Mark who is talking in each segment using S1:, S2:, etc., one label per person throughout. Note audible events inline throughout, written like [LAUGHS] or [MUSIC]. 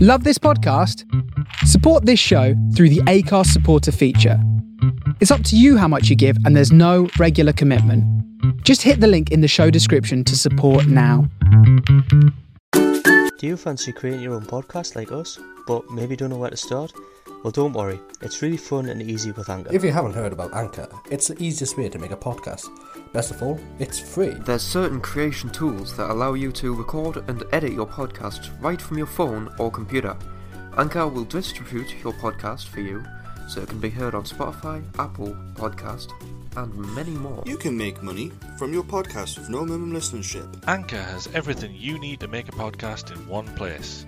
S1: Love this podcast? Support this show through the ACARS supporter feature. It's up to you how much you give, and there's no regular commitment. Just hit the link in the show description to support now.
S2: Do you fancy creating your own podcast like us, but maybe don't know where to start? Well, don't worry, it's really fun and easy with Anchor.
S3: If you haven't heard about Anchor, it's the easiest way to make a podcast. Best of all, it's free.
S4: There's certain creation tools that allow you to record and edit your podcast right from your phone or computer. Anchor will distribute your podcast for you so it can be heard on Spotify, Apple Podcast, and many more.
S5: You can make money from your podcast with no minimum listenership.
S6: Anchor has everything you need to make a podcast in one place.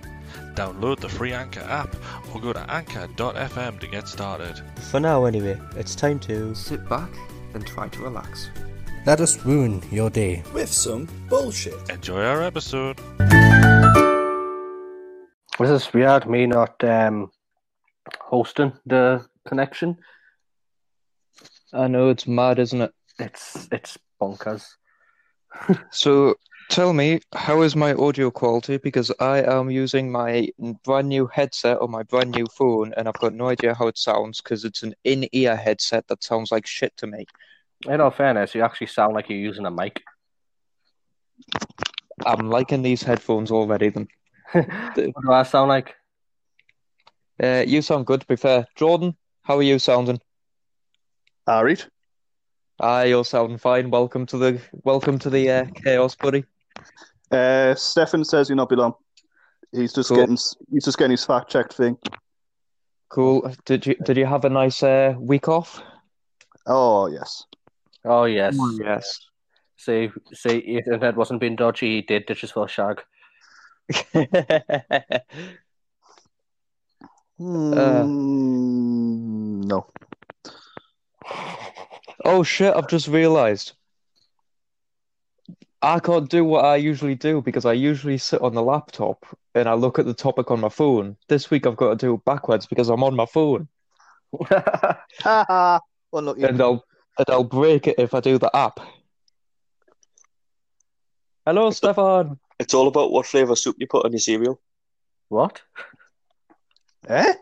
S6: Download the free Anchor app or go to anchor.fm to get started.
S2: For now, anyway, it's time to.
S4: Sit back and try to relax.
S3: Let us ruin your day.
S5: With some bullshit.
S6: Enjoy our episode.
S7: This is weird, me not um, hosting the connection.
S8: I know it's mad, isn't it?
S7: It's it's bonkers.
S8: So tell me, how is my audio quality? Because I am using my n- brand new headset on my brand new phone, and I've got no idea how it sounds because it's an in-ear headset that sounds like shit to me.
S7: In all fairness, you actually sound like you're using a mic.
S8: I'm liking these headphones already. Then
S7: [LAUGHS] what do I sound like?
S8: uh, you sound good, to be fair. Jordan, how are you sounding?
S9: Alright.
S8: Ah, you're sounding fine. Welcome to the welcome to the uh, chaos, buddy.
S9: Uh, Stefan says you're not be long. He's just
S8: Cool.
S9: getting he's just getting his fact checked thing.
S8: Cool. Did you did you have a nice uh, week off?
S9: Oh yes.
S7: Oh yes.
S8: Yes.
S7: See, see, if that wasn't being dodgy, he did ditches for a
S2: [LAUGHS]
S7: shag.
S8: Uh,
S9: Mm, no.
S8: Oh shit, I've just realised. I can't do what I usually do because I usually sit on the laptop and I look at the topic on my phone. This week I've got to do it backwards because I'm on my phone
S9: Ha ha. Unlucky.
S8: and I'll and I'll break it if I do the app. Hello, Stefan.
S2: It's all about what flavour soup you put on your cereal.
S7: What?
S9: Eh?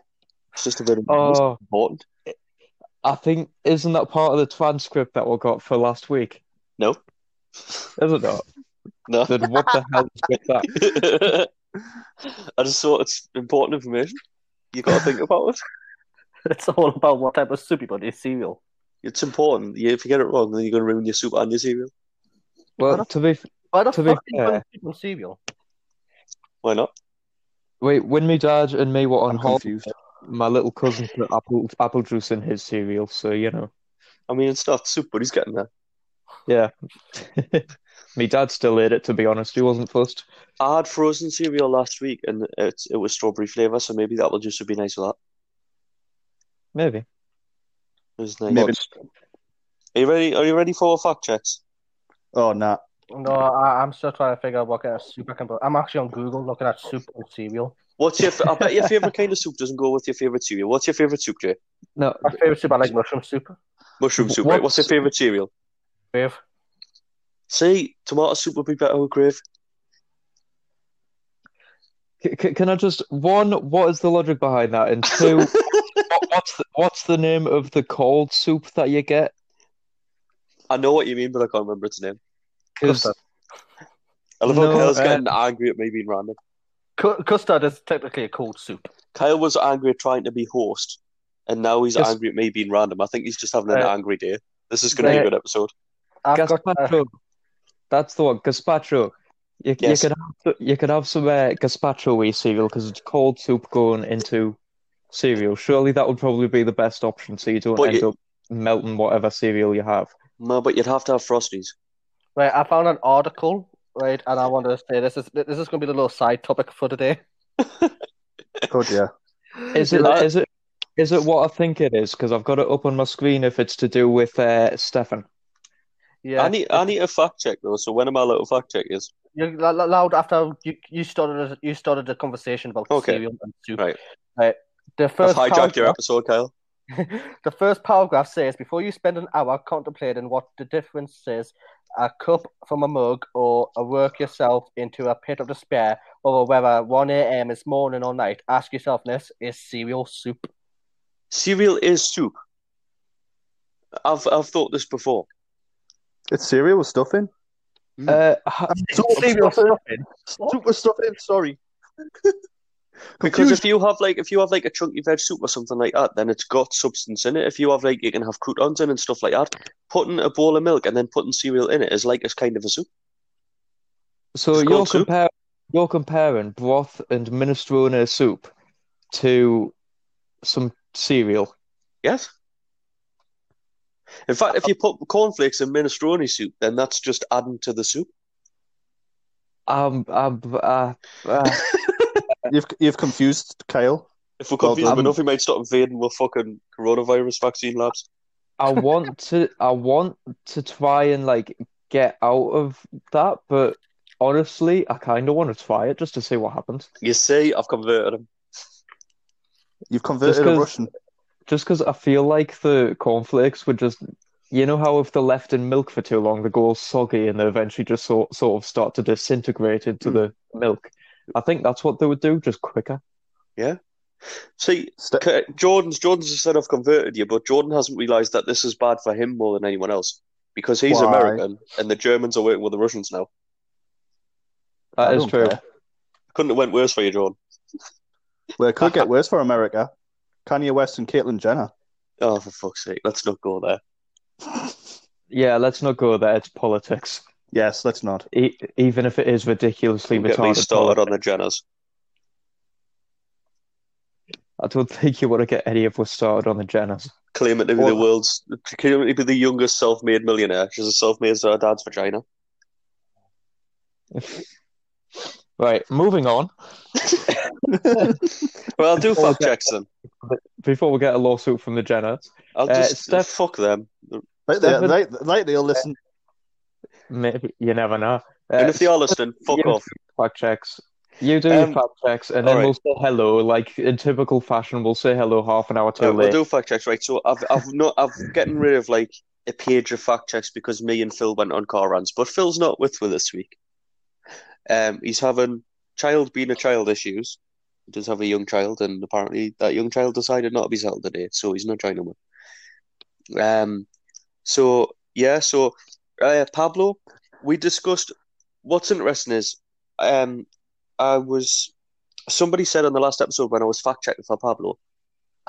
S2: It's just a bit of
S8: Oh,
S2: important. [LAUGHS]
S8: I think isn't that part of the transcript that we got for last week?
S2: No.
S8: Is it not?
S2: No.
S8: Then what the hell is with that?
S2: I just thought it's important information. you got to think about it.
S7: It's all about what type of soup you put in your cereal.
S2: It's important. You- If you get it wrong, then you're going to ruin your soup and your cereal.
S8: Well, to be
S7: Why the
S8: To be
S7: fuck do you put
S8: fair-
S7: soup in cereal?
S2: Why not?
S8: Wait, when my dad and me were on
S9: I'm
S8: holiday,
S9: confused.
S8: my little cousin put apple apple juice in his cereal, so you know. [LAUGHS]
S2: I mean, it's not soup, but he's getting there.
S8: Yeah. My dad still ate it, to be honest. He wasn't fussed.
S2: I had frozen cereal last week, and it it was strawberry flavour, so maybe that will just be nice with that.
S8: Maybe.
S2: It was nice.
S9: Maybe.
S2: Are you ready? Are you ready for our fact checks?
S9: Oh nah.
S7: No, I, I'm still trying to figure out what kind of soup I can put. I'm actually on Google looking at soup and
S8: [LAUGHS]
S7: cereal.
S2: What's your? [LAUGHS] I bet your favorite kind of soup doesn't go with your favorite cereal. What's your favorite soup, Jay?
S8: No,
S7: My favorite soup, I like mushroom soup.
S2: Mushroom soup, right? What's your
S8: What's-
S2: favorite cereal?
S7: Brave.
S2: See, tomato soup would be better with gravy.
S8: c- c- can I just one? What is the logic behind that? And two, what- what's the, what's the name of the cold soup that you get?
S2: I know what you mean, but I can't remember its name.
S8: 'Cause
S7: Custard.
S2: I love how
S8: No,
S2: Kyle's
S8: uh,
S2: getting angry at me being random.
S7: Cu- custard is technically a cold soup.
S2: Kyle was angry at trying to be host, and now he's
S8: Yes.
S2: angry at me being random. I think he's just having an
S8: Uh,
S2: angry day. This is going to be a
S8: uh,
S2: good episode.
S7: I've got, uh,
S8: gazpacho. That's the one. Gazpacho. You, you
S2: Yes.
S8: could have you could have some uh, gazpacho y cereal because it's cold soup going into cereal. Surely that would probably be the best option, so you don't
S2: But
S8: end
S2: you-
S8: up melting whatever cereal you have.
S2: No, but you'd have to have frosties.
S7: Right, I found an article, right, and I want to say this is this is going to be the little side topic for today.
S9: Oh dear.
S8: Is it
S2: That-
S8: is it is it what I think it is? Because I've got it up on my screen. If it's to do with uh, Stefan,
S7: Yeah,
S2: I need I need a fact check though. So when am I allowed to fact check is?
S7: you're lo- lo- loud after you you started a, you started a conversation about
S2: Okay.
S7: cereal and soup.
S2: Right.
S7: right. The
S2: I've
S7: first
S2: hijacked your
S7: paragraph,
S2: episode, Kyle.
S7: [LAUGHS] the first paragraph says before you spend an hour contemplating what the difference is
S10: a cup from a mug, or a work yourself into a pit of despair, or whether 1 a.m. is morning or night, ask yourself this is cereal soup?
S2: Cereal is soup. I've I've thought this before.
S11: It's cereal with stuffing.
S7: Uh,
S11: [LAUGHS]
S7: ha-
S11: Cereal stuffing. Soup with stuffing. Sorry.
S2: [LAUGHS] Because if
S11: Confused.
S2: you have like if you have like a chunky veg soup or something like that, then it's got substance in it. If you have like you can have croutons in and stuff like that. Putting a bowl of milk and then putting cereal in it is like it's kind of a soup.
S7: so
S2: It's
S7: you're
S2: called soup.
S7: compar- you're comparing broth and minestrone soup to some cereal.
S2: Yes. In fact, if you put cornflakes in minestrone soup, then that's just adding to the soup.
S7: Um, um, uh, uh,
S11: [LAUGHS] You've you've confused Kyle.
S2: If we
S11: Well
S2: confuse him
S11: done.
S2: enough, he might stop invading with fucking coronavirus vaccine labs.
S11: [LAUGHS]
S7: I want to, I want to try and like get out of that, but honestly, I kind of want to try it just to see what happens.
S2: You see, I've converted him.
S11: You've converted a
S7: 'cause-
S11: Russian.
S7: Just because I feel like the cornflakes would just, you know, how if they're left in milk for too long, they go all soggy and they eventually just sort, sort of start to disintegrate into
S11: Hmm.
S7: the milk. I think that's what they would do, just quicker.
S2: See,
S11: Ste-
S2: c- Jordan's Jordan's has said I've converted you, but Jordan hasn't realised that this is bad for him more than anyone else because he's
S11: Why?
S2: American and the Germans are working with the Russians now.
S7: That
S11: I
S7: is
S11: don't
S7: true.
S11: care.
S2: Couldn't have went worse for you, Jordan.
S11: Well, it could get worse for America. Kanye West and Caitlyn Jenner.
S2: Oh, for fuck's sake, let's not go there.
S7: Yeah, let's not go there. It's politics.
S11: Yes, let's not.
S7: E- even if it is ridiculously
S2: Don't get me
S7: retarded
S2: started
S7: politics.
S2: on the Jenners.
S7: I don't [LAUGHS] think you want to get any of us started on the Jenners.
S2: Claiming to be the
S11: Well-
S2: world's, claiming to be the youngest self-made millionaire. She's as self-made as her dad's vagina.
S7: Right, moving on.
S2: Well,
S7: [LAUGHS]
S2: I'll do
S7: Before we
S2: fact
S7: get-
S2: checks then.
S7: Before we get a lawsuit from the Jenners,
S2: I'll
S7: Uh,
S2: just
S7: Steph-
S2: fuck them.
S11: Like,
S7: Stefan-
S11: they, they, like they'll listen.
S7: maybe you never know.
S2: and
S7: Uh,
S2: if they are listening, fuck
S7: yeah.
S2: off.
S7: fact checks. You do
S2: Um,
S7: your fact checks, and then
S2: all
S7: we'll say hello. Like in typical fashion, we'll say hello half an hour too
S2: Uh, we'll
S7: late.
S2: do fact checks, right? So I've I've not I've getting rid of like a page of fact checks because me and Phil went on car runs, but Phil's not with me this week. Um, he's having child being a child issues. He does have a young child, and apparently that young child decided not to be settled today, so he's not joining me. Um, so yeah, so uh, Pablo, we discussed. What's interesting is, um, I was somebody said on the last episode when I was fact checking for Pablo,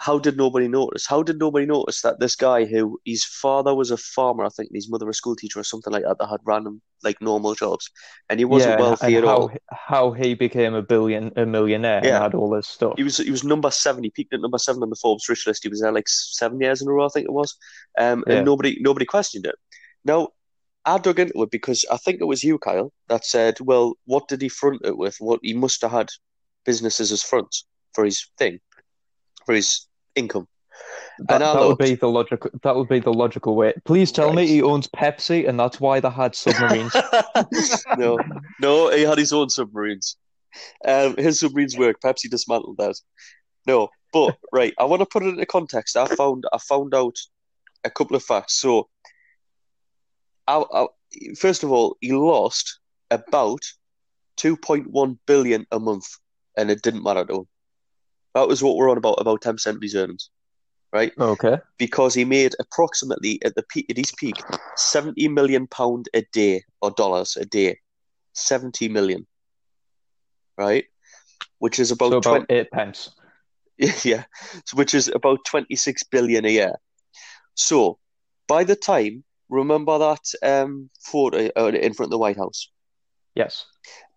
S2: how did nobody notice? How did nobody notice that this guy who his father was a farmer, I think, and his mother a school teacher or something like that, that had random like normal jobs, and he wasn't
S7: yeah,
S2: wealthy
S7: and
S2: at
S7: how,
S2: all.
S7: How he became a billion, a millionaire,
S2: Yeah.
S7: and had all this stuff.
S2: He was he was number seven. He peaked at number seven on the Forbes rich list. He was there like seven years in a row, I think it was. Um, and
S7: Yeah.
S2: nobody nobody questioned it. Now, I dug into it because I think it was you, Kyle, that said, "Well, what did he front it with? What he must have had businesses as fronts for his thing, for his income."
S7: That,
S2: and I
S7: that would
S2: looked.
S7: be the logical. That would be the logical way. Please tell me
S2: Right.
S7: he owns Pepsi, and that's why they had
S2: [LAUGHS]
S7: submarines.
S2: no, no, he had his own submarines. Um, his submarines worked. Pepsi dismantled that. No, but right, I want to put it into context. I found I found out a couple of facts. So, I, I, first of all, he lost about two point one billion a month, and it didn't matter to him. That was what we're on about about ten percent of his earnings, right?
S7: okay.
S2: because he made approximately at the peak, at his peak, seventy million pound a day or dollars a day, seventy million, right? Which is about,
S7: so about
S2: 20,
S7: eight pence.
S2: [LAUGHS] yeah, so which is about twenty six billion a year. So by the time, remember that um, photo uh, in front of the White House
S7: Yes.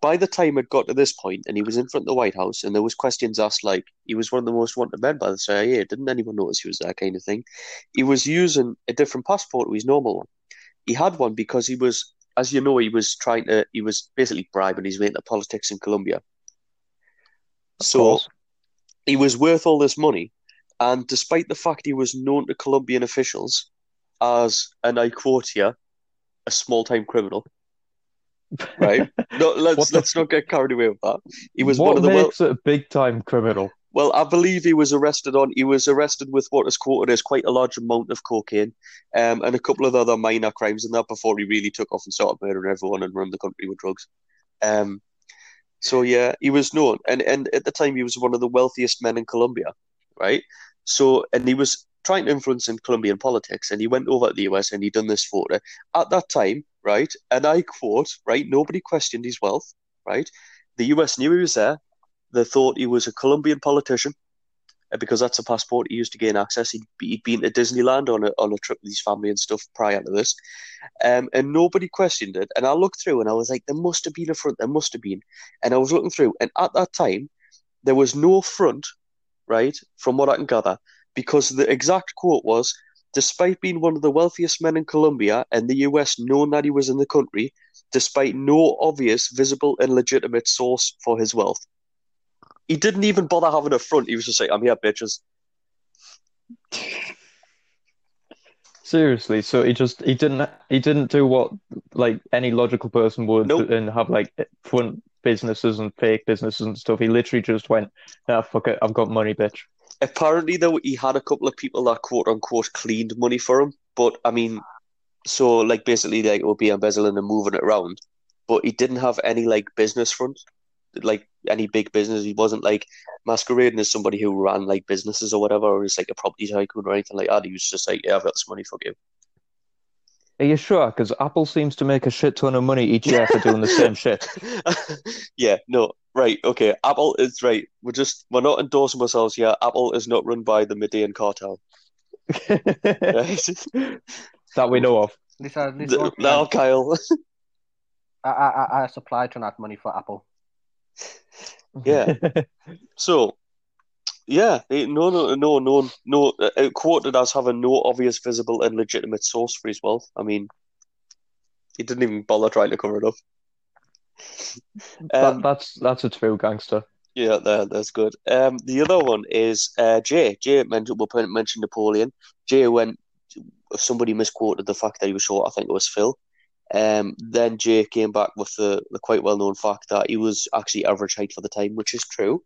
S2: by the time it got to this point and he was in front of the White House and there was questions asked like he was one of the most wanted men by the CIA, didn't anyone notice he was that kind of thing? He was using a different passport to his normal one. He had one because he was as you know, he was trying to he was basically bribing his way into politics in Colombia.
S7: Of
S2: So
S7: course.
S2: he was worth all this money, and despite the fact he was known to Colombian officials as, and I quote here, a small time criminal. Right? No,
S7: What
S2: let's
S7: the [LAUGHS]
S2: let's not get carried away with that. He was
S7: what
S2: one of the
S7: makes
S2: wel-
S7: it a big time criminal?
S2: Well, I believe he was arrested on. He was arrested with what is quoted as quite a large amount of cocaine, um, and a couple of other minor crimes, and that before he really took off and started murdering everyone and run the country with drugs. Um, so yeah, he was known, and and at the time he was one of the wealthiest men in Colombia, right? So and he was trying to influence in Colombian politics, and he went over to the US and he done this photo at that time, right? And I quote, right? Nobody questioned his wealth, right? The US knew he was there. They thought he was a Colombian politician uh, because that's a passport he used to gain access. He'd, be- he'd been to Disneyland on a, on a trip with his family and stuff prior to this. Um, and nobody questioned it. And I looked through and I was like, there must have been a front. There must have been. And I was looking through. And at that time, there was no front, right? From what I can gather, because the exact quote was Despite being one of the wealthiest men in Colombia and the US knowing that he was in the country, despite no obvious, visible, and legitimate source for his wealth. He didn't even bother having a front. He was just like, I'm here, bitches.
S8: Seriously, so he just he didn't he didn't do what like any logical person would
S2: Nope.
S8: and have like front businesses and fake businesses and stuff. He literally just went, nah, fuck it, I've got money, bitch.
S2: Apparently, though, he had a couple of people that quote unquote cleaned money for him. But I mean, so like basically, like it would be embezzling and moving it around. But he didn't have any like business front, like any big business. He wasn't like masquerading as somebody who ran like businesses or whatever, or is like a property tycoon or anything like that. He was just like, yeah, I've got this money, fuck you.
S8: Are you sure? Because Apple seems to make a shit ton of money each year for doing the
S2: [LAUGHS]
S8: same shit.
S2: yeah, no, right, okay. Apple is right. We're just we're not endorsing ourselves here. Apple is not run by the Median cartel. Right? [LAUGHS]
S8: That we know of.
S7: At least I, at least uh, one thing
S2: now, Kyle. [LAUGHS]
S7: I, I, I, I supplied to that money for Apple.
S8: [LAUGHS]
S2: Yeah. So, yeah, they- no, no, no, no, no. uh, uh, Quoted as having no obvious, visible, and legitimate source for his wealth. I mean, he didn't even bother trying to cover it up.
S8: That,
S2: Um,
S8: that's that's a true gangster.
S2: Yeah, that, that's good. Um, the other one is uh, Jay. Jay mentioned we mentioned Napoleon. Jay went. Somebody misquoted the fact that he was short. I think it was Phil. Um, then Jay came back with the, the quite well known fact that he was actually average height for the time, which is true.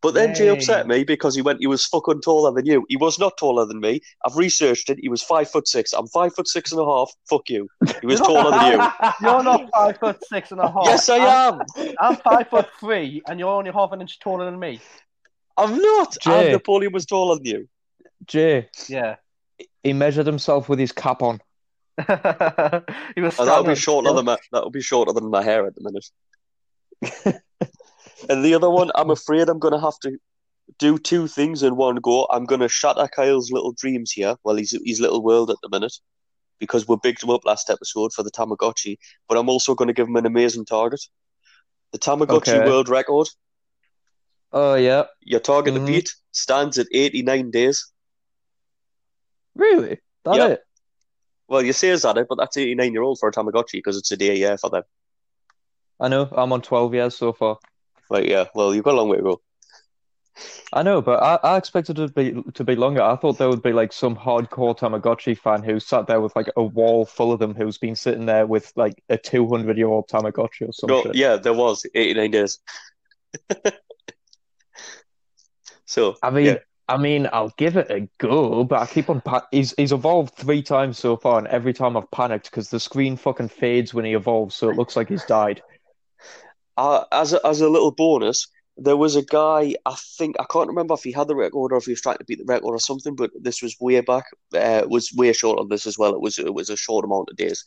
S2: But then Jay
S7: Yay.
S2: upset me because he went. He was fucking taller than you. He was not taller than me. I've researched it. He was five foot six. I'm five foot six and a half. Fuck you. [LAUGHS] He was taller
S7: [LAUGHS]
S2: than you.
S7: You're not five foot six and a half.
S2: Yes, I am.
S7: am. I'm five foot three, and you're only half an inch taller than me.
S2: I'm not.
S8: Jay.
S2: And Napoleon was taller than you.
S8: Jay,
S7: Yeah. [LAUGHS]
S8: he measured himself with his cap on.
S7: he was.
S2: Oh, that'll
S7: standing
S2: Oh, be shorter
S7: still.
S2: than my that'll be shorter than my hair at the minute. [LAUGHS] and the other one, I'm afraid I'm gonna have to do two things in one go. I'm gonna shatter Kyle's little dreams here, well his his little world at the minute, because we bigged him up last episode for the Tamagotchi, but I'm also gonna give him an amazing target. The Tamagotchi
S8: Okay.
S2: world record,
S8: Oh yeah,
S2: your target
S8: Mhm.
S2: to beat, stands at eighty nine days.
S8: really? That
S2: Yeah.
S8: it?
S2: Well, you say is that it, but that's eighty nine year old for a Tamagotchi because it's a day a year for them.
S8: I know. I'm on twelve years so far.
S2: Right, yeah. Well, you've got a long way to go.
S8: I know, but I, I expected it to be to be longer. I thought there would be like some hardcore Tamagotchi fan who sat there with like a wall full of them who's been sitting there with like a 200 year old Tamagotchi or some
S2: No,
S8: shit.
S2: yeah, there was 89 days. [LAUGHS] so,
S8: I mean,
S2: yeah.
S8: I mean, I'll give it a go, but I keep on pa he's he's evolved three times so far, and every time I've panicked because the screen fucking fades when he evolves, so it looks like he's died.
S2: uh, as a, as a little bonus, there was a guy, I think, I can't remember if he had the record or if he was trying to beat the record or something, but this was way back, uh, it was way short on this as well. It was it was a short amount of days.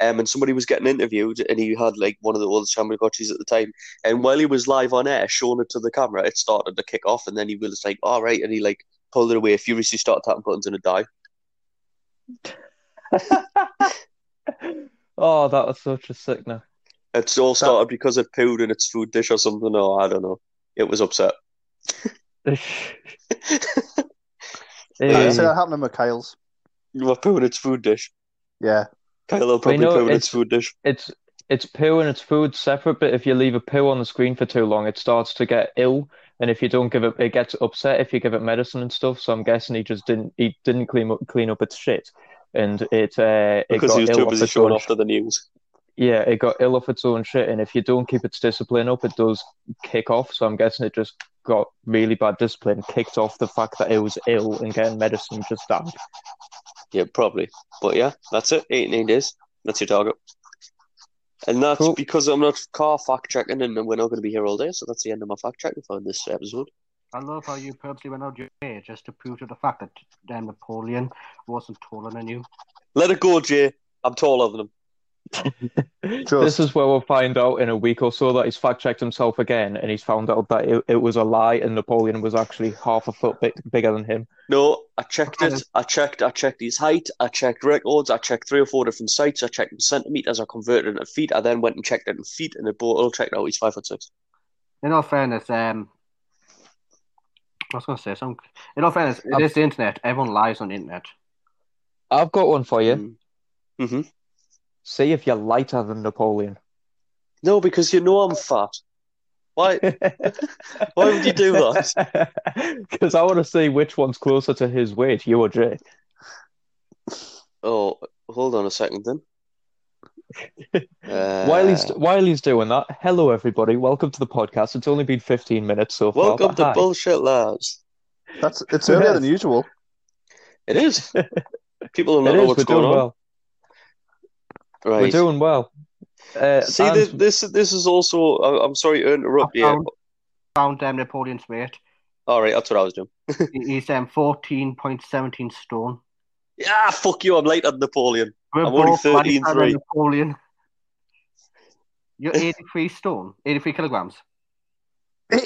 S2: Um, and somebody was getting interviewed and he had like one of the old Tamagotchis at the time. And while he was live on air showing it to the camera, it started to kick off and then he was like, all right. And he like pulled it away, furiously started tapping buttons and it died.
S8: [LAUGHS] Oh, that was such a sickener.
S2: It's all started because it pooed in its food dish or something, or I don't know. It
S8: [LAUGHS]
S2: was upset. [LAUGHS]
S9: Yeah.
S8: Hey,
S9: So that happened to Mikhail's.
S2: You were pooing its food dish.
S9: Yeah.
S2: Kyle will probably
S8: know
S2: poo in
S8: it's-
S2: its food dish.
S8: it's it's poo and it's food separate, but if you leave a poo on the screen for too long, it starts to get ill, and if you don't give it, it gets upset if you give it medicine and stuff. So I'm guessing he just didn't he didn't clean up clean up its shit, and it uh it
S2: Because
S8: got
S2: he was
S8: ill
S2: too
S8: off
S2: busy
S8: its
S2: showing
S8: own
S2: off to the news.
S8: Yeah, it got ill off its own shit, and if you don't keep its discipline up, it does kick off. So I'm guessing it just got really bad discipline kicked off the fact that it was ill and getting medicine just died.
S2: Yeah, probably. But yeah, that's it. 18 days. That's your target. And that's
S8: Cool.
S2: because I'm not car fact checking and we're not going to be here all day. So that's the end of my fact checking for this episode.
S7: I love how you purposely went out your way just to prove to the fact that then Napoleon wasn't taller than you.
S2: Let it go, Jay. I'm taller than him.
S8: This is where we'll find out in a week or so that he's fact checked himself again and he's found out that it, it was a lie and Napoleon was actually half a foot big, bigger than him. [LAUGHS]
S2: No, I checked it. I checked. I checked his height. I checked records. I checked three or four different sites. I checked in centimeters. I converted it in feet. I then went and checked it in feet, and it all checked out. He's five foot six.
S7: In all fairness, um, I was going to say something. In all fairness, it is the internet. Everyone lies on the internet. Mm.
S8: I've got one for you.
S2: Mm-hmm.
S8: See if you're lighter than Napoleon.
S2: No, because you know I'm fat. [LAUGHS] Why? Why would you do
S8: [LAUGHS] that? Because I want to see which one's closer to his weight, you or Jay.
S2: Oh, hold on a
S8: [LAUGHS]
S2: second then. Uh,
S8: While he's while he's doing that, hello everybody, welcome to the podcast. It's only been 15 minutes so far.
S2: welcome
S8: but
S2: to
S8: hi.
S2: bullshit labs.
S9: That's it's earlier than usual.
S8: [LAUGHS]
S2: It is. People don't
S8: It
S2: know
S8: is,
S2: what's
S8: we're
S2: going
S8: doing
S2: on.
S8: well.
S2: Right.
S8: We're doing well. Uh,
S2: See,
S8: and-
S2: this, this this is also. I- I'm sorry to interrupt
S7: I
S2: you.
S7: found- Found um, Napoleon's weight.
S2: All right, that's what I was doing.
S7: He- He's um, 14.17 stone.
S2: Yeah, Ah, fuck you. I'm later than Napoleon.
S7: We're
S2: I'm only
S7: both
S2: 13
S7: lighter
S2: three.
S7: than
S2: [LAUGHS]
S7: Napoleon. You're 83 stone, 83 kilograms.
S2: I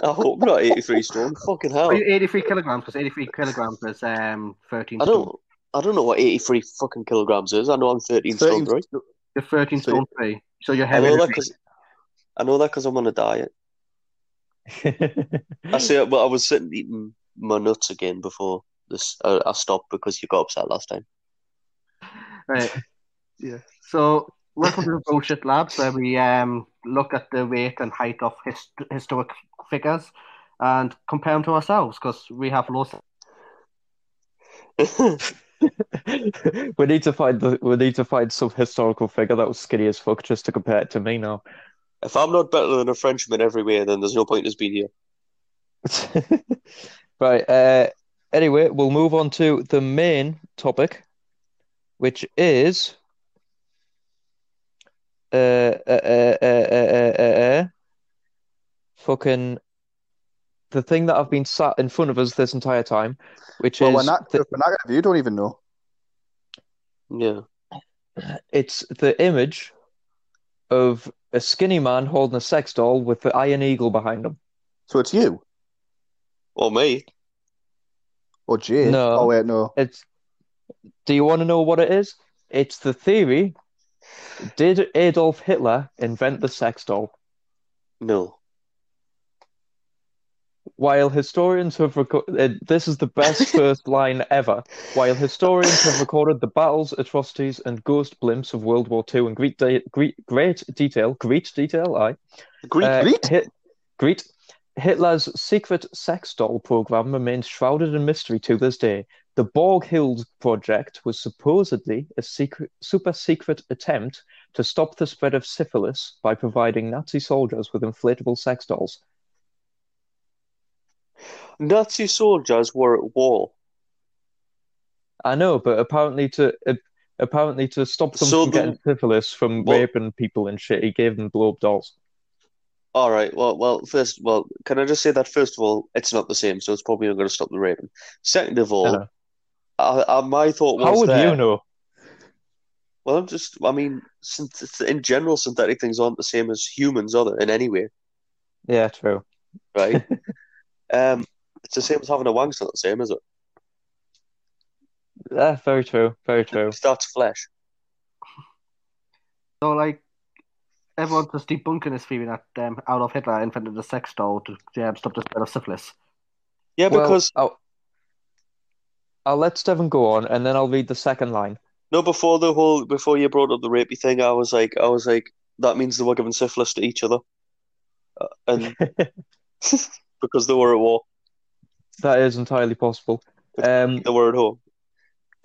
S2: hope not 83 stone. Fucking hell.
S7: Are you 83 kilograms? Because 83 kilograms is um, 13
S2: I
S7: stone.
S2: don't. I don't know what 83 fucking kilograms is. I know I'm 13 stone
S9: 13
S2: three.
S7: You're 13
S9: So-
S7: stone 3. So you're
S2: I
S7: heavier
S2: know
S7: than
S2: that
S7: me.
S2: because. I know that 'cause I'm on a diet. I say, but I was sitting eating my nuts again before this. uh, I, I stopped because you got upset last time.
S7: Right. [LAUGHS] yeah. So welcome to the bullshit labs, where we um look at the weight and height of hist- historic figures and compare them to ourselves because we have loads.
S8: we need to find the, we need to find some historical figure that was skinny as fuck just to compare it to me now.
S2: If I'm not better than a Frenchman everywhere, then there's no point in us being here.
S8: [LAUGHS] right. Uh, anyway, we'll move on to the main topic, which is uh, uh, uh, uh, uh, uh, uh, uh, fucking the thing that I've been sat in front of us this entire time, which
S9: Well,
S8: is
S9: we're not.
S8: the-
S9: we're not gonna- You don't even know.
S2: Yeah.
S8: It's the image of a skinny man holding a sex doll with the Iron Eagle behind him.
S9: So it's you
S2: Or me.
S9: or Jay.
S8: No.
S9: Oh wait, no.
S8: It's. Do you want to know what it is? It's the theory. Did Adolf Hitler invent the sex doll?
S2: No.
S8: While historians have recorded, this is the best
S7: [LAUGHS]
S8: first line ever. While historians have recorded the battles, atrocities, and ghost blimps of World War II in great, de- great, great detail, great detail, aye,
S2: Greek.
S8: Uh,
S2: Greek?
S8: Hit- Greet. Hitler's secret sex doll program remains shrouded in mystery to this day. The Borg Hills project was supposedly a secret, super secret attempt to stop the spread of syphilis by providing Nazi soldiers with inflatable sex dolls.
S2: Nazi soldiers were at war.
S8: I know, but apparently to uh, apparently to stop them
S2: So
S8: from
S2: the-
S8: getting syphilis from
S2: Well-
S8: raping people and shit, he gave them blow dolls.
S2: All right. Well, well. First, well, can I just say that first of all, it's not the same, so it's probably not going to stop the raping. Second of all,
S8: Hello.
S2: I, I, my thought was
S8: How would
S2: there.
S8: you know?
S2: Well, I'm just. I mean, synth- in general, synthetic things aren't the same as humans, are they? In any way,
S8: Yeah, true. [LAUGHS]
S2: right? um, it's the same as having a wank's not the same, is it?
S8: Yeah, very true. Very true.
S2: That's flesh.
S7: So like everyone's just debunking this theory that um, Adolf Hitler invented the sex doll to um, stop the spread of syphilis.
S2: Yeah,
S8: Well,
S2: because
S8: I'll, I'll let Stefan go on, and then I'll read the second line.
S2: no, before the whole, before you brought up the rapey thing, I was like, I was like, that means they were giving syphilis to each other, uh,
S8: [LAUGHS]
S2: and [LAUGHS] because they were at war,
S8: That is entirely possible. Um,
S2: they were at home.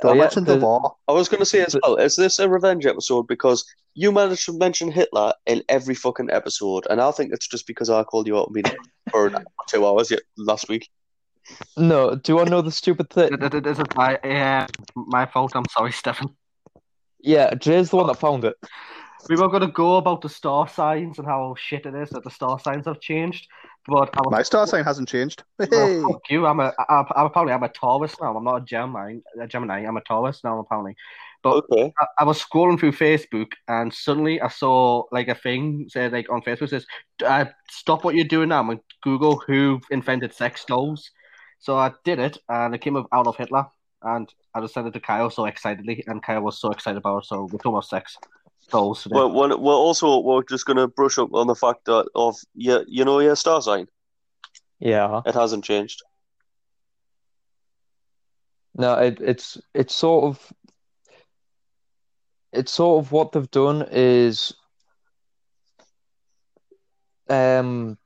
S9: They'll
S8: yeah,
S9: mention the
S8: the-
S9: war.
S2: I was going to say as well, is this a revenge episode? Because you managed to mention Hitler in every fucking episode, and I think it's just because I called you out and been [LAUGHS] for two hours yet last week.
S8: No, do I know the stupid thing?
S7: It, it, it isn't my, yeah, my fault. I'm sorry, Stefan.
S8: Yeah, Jay's the one that found it.
S7: We were going to go about the star signs and how shit it is that the star signs have changed, but I was
S9: My star sign hasn't changed. Hey.
S7: Oh, fuck you. I'm a, I, I, apparently I'm a Taurus now. I'm not a Gemini. A Gemini. I'm a Taurus now, apparently.
S2: Okay.
S7: I, I was scrolling through Facebook and suddenly I saw like a thing said like on Facebook says, uh, "Stop what you're doing now and Google who invented sex dolls." So I did it, and it came up Adolf Hitler, and I just sent it to Kyle so excitedly, and Kyle was so excited about it. So we're talking about sex dolls today.
S2: Well, well, well, also we're just going to brush up on the fact that of you, you know your star sign.
S8: Yeah.
S2: It hasn't changed.
S8: No, it, it's it's sort of it's sort of what they've done is um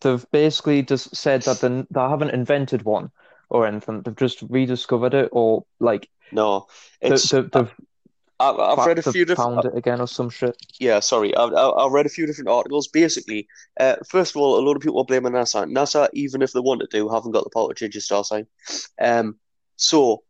S8: they've basically just said that they, they haven't invented one or anything. They've just rediscovered it or like
S2: No,
S8: they,
S2: it's.
S8: they, have
S2: I've, I've read a few different.
S8: found it again or some shit.
S2: Yeah, sorry. I, I, I read a few different articles. Basically, uh, first of all, a lot of people are blaming NASA. NASA, even if they wanted to, haven't got the power to change your star sign. Um, so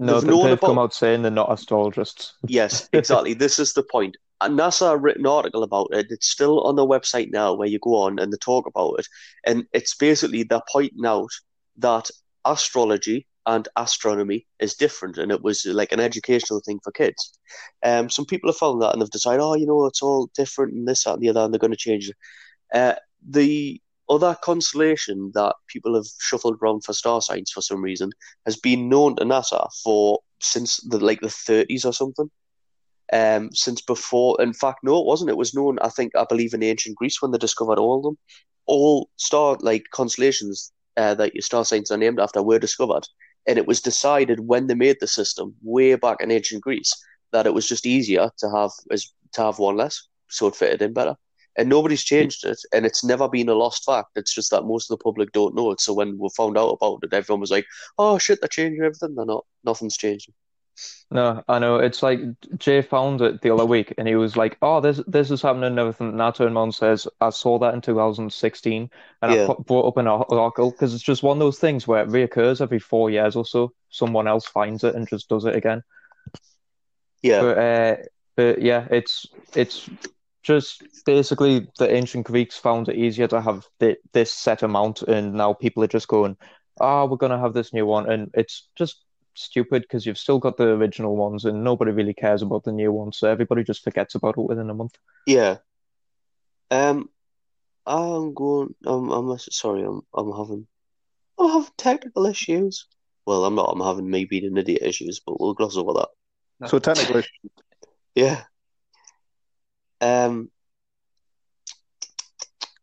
S8: No,
S2: They've
S8: they,
S2: known
S8: they've come
S2: about-
S8: out saying they're not astrologists.
S2: yes, exactly. This is the point. And NASA have written an article about it. It's still on their website now, where you go on and they talk about it. And it's basically they're pointing out that astrology and astronomy is different, and it was like an educational thing for kids. Um, some people have found that and they've decided, oh, you know, it's all different and this, that, and the other, and they're going to change it. Uh, the other constellation that people have shuffled around for star signs for some reason has been known to NASA for since the like the 30s or something. Um, since before, in fact, no, it wasn't. It was known, I think, I believe, in ancient Greece when they discovered all of them. All star like constellations uh, that your star signs are named after were discovered, and it was decided when they made the system way back in ancient Greece that it was just easier to have as to have one less, so it fitted in better. And nobody's changed it, and it's never been a lost fact. It's just that most of the public don't know it. So when we found out about it, everyone was like, "Oh shit, they're changing everything." They're not. Nothing's changed.
S8: No, I know. It's like Jay found it the other week and he was like, Oh, this this is happening and everything. And I turned around and says, I saw that in 2016 and I
S2: Yeah.
S8: put, brought up an ar- article because it's just one of those things where it reoccurs every four years or so. Someone else finds it and just does it again.
S2: Yeah.
S8: But uh, but yeah, it's it's just basically the ancient Greeks found it easier to have the, this set amount, and now people are just going, "Ah, we're gonna have this new one," and it's just stupid because you've still got the original ones, and nobody really cares about the new ones, so everybody just forgets about it within a month.
S2: Yeah. Um, I'm going. I'm. I'm sorry. I'm. I'm having. I'm having technical issues. Well, I'm not. I'm having me being an idiot issues, but we'll gloss over that.
S9: So technically,
S2: [LAUGHS] Yeah. Um.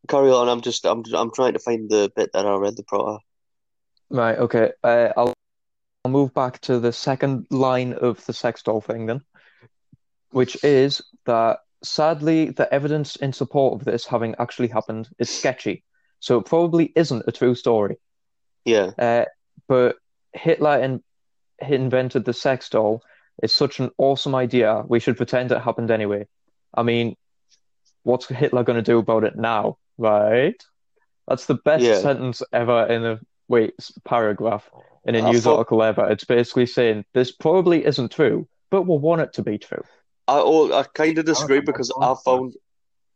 S2: Carry on. I'm just. I'm. I'm trying to find the bit that I read the proper.
S8: Right, okay. Uh, I'll I'll move back to the second line of the sex doll thing then, which is that sadly the evidence in support of this having actually happened is sketchy, so it probably isn't a true story.
S2: Yeah.
S8: Uh, but Hitler in he invented the sex doll. It's such an awesome idea. We should pretend it happened anyway. I mean, what's Hitler going to do about it now, right? That's the best
S2: Yeah.
S8: sentence ever in a wait s- paragraph in a
S2: I
S8: news
S2: thought-
S8: article ever. It's basically saying this probably isn't true, but we'll want it to be true.
S2: I. Oh, I kind of disagree
S7: I'm
S2: because
S7: going
S2: I
S7: for it.
S2: found.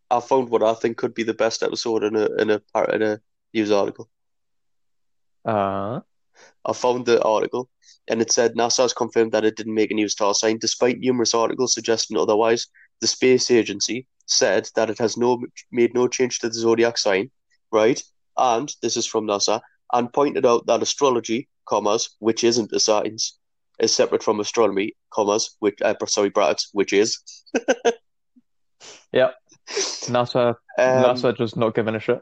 S2: I found what I think could be the best episode in a in a in a news article.
S8: Uh,
S2: I found the article, and it said NASA has confirmed that it didn't make a new star sign, despite numerous articles suggesting otherwise. The space agency said that it has no made no change to the zodiac sign, right? And this is from NASA, and pointed out that astrology, commas, which isn't a science, is separate from astronomy, commas, which uh, sorry brackets, which is. [LAUGHS]
S8: NASA,
S2: Um,
S8: NASA just not giving a shit.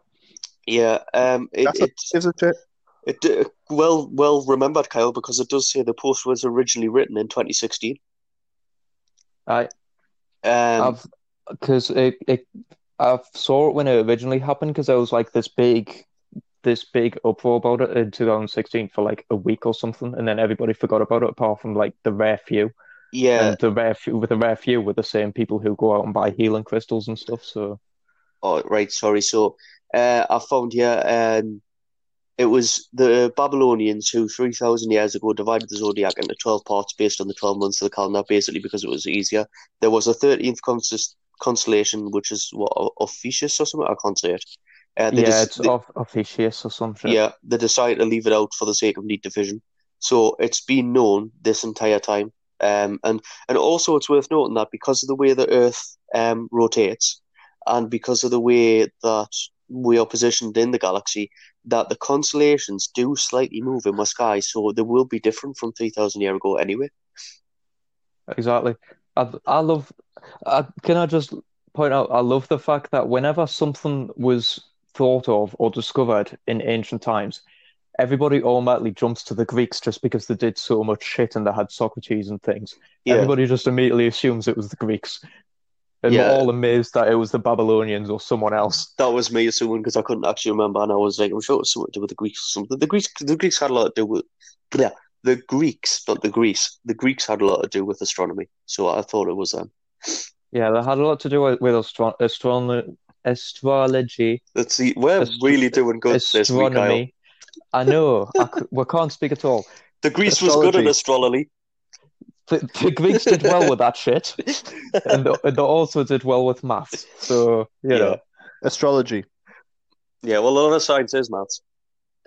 S2: Yeah, um, it,
S9: that's a,
S2: it's-
S9: gives a shit.
S2: It d- well, well remembered, Kyle, because it does say the post was originally written in 2016.
S8: Aye.
S2: Um,
S8: I've because it, it I saw it when it originally happened because I was like this big this big uproar about it in 2016 for like a week or something, and then everybody forgot about it apart from like the rare few.
S2: Yeah,
S8: And the rare few, with the rare few, were the same people who go out and buy healing crystals and stuff. So
S2: Oh, right, sorry. So, uh, I found here, um, it was the Babylonians who 3,000 years ago divided the zodiac into 12 parts based on the 12 months of the calendar, basically because it was easier. There was a 13th consist constellation, which is what, Ophiuchus or something? I can't say it. Uh, they
S8: yeah,
S2: just-
S8: it's
S2: they-
S8: off officious or something.
S2: yeah, they decided to leave it out for the sake of neat division. So it's been known this entire time. Um, and, and also, it's worth noting that because of the way the Earth um, rotates and because of the way that we are positioned in the galaxy, that the constellations do slightly move in the sky. So they will be different from 3,000 years ago anyway.
S8: Exactly. I I love. I, can I just point out? I love the fact that whenever something was thought of or discovered in ancient times, everybody automatically jumps to the Greeks just because they did so much shit and they had Socrates and things.
S2: Yeah.
S8: Everybody just immediately assumes it was the Greeks, and we're
S2: Yeah.
S8: all amazed that it was the Babylonians or someone else.
S2: That was me assuming because I couldn't actually remember, and I was like, I'm sure it was something to do with the Greeks or something. The Greeks, the Greeks had a lot to do with yeah, the Greeks, not the Greece. The Greeks had a lot to do with astronomy, so I thought it was um, them.
S8: Yeah, they had a lot to do with, with astro astron astrology.
S2: Let's see, we're
S8: Ast-
S2: really doing good this week, Kyle.
S8: Astronomy. I know. I c- we can't speak at all.
S2: The Greece was good at astrology.
S8: The, the Greeks did well with that
S2: [LAUGHS]
S8: shit, and they, and they also did well with maths. So, you
S2: Yeah.
S8: know,
S9: Astrology.
S2: Yeah, well, a lot of science is maths.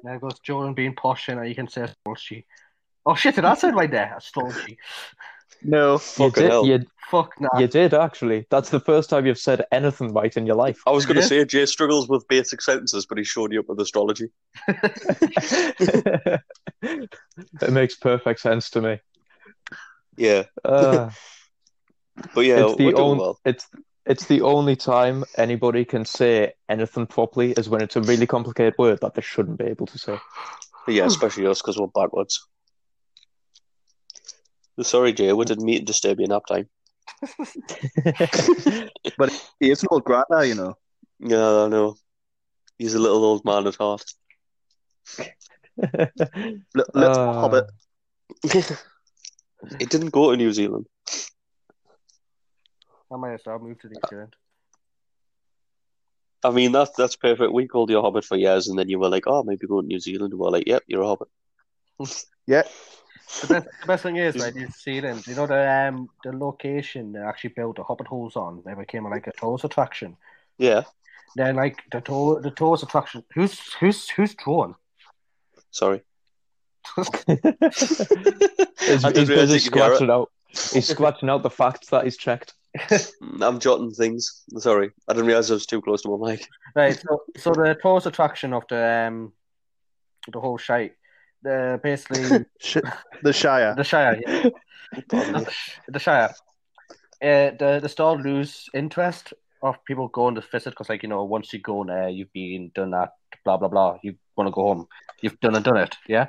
S7: There goes Jordan being posh, and you can say astrology. Oh shit! Did I say it right there? Astrology.
S8: no, you
S2: fucking
S8: did,
S2: hell.
S8: you,
S7: Fuck nah.
S8: you did actually. That's the first time you've said anything right in your life. [LAUGHS]
S2: I was going to
S7: Yeah.
S2: say Jay struggles with basic sentences, but he showed you up with astrology.
S8: it makes perfect sense to me.
S2: Yeah,
S8: Ah.
S2: [LAUGHS] but yeah,
S8: it's the
S2: we're doing
S8: only
S2: well.
S8: it's it's the only time anybody can say anything properly is when it's a really complicated word that they shouldn't be able to say.
S2: But yeah, especially us because we're backwards. Sorry, Jay, we didn't meet and disturb you in nap
S9: [LAUGHS]
S2: time. [LAUGHS]
S9: He is an old grandma, you know.
S2: Yeah, I know. He's a little old man
S9: [LAUGHS]
S2: at heart.
S9: Li- little
S8: Ah.
S9: hobbit.
S2: It didn't go to New Zealand.
S7: I might as well move to New Zealand.
S2: I mean, that's that's perfect. We called you a hobbit for years, and then you were like, "Oh, maybe go to New Zealand." And we're like, "Yep, you're
S9: [LAUGHS]
S2: a hobbit."
S7: The best, the best thing is, like, New Zealand, you know, the um, the location they actually built the hobbit holes on, they became like a tourist attraction.
S2: Yeah.
S7: Then, like, the tour, the tourist attraction. Who's who's who's drawn?
S9: [LAUGHS]
S2: Sorry.
S8: he's
S2: It's,
S8: he's busy scratching out. He's scratching out the facts that he's checked.
S2: [LAUGHS] I'm jotting things. Sorry, I didn't realize I was too close to my mic.
S7: Right. So, so the tourist attraction of the um, the whole shite. The basically
S9: [LAUGHS] Sh- the Shire.
S7: the Shire. yeah. the, the Shire. Uh, the the store lose interest of people going to visit because, like you know, once you go in there, you've been done that, blah blah blah. You want to go home. You've done and done it. Yeah.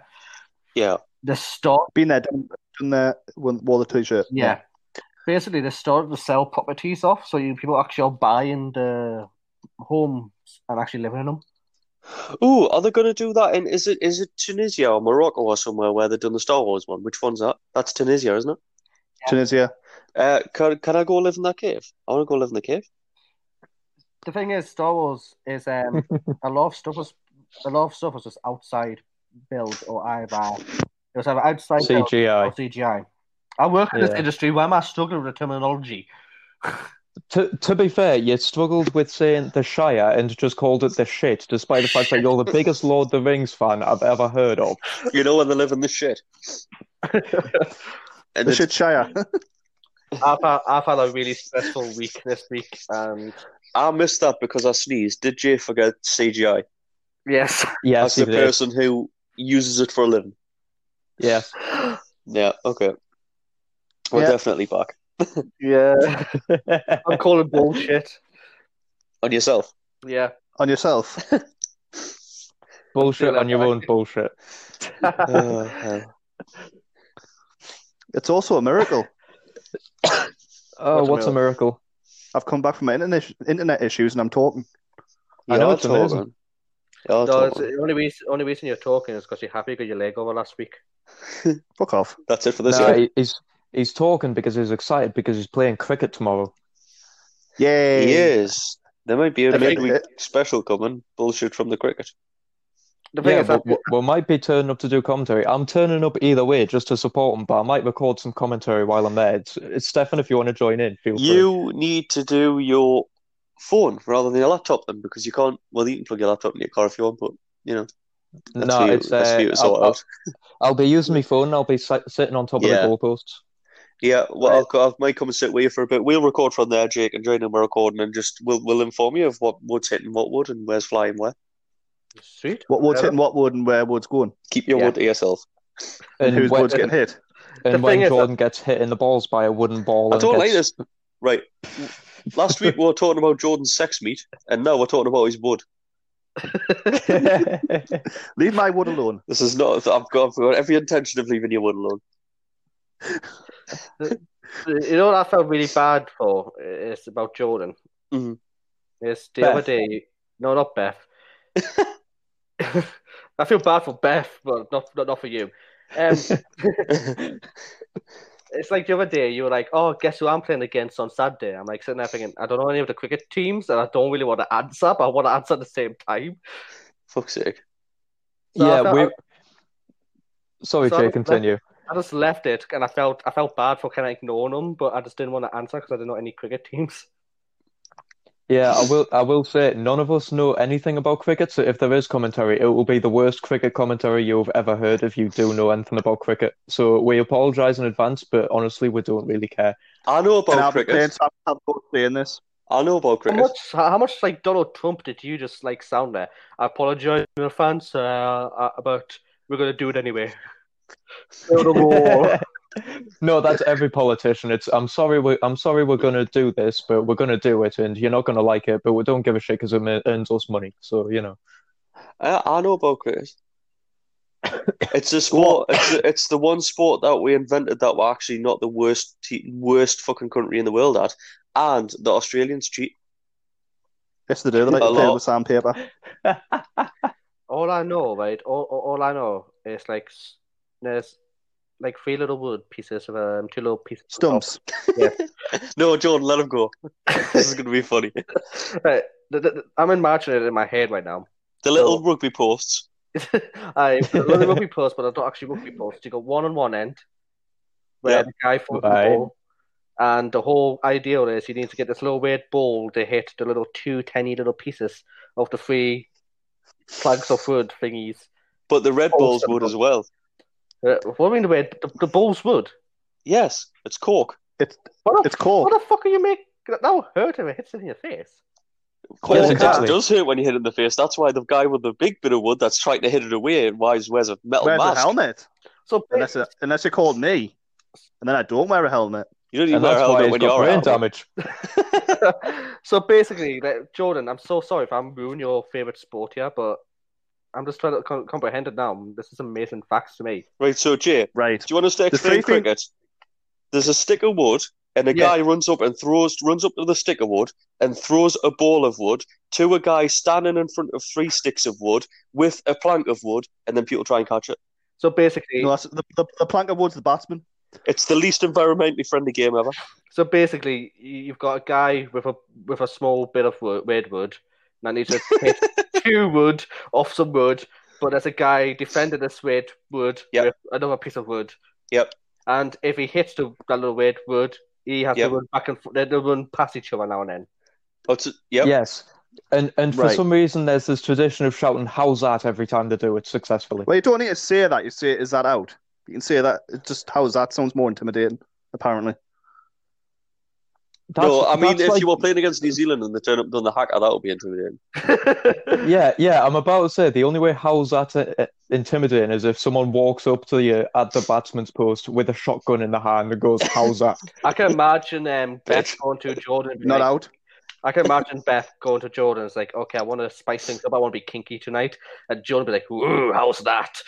S2: Yeah.
S7: The store.
S9: Been there, done, done there, won- wore the t-shirt.
S7: Yeah. Basically, they started to sell properties off, so you people actually are buying the homes and actually living in them.
S2: Ooh, are they going to do that? In is it is it Tunisia or Morocco or somewhere where they've done the Star Wars one? Which one's that? That's Tunisia, isn't it?
S9: Tunisia.
S2: Uh, can can I go live in that cave? I want to go live in the cave.
S7: The thing is, Star Wars is um, a lot of stuff was a lot of stuff was just outside build or either it was either outside build
S8: CGI.
S7: of CGI. I work in
S8: Yeah.
S7: this industry. Why am I struggling with the terminology?
S8: To, to be fair, you struggled with saying the Shire and just called it the shit, despite the fact that you're the biggest Lord of the Rings fan I've ever heard of.
S2: You know when they live in the shit. And
S9: The
S2: it's
S9: shit Shire.
S7: [LAUGHS] I've had, I've had a really stressful week this week. Um,
S2: I missed that because I sneezed. Did Jay forget CGI?
S7: yes.
S8: Yes,
S2: As the
S8: he did.
S2: person who uses it for a living.
S8: Yes.
S2: [GASPS] Yeah, okay. We're
S9: Yeah.
S2: definitely back.
S7: Yeah. [LAUGHS] I'm calling bullshit.
S2: On yourself.
S7: Yeah.
S9: On
S2: [LAUGHS]
S9: yourself.
S8: bullshit on your own bullshit.
S2: Oh, hell.
S9: [LAUGHS] It's also a miracle.
S8: Oh,
S9: What's a
S8: what's a miracle?
S9: I've come back from my internet, internet issues and I'm talking.
S8: I
S2: You
S8: know
S2: are
S8: it's amazing.
S2: talking. Oh,
S7: No, it's,
S2: totally.
S7: the only reason only reason you're talking is because you're happy because your leg over last week.
S9: Fuck off.
S2: That's it for this
S8: No,
S2: year.
S8: he- he's he's talking because he's excited because he's playing cricket tomorrow.
S9: Yay.
S2: Yes. There might be a
S7: I think-
S2: midweek special coming. Bullshit from the cricket.
S7: The thing
S8: Yeah,
S7: is, that-
S8: but we, we might be turning up to do commentary. I'm turning up either way just to support him, but I might record some commentary while I'm there. It's, it's Stefan, if you want to join in, feel free.
S2: You need to do your phone rather than your laptop then because you can't well you can plug your laptop in your car if you want, but you know, that's
S8: no,
S2: for you,
S8: it's
S2: that's for you
S8: uh, I'll,
S2: to sort
S8: I'll-
S2: out.
S8: I'll be using my phone. and I'll be si- sitting on top of the
S2: Yeah.
S8: goalposts.
S2: Yeah, well, I'll, co- I might come and sit with you for a bit. We'll record from there, Jake, and Jane, and we're recording, and just we'll we'll inform you of what wood's hitting what wood and where's flying where.
S7: sweet.
S9: What wood's hitting what wood and where wood's going?
S2: Keep your
S8: Yeah.
S2: wood to yourself.
S9: And, whose
S8: when,
S9: wood's getting hit?
S8: and
S7: The
S8: when
S7: thing is that-
S8: Jordan gets hit in the balls by a wooden ball,
S2: I
S8: and
S2: don't like
S8: gets-
S2: this. Right, last week we were talking about Jordan's sex meat, and now we're talking about his wood.
S9: [LAUGHS] Leave my wood alone.
S2: This is not. I've got, I've got every intention of leaving your wood alone.
S7: You know what I felt really bad for is about Jordan.
S2: Mhm.
S7: Is the
S8: Beth.
S7: other day? No, not Beth. [LAUGHS] I feel bad for Beth, but not not, not for you.
S2: [LAUGHS]
S7: Um, it's like the other day you were like, "Oh, guess who I'm playing against on Saturday?" I'm like sitting there thinking, "I don't know any of the cricket teams, and I don't really want to answer, but I want to answer at the same time."
S2: Fuck's sake.
S7: So I
S8: yeah,
S7: felt-
S8: we. Sorry,
S7: so I
S8: Jay,
S7: felt-
S8: continue.
S7: I just left it, and I felt I felt bad for kind of ignoring them, but I just didn't want to answer because I didn't know any cricket [LAUGHS] teams.
S8: Yeah, I will. I will say none of us know anything about cricket, so if there is commentary, it will be the worst cricket commentary you've ever heard if you do know anything about cricket. So we apologise in advance, but honestly, we don't really care.
S2: I know about
S9: and I'll be
S2: cricket.
S9: playing Sam Campbell saying this.
S2: I know
S7: How
S2: about cricket.
S7: much, how much like Donald Trump did you just like sound there? I apologize to the fans, uh, uh, but we're gonna do it anyway. Build a wall.
S8: No, that's every politician. It's I'm sorry, we I'm sorry we're gonna do this, but we're gonna do it, and you're not gonna like it, but we don't give a shit because it ma- earns us money. So you know,
S2: I, I know
S8: [COUGHS]
S2: about cricket. It's a sport. It's, the- it's the one sport that we invented that we're actually not the worst te- worst fucking country in the world at, and the Australians cheat.
S9: Yes, they do. They like to
S2: A
S9: play
S2: lot.
S9: with sandpaper.
S7: [LAUGHS] all I know, right? All, all all I know is like s- there's like three little wood pieces of um, two little pieces. of-
S9: Stumps.
S2: No, Jordan, let him go. [LAUGHS] This is going to be funny.
S7: Right, th- th- th- I'm imagining it in my head right now.
S2: The little rugby posts.
S7: [LAUGHS] I the rugby post, but it's not actually rugby post. You got one on one end where
S2: Yeah.
S7: the guy throws
S8: Right.
S7: the ball, and the whole idea is you need to get this little weird ball to hit the little two tiny little pieces of the three planks of wood thingies.
S2: But the Red Bulls
S7: Awesome.
S2: would as well.
S7: Uh, what do you mean the weird? The, the ball's wood.
S2: Yes, it's cork.
S7: What the,
S9: It's cork.
S7: what the fuck are you making? That will hurt if it hits it in your face.
S9: Cork.
S2: Well, it
S8: exactly.
S2: does hurt when you hit it in the face. That's why the guy with the big bit of wood that's trying to hit it away and why he wears a metal
S9: Wears a
S2: mask.
S9: helmet.
S7: So
S9: Unless, it- unless you called me. And then I don't wear a helmet.
S2: You don't even
S8: and
S2: wear a
S8: that's why
S2: helmet
S8: he's
S2: when
S8: got
S2: you're
S8: brain
S2: out.
S8: damage.
S7: so basically, like, Jordan, I'm so sorry if I'm ruining your favorite sport here, but I'm just trying to com- comprehend it now. This is amazing facts to me.
S2: Right, so Jay,
S9: Right.
S2: Do you want us to explain
S9: three thing-
S2: cricket? There's a stick of wood, and a
S7: Yeah.
S2: guy runs up and throws runs up to the stick of wood and throws a ball of wood to a guy standing in front of three sticks of wood with a plank of wood, and then people try and catch it.
S7: So basically,
S9: No, that's, the, the, the plank of wood's the batsman.
S2: It's the least environmentally friendly game ever.
S7: so basically, you- you've got a guy with a with a small bit of wood, weird wood that needs
S2: [LAUGHS]
S7: to hit two wood off some wood, but there's a guy defending this weird wood
S2: Yep.
S7: with another piece of wood.
S2: Yep.
S7: And if he hits the that little weird wood, he has
S2: Yep.
S7: to run back and f- they they run past each other now and then.
S2: Oh, it's, yep.
S8: Yes, and and for
S9: Right.
S8: some reason, there's this tradition of shouting "How's that?" every time they do it successfully.
S9: Well, you don't need to say that. You say, is that out? You can say that. It just how's that? Sounds more intimidating, apparently.
S8: That's-
S2: no, I mean,
S8: that's
S2: if
S8: like-
S2: you were playing against New Zealand and they turn up done the hacker, that would be intimidating.
S8: Yeah, yeah, I'm about to say the only way how's that uh, intimidating is if someone walks up to you at the batsman's post with a shotgun in the hand and goes, "How's that?"
S7: I can imagine
S8: [LAUGHS]
S7: um, Beth
S2: Bitch.
S7: going to Jordan. and
S9: [LAUGHS]
S7: be
S9: Not
S7: like-
S9: out.
S7: I can imagine Beth going to Jordan. It's like, okay, I want to spice things up. I want to be kinky tonight. And Jordan be like, ooh, how's that?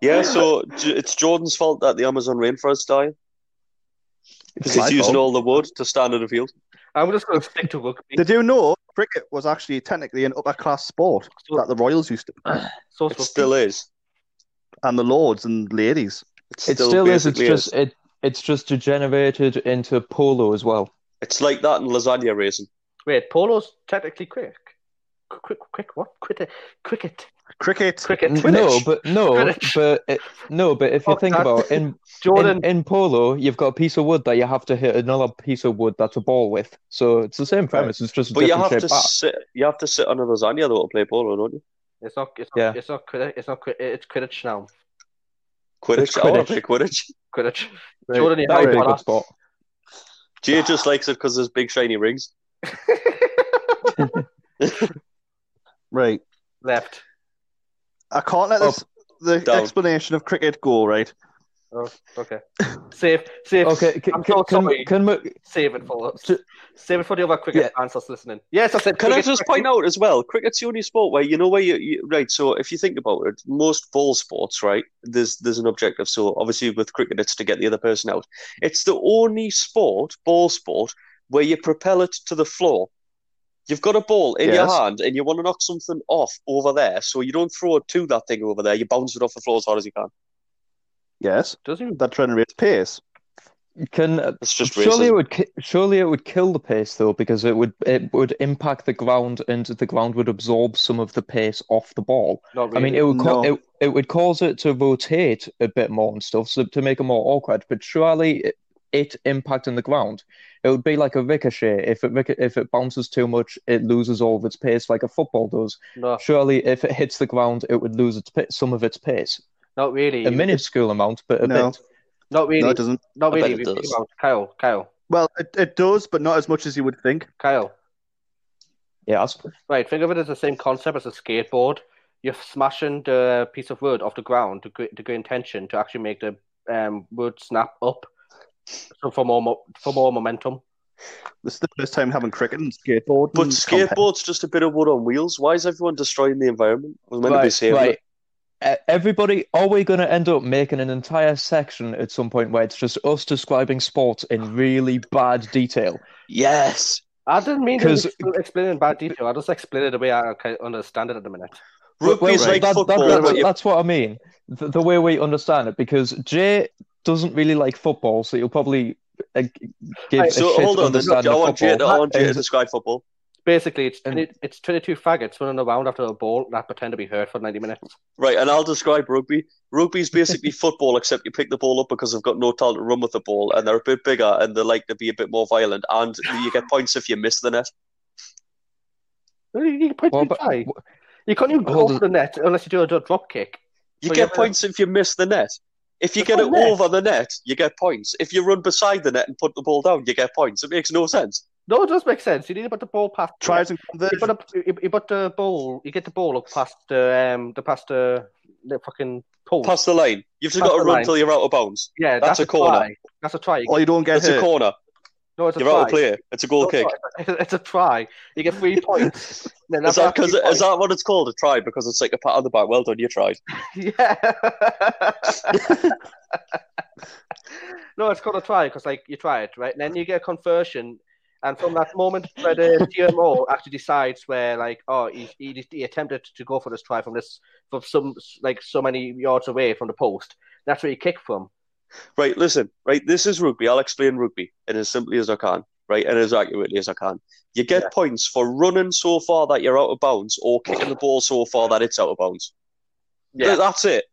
S2: Yeah, so J- it's Jordan's fault that the Amazon rainforest died because
S9: my
S2: he's using
S9: fault.
S2: all the wood to stand in the field.
S7: I'm just going to stick to rugby.
S9: Did you know cricket was actually technically an upper class sport that the royals used to,
S7: So
S2: It still is.
S9: and the lords and ladies.
S2: It's
S8: It still is. It's
S2: basically
S8: just it. It's just degenerated into polo as well.
S2: It's like that in lasagna racing.
S7: Wait, polo's technically quick. Quick, quick, what? Cricket, cricket,
S9: Cricket,
S7: cricket.
S8: N- No, but
S7: [LAUGHS]
S8: no,
S7: Quidditch.
S8: but it, no, but if you
S7: Fuck
S8: think
S7: that.
S8: about
S7: [LAUGHS]
S8: it, in,
S7: Jordan,
S8: in in polo, you've got a piece of wood that you have to hit another piece of wood that's a ball with. So it's the same premise. It's just a
S2: But you
S8: different
S2: have to
S8: shape Ah. bat.
S2: sit. You have to sit on a lasagna though to play polo, don't you?
S7: it's not. It's not.
S8: Yeah.
S7: It's not. Quidditch, it's not. Quidditch, it's Quidditch now.
S2: Quidditch.
S8: It's
S2: I
S8: Quidditch.
S2: want [LAUGHS] to play Quidditch.
S7: Quidditch. Jordan, you
S8: That would
S7: have
S8: be a
S7: one
S8: good
S7: up.
S8: spot.
S2: Jay just likes it because there's big shiny rings.
S9: right?
S7: Left.
S9: I can't let this the
S2: down.
S9: explanation of cricket go right.
S7: Oh, okay. Save, save.
S8: Okay, c-
S7: I'm
S8: c-
S7: so
S8: can
S7: sorry.
S8: can we-
S7: Save it for us.
S8: Ju-
S7: Save it for the other cricket fans that's listening. Yes, I said.
S2: Can I
S7: cricket-
S2: just point out as well? Cricket's the only sport where you know where you, you right. So if you think about it, most ball sports, right? There's there's an objective. So obviously with cricket, it's to get the other person out. It's the only sport, ball sport, where you propel it to the floor. You've got a ball in your
S9: Yes.
S2: hand and you want to knock something off over there, so you don't throw it to that thing over there. You bounce it off the floor as hard as you can.
S9: Yes,
S7: Does he?
S9: that generates pace.
S8: can
S2: It's just
S8: surely it
S2: racism.
S8: would ki- surely it would kill the pace though because it would it would impact the ground and the ground would absorb some of the pace off the ball.
S7: Not
S8: I
S7: really.
S8: mean, it would ca-
S9: No.
S8: it, it would cause it to rotate a bit more and stuff, so to make it more awkward. But surely it, it impacting the ground, it would be like a ricochet. If it rico- if it bounces too much, it loses all of its pace, like a football does.
S7: no,
S8: Surely, if it hits the ground, it would lose its pa- some of its pace,
S7: not really.
S8: a minuscule amount, but a
S9: No.
S8: bit.
S7: Not really.
S9: No, it doesn't.
S7: not
S2: I bet
S7: really.
S2: it
S7: if you think
S2: does.
S7: about it. Kyle, Kyle,
S9: Well, it, it does, but not as much as you would think.
S7: Kyle.
S8: Yeah, that's-
S7: Right, think of it as the same concept as a skateboard. You're smashing the piece of wood off the ground to create the great intention to actually make the um, wood snap up, so for more mo- for more momentum.
S9: This is the first time having cricket and skateboard.
S2: But
S9: and compare.
S2: skateboard's just a bit of wood on wheels. Why is everyone destroying the environment? It was meant to be saving it.
S8: E- Everybody, are we going to end up making an entire section at some point where it's just us describing sports in really bad detail?
S2: Yes.
S7: I didn't mean to
S8: 'Cause-
S7: ex- explain it in bad detail. I just explained it the way I can understand it at the minute.
S2: Rugby's
S8: Well,
S2: like
S8: that- that-
S2: football.
S8: that's,
S2: but you-
S8: that's what I mean. The, the way we understand it, because Jay doesn't really like football, so you'll probably uh, give a
S2: so
S8: shit
S2: hold on, this, I
S8: understanding of
S2: want Jay, to-
S8: football.
S2: I want Jay to
S8: And-
S2: describe football.
S7: Basically, it's
S8: And-
S7: 20, it's twenty two faggots running around after a ball that pretend to be hurt for ninety minutes.
S2: Right, and I'll describe rugby.
S7: [LAUGHS]
S2: Rugby's basically football, except you pick the ball up because they've got no talent to run with the ball, and they're a bit bigger, and they like to be a bit more violent, and you
S7: [LAUGHS]
S2: get points if you miss the net.
S7: You, you, point
S8: Well,
S7: to
S8: but-
S7: try. you can't even go
S8: Hold
S7: over
S8: on.
S7: the net unless you do a drop kick.
S2: You
S7: Well,
S2: get
S7: yeah, but-
S2: points if you miss the net. If you
S7: It's
S2: get
S7: not
S2: it
S7: net.
S2: over the net, you get points. If you run beside the net and put the ball down, you get points. It makes no sense.
S7: No, it does make sense. You need to put the ball past.
S9: tries and
S7: You put,
S9: conversions.
S7: a, you, you put the ball. You get the ball up past the um the past the, the fucking post.
S2: Pass the line. You've just
S7: Pass
S2: got to
S7: the
S2: run
S7: line.
S2: till you're out of bounds.
S7: yeah,
S2: that's
S7: that's,
S2: a corner.
S7: Try. That's a try. You
S9: Or you don't get
S2: It's a
S9: hit.
S2: corner.
S7: get- no, it's a
S2: You're
S7: try.
S2: out of play. It's a goal
S7: No,
S2: kick.
S7: it's not. [LAUGHS] It's a try. You get
S2: [LAUGHS]
S7: three points. Then
S2: Is that,
S7: after
S2: cause,
S7: three
S2: is that what it's called? A try? Because it's like a pat on the back. Well done, you tried.
S7: points- Yeah. no, it's called a try because like you try it right, and then you get a conversion, and from that moment where the TMO actually decides where like oh he, he, he attempted to go for this try from this from some like so many yards away from the post. That's where you kick from.
S2: Right, listen, right, this is rugby. I'll explain rugby in as simply as I can, right, and as accurately as I can. You get points for running so far that you're out of bounds or kicking the ball so far that it's out of bounds. Th- That's it.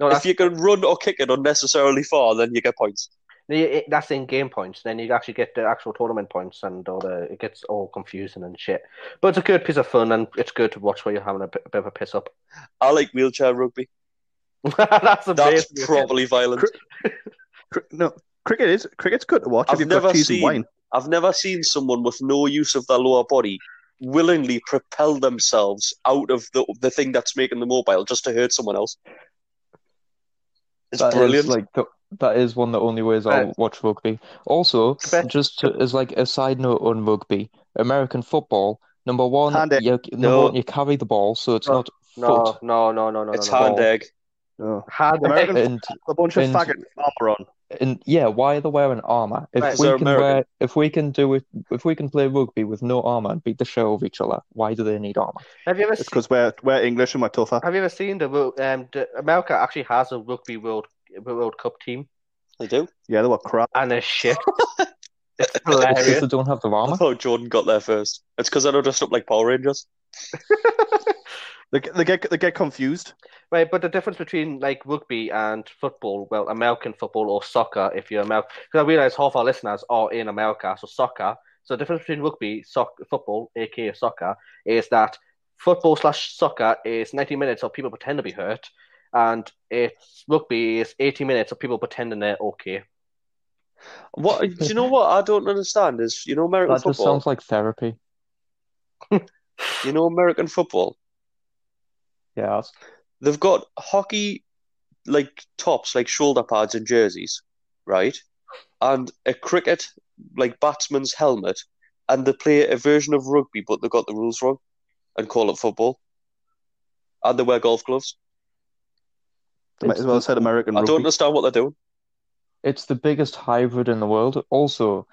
S7: No,
S2: if
S7: that's,
S2: you can run or kick it unnecessarily far, then you get points.
S7: the- that's in game points. Then you actually get the actual tournament points, and all the it gets all confusing and shit. But it's a good piece of fun, and it's good to watch while you're having a bit, a bit of a piss up. [LAUGHS]
S2: I like wheelchair rugby.
S7: that's a
S2: That's probably violent.
S9: Cri- no, cricket is cricket's good to watch.
S2: I've
S9: if you've got
S2: never
S9: cheese
S2: seen-
S9: and wine.
S2: I've never seen someone with no use of their lower body willingly propel themselves out of the, the thing that's making them mobile just to hurt someone else. It's
S8: That is,
S2: brilliant.
S8: like the, that is one of the only ways I'll
S7: Right.
S8: watch rugby. Also,
S9: [LAUGHS]
S7: Bet-
S8: just to, as like a side note on rugby, American football number one,
S9: Hand it.
S8: you, number
S9: No.
S8: one, you carry the ball, so it's
S7: No,
S8: not
S7: No,
S8: foot.
S7: no, no, no, no,
S2: it's
S7: no,
S8: hard.
S7: no.
S2: hand egg.
S9: No.
S7: Hard
S9: American
S8: And
S9: a bunch of
S8: And-
S9: faggot armor on.
S8: and yeah, why are they wearing armor? If
S2: Right,
S8: we
S2: so
S8: can
S2: American.
S8: wear, if we can do it, if we can play rugby with no armor and beat the shit out of each other, why do they need armor?
S7: Have you ever
S9: It's
S7: seen,
S9: because we're we're English and we're tougher.
S7: have you ever seen the wo- um the, America actually has a rugby world world cup team
S2: They [LAUGHS] do.
S9: Yeah, they were crap.
S7: and they're shit. it's
S8: It's because
S7: hilarious.
S8: they don't have the
S2: I
S8: armor.
S2: thought Oh, Jordan got there first. It's because I don't dress up like Power Rangers.
S9: They, get- they get they get confused.
S7: Right, but the difference between like rugby and football, well, American football or soccer, if you're American, because I realise half our listeners are in America, so soccer. So the difference between rugby, soc- football, aka soccer, is that football slash soccer is 90 minutes of people pretend to be hurt, and it's rugby is 80 minutes of people pretending they're okay.
S2: What do you know? What I don't understand is you know American
S8: That just
S2: football.
S8: sounds like therapy.
S2: You know American football.
S8: Yeah,
S2: They've got hockey like tops, like shoulder pads and jerseys, right? And a cricket like batsman's helmet, and they play a version of rugby, but they got the rules wrong, and call it football. And they wear golf gloves.
S9: They might
S8: It's
S9: as well
S8: the-
S9: have said American
S2: I
S9: rugby.
S2: don't understand what they're doing.
S8: it's the biggest hybrid in the world. Also,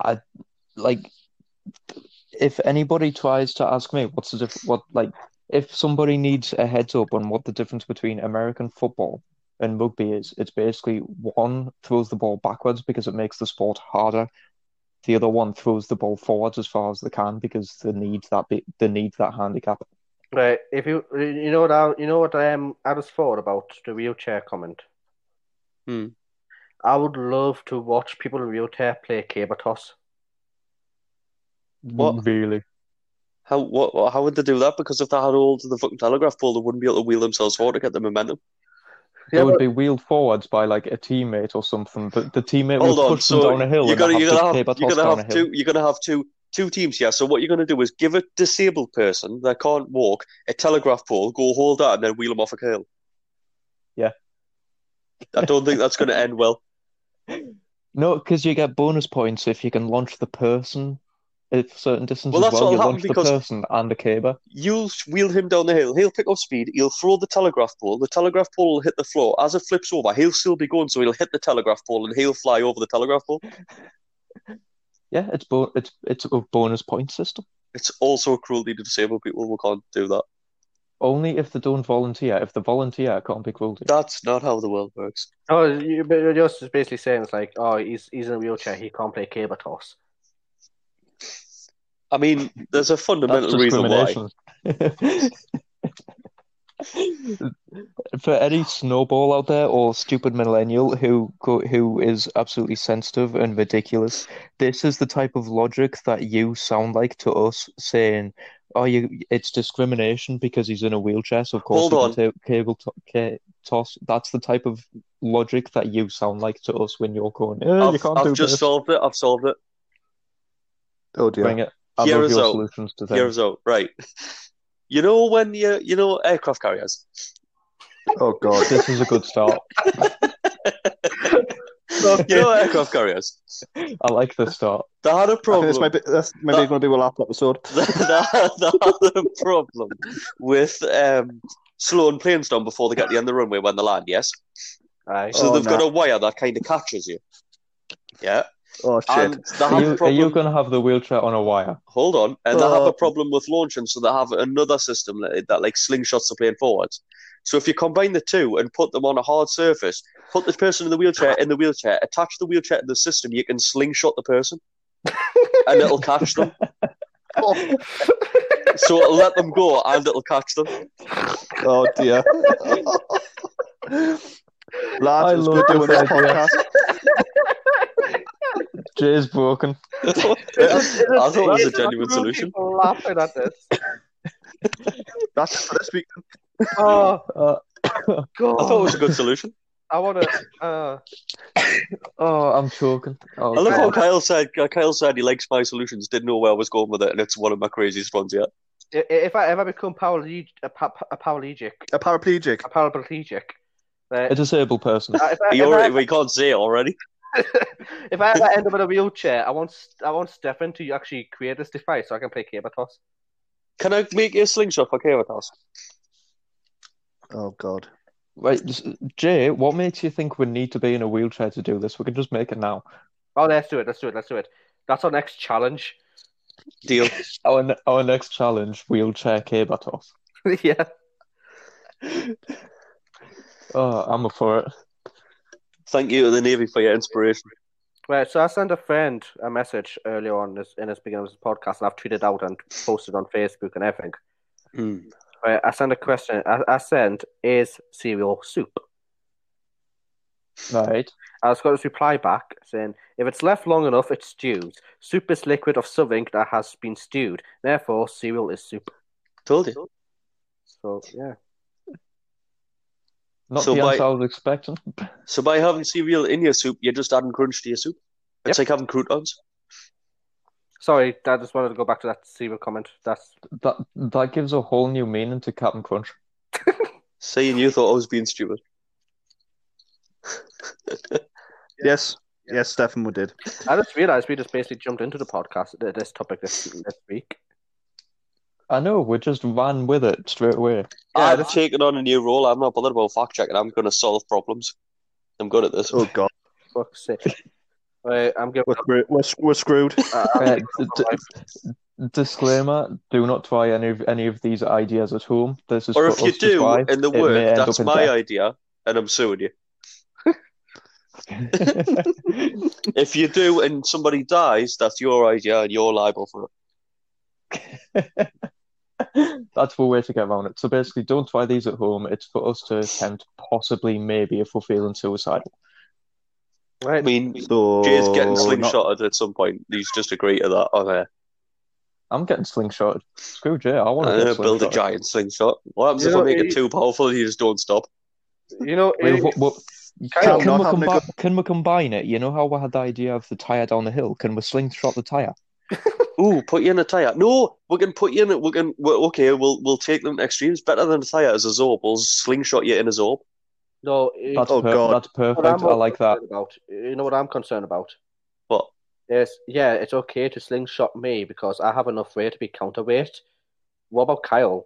S8: I like if anybody tries to ask me what's the diff what like if somebody needs a heads up on what the difference between American football and rugby is, it's basically one throws the ball backwards because it makes the sport harder. The other one throws the ball forwards as far as they can because they need that bit, they need that handicap.
S7: Right, if you you know what I you know what um I was thought about the wheelchair comment.
S2: Hmm.
S7: I would love to watch people in wheelchair play cable toss.
S2: What?
S8: Really?
S2: How what? How would they do that? Because if they had all to the fucking telegraph pole, they wouldn't be able to wheel themselves forward to get the momentum.
S8: They
S7: Yeah,
S8: would
S7: but-
S8: be wheeled forwards by like a teammate or something, but the teammate
S2: Hold
S8: would
S2: on,
S8: push them
S2: so
S8: down a hill and
S2: You're
S8: they
S2: gonna, you're
S8: have
S2: gonna
S8: to
S2: have,
S8: paper
S2: you're
S8: toss
S2: gonna
S8: down
S2: have
S8: a hill.
S2: two, you're gonna have two, two teams here. So what you're gonna do is give a disabled person that can't walk a telegraph pole, go hold that, and then wheel them off a hill.
S8: Yeah.
S2: I don't think that's gonna
S8: [LAUGHS]
S2: end well.
S8: No, because you get bonus points if you can launch the person at a certain distance
S2: Well,
S8: as
S2: that's
S8: well. You
S2: what'll
S8: launch
S2: happen
S8: the
S2: because-
S8: person and the caber.
S2: You'll wheel him down the hill. He'll pick up speed. He'll throw the telegraph pole. The telegraph pole will hit the floor. As it flips over, he'll still be going, so he'll hit the telegraph pole and he'll fly over the telegraph pole.
S8: Yeah, it's bo it's it's a bonus point system.
S2: It's also cruelty to disabled people. We can't do that.
S8: Only if they don't volunteer. If they volunteer, it can't be cruelty.
S2: That's not how the world works.
S7: Oh, you, but you're just basically saying it's like, oh, he's he's in a wheelchair, he can't play cable toss.
S2: I mean, there's a
S8: That's
S2: fundamental reason why.
S8: discrimination. [LAUGHS] For any snowball out there or stupid millennial who go, who is absolutely sensitive and ridiculous, this is the type of logic that you sound like to us saying, "Oh, you, it's discrimination because he's in a wheelchair, so of course we
S2: Hold
S8: can ta- cable to- ca- toss." That's the type of logic that you sound like to us when you're going, "Oh, you
S2: I've,
S8: can't
S2: I've
S8: do
S2: just
S8: this."
S2: solved it. I've solved it.
S9: Oh dear.
S8: Bring it. I
S2: Here
S8: love
S2: is
S8: your
S2: out.
S8: solutions to things.
S2: Years out, right? You know when you you know aircraft carriers.
S9: Oh
S2: [LAUGHS]
S9: god.
S8: This is a good start.
S2: You know aircraft carriers.
S8: I like the start.
S2: They had a
S9: I think
S2: problem.
S9: this might be that's maybe
S2: That-
S9: going to be a last episode.
S2: they, had, [LAUGHS] they had a problem with um, slowing planes down before they get to the end of the runway when they land. Yes,
S7: Right.
S2: so
S9: Oh,
S2: they've
S9: no.
S2: got a wire that kind of catches you. Yeah,
S9: Oh shit.
S2: and they
S8: Are
S2: have
S8: you,
S2: a
S8: are
S2: problem.
S8: you going to have the wheelchair on a wire?
S2: Hold on, and they have
S9: Oh.
S2: a problem with launching, so they have another system that, that like slingshots the plane forwards. So if you combine the two and put them on a hard surface, put the person in the wheelchair in the wheelchair, attach the wheelchair to the system, you can slingshot the person, and it'll catch them. so it'll let them go and it'll catch them.
S9: Oh dear.
S2: [LAUGHS]
S9: Lads,
S8: I
S9: it's
S8: love
S9: good doing
S8: this
S9: this
S8: idea.
S9: podcast.
S8: Jay's broken.
S2: I thought it was a genuine solution.
S7: Laughing at
S2: [LAUGHS]
S7: this.
S9: That's it for this week.
S7: Oh
S8: Uh, [COUGHS]
S7: God!
S2: I thought it was a good solution.
S7: I want to. Uh,
S8: oh, I'm choking.
S2: I
S8: Oh,
S2: love how
S8: God.
S2: Kyle said Kyle said he likes my solutions, didn't know where I was going with it, and it's one of my craziest ones yet.
S7: i- if I ever become paraleg- a, pa- a paralegic,
S9: A paraplegic.
S7: a paraplegic, then-
S8: a disabled person.
S7: uh, if I,
S2: He
S7: if,
S2: already,
S7: I,
S2: we can't say it already.
S7: [LAUGHS] if I ever end up in a wheelchair, I want S- I want Stefan to actually create this device so I can play cable toss.
S2: Can I make you a slingshot for Chaos?
S9: Oh god.
S8: Right, s- Jay, what makes you think we need to be in a wheelchair to do this? We can just make it now.
S7: Oh, let's do it. Let's do it. Let's do it. That's our next challenge. [LAUGHS]
S2: Deal.
S8: Our ne- our next challenge: wheelchair caber toss.
S7: yeah.
S8: Oh, I'm up for it.
S2: Thank you to the Navy for your inspiration.
S7: Right. So I sent a friend a message earlier on this, in this beginning of this podcast, and I've tweeted out and posted on Facebook and everything.
S2: Mm.
S7: Right, I sent a question. I, I sent, is cereal soup?
S8: Right.
S7: I was got this reply back saying, if it's left long enough, it stews. Soup is liquid of something that has been stewed. Therefore, cereal is soup.
S2: Told you.
S7: So, yeah.
S8: Not
S2: So
S8: the
S2: by-
S8: answer I was expecting.
S2: So by having cereal in your soup, you're just adding crunch to your soup. It's like having croutons.
S7: Sorry, I just wanted to go back to that cereal comment. That's
S8: That that gives a whole new meaning to Captain Crunch.
S2: Saying you thought I was being stupid.
S9: Yes, yes, Stefan, we did.
S7: I just realised we just basically jumped into the podcast, th- this topic this, this week.
S8: I know, we just ran with it straight away.
S2: I've taken on a new role. I'm not bothered about fact checking. I'm going to solve problems. I'm good at this.
S9: Oh God,
S7: Fuck's sake.
S8: [LAUGHS]
S7: Right, I'm giving
S9: we're,
S7: up.
S9: we're, we're, we're screwed.
S7: Uh,
S8: Uh,
S7: I'm
S8: d- d- disclaimer: Do not try any of any of these ideas at home. This is
S2: or
S8: for
S2: if you
S8: us to
S2: do
S8: try.
S2: in the
S8: It may
S2: work,
S8: end up
S2: that's
S8: in
S2: my
S8: death.
S2: idea, and I'm
S8: [LAUGHS]
S2: suing you. If you do and somebody dies, that's your idea and you're liable for it.
S8: That's the way to get around it. So basically, don't try these at home. It's for us to attempt, possibly, maybe, if we're feeling suicidal.
S2: I
S7: right,
S2: mean,
S9: So
S2: Jay's
S8: Oh,
S2: getting
S9: not-
S2: slingshotted at some point. He's just agreed to that on air.
S8: I'm getting slingshotted. Screw Jay. I want
S2: I'm
S9: Uh,
S8: to
S2: going
S8: get
S2: to Uh, build a
S8: slingshotted.
S2: giant slingshot. What happens
S7: You
S2: if I
S7: know,
S2: make it,
S7: it-
S2: too powerful and you just don't stop?
S7: you know,
S8: Wait,
S7: it-
S8: what- what-
S9: Kyle,
S8: can, can
S9: not
S8: we
S9: having a
S8: combi- can we combine it? You know how we had the idea of the tire down the hill? Can we slingshot the tire?
S2: Ooh, put you in a tire. No, we can put you in. a- We can. we okay, we'll we'll take them to extremes. Better than a tire is a zorb. We'll slingshot you in a zorb.
S7: no, it-
S8: That's
S9: Oh,
S8: per-
S9: God.
S8: That's
S7: what
S8: perfect.
S7: I'm
S8: I like that.
S7: concerned About, you know what I'm concerned about?
S2: But
S7: Yes, yeah, it's okay to slingshot me because I have enough weight to be counterweight. What about Kyle?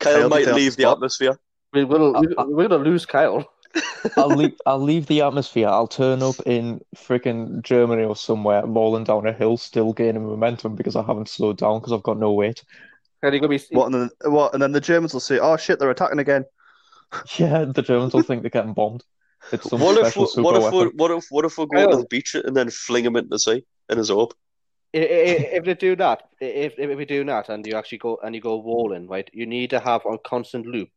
S2: Kyle
S9: Kyle
S2: might
S9: can
S2: leave the
S9: spot.
S2: atmosphere.
S7: We will,
S8: Uh,
S7: we,
S8: uh,
S7: we're gonna lose Kyle. [LAUGHS]
S8: I'll leave. I'll leave the atmosphere. I'll turn up in freaking Germany or somewhere, rolling down a hill, still gaining momentum because I haven't slowed down because I've got no weight.
S7: And you're gonna be
S9: What and, then, what and then the Germans will say, "Oh shit, they're attacking again."
S8: Yeah, the Germans will think they're getting bombed. It's some
S2: What if
S8: special
S2: we,
S8: super
S2: what if we,
S8: weapon.
S2: what if what if we go to
S7: Kyle.
S2: the beach and then fling him into the sea in a zorb?
S7: I- i- if they do that, i- if if we do that, and you actually go and you go walling, right? You need to have on constant loop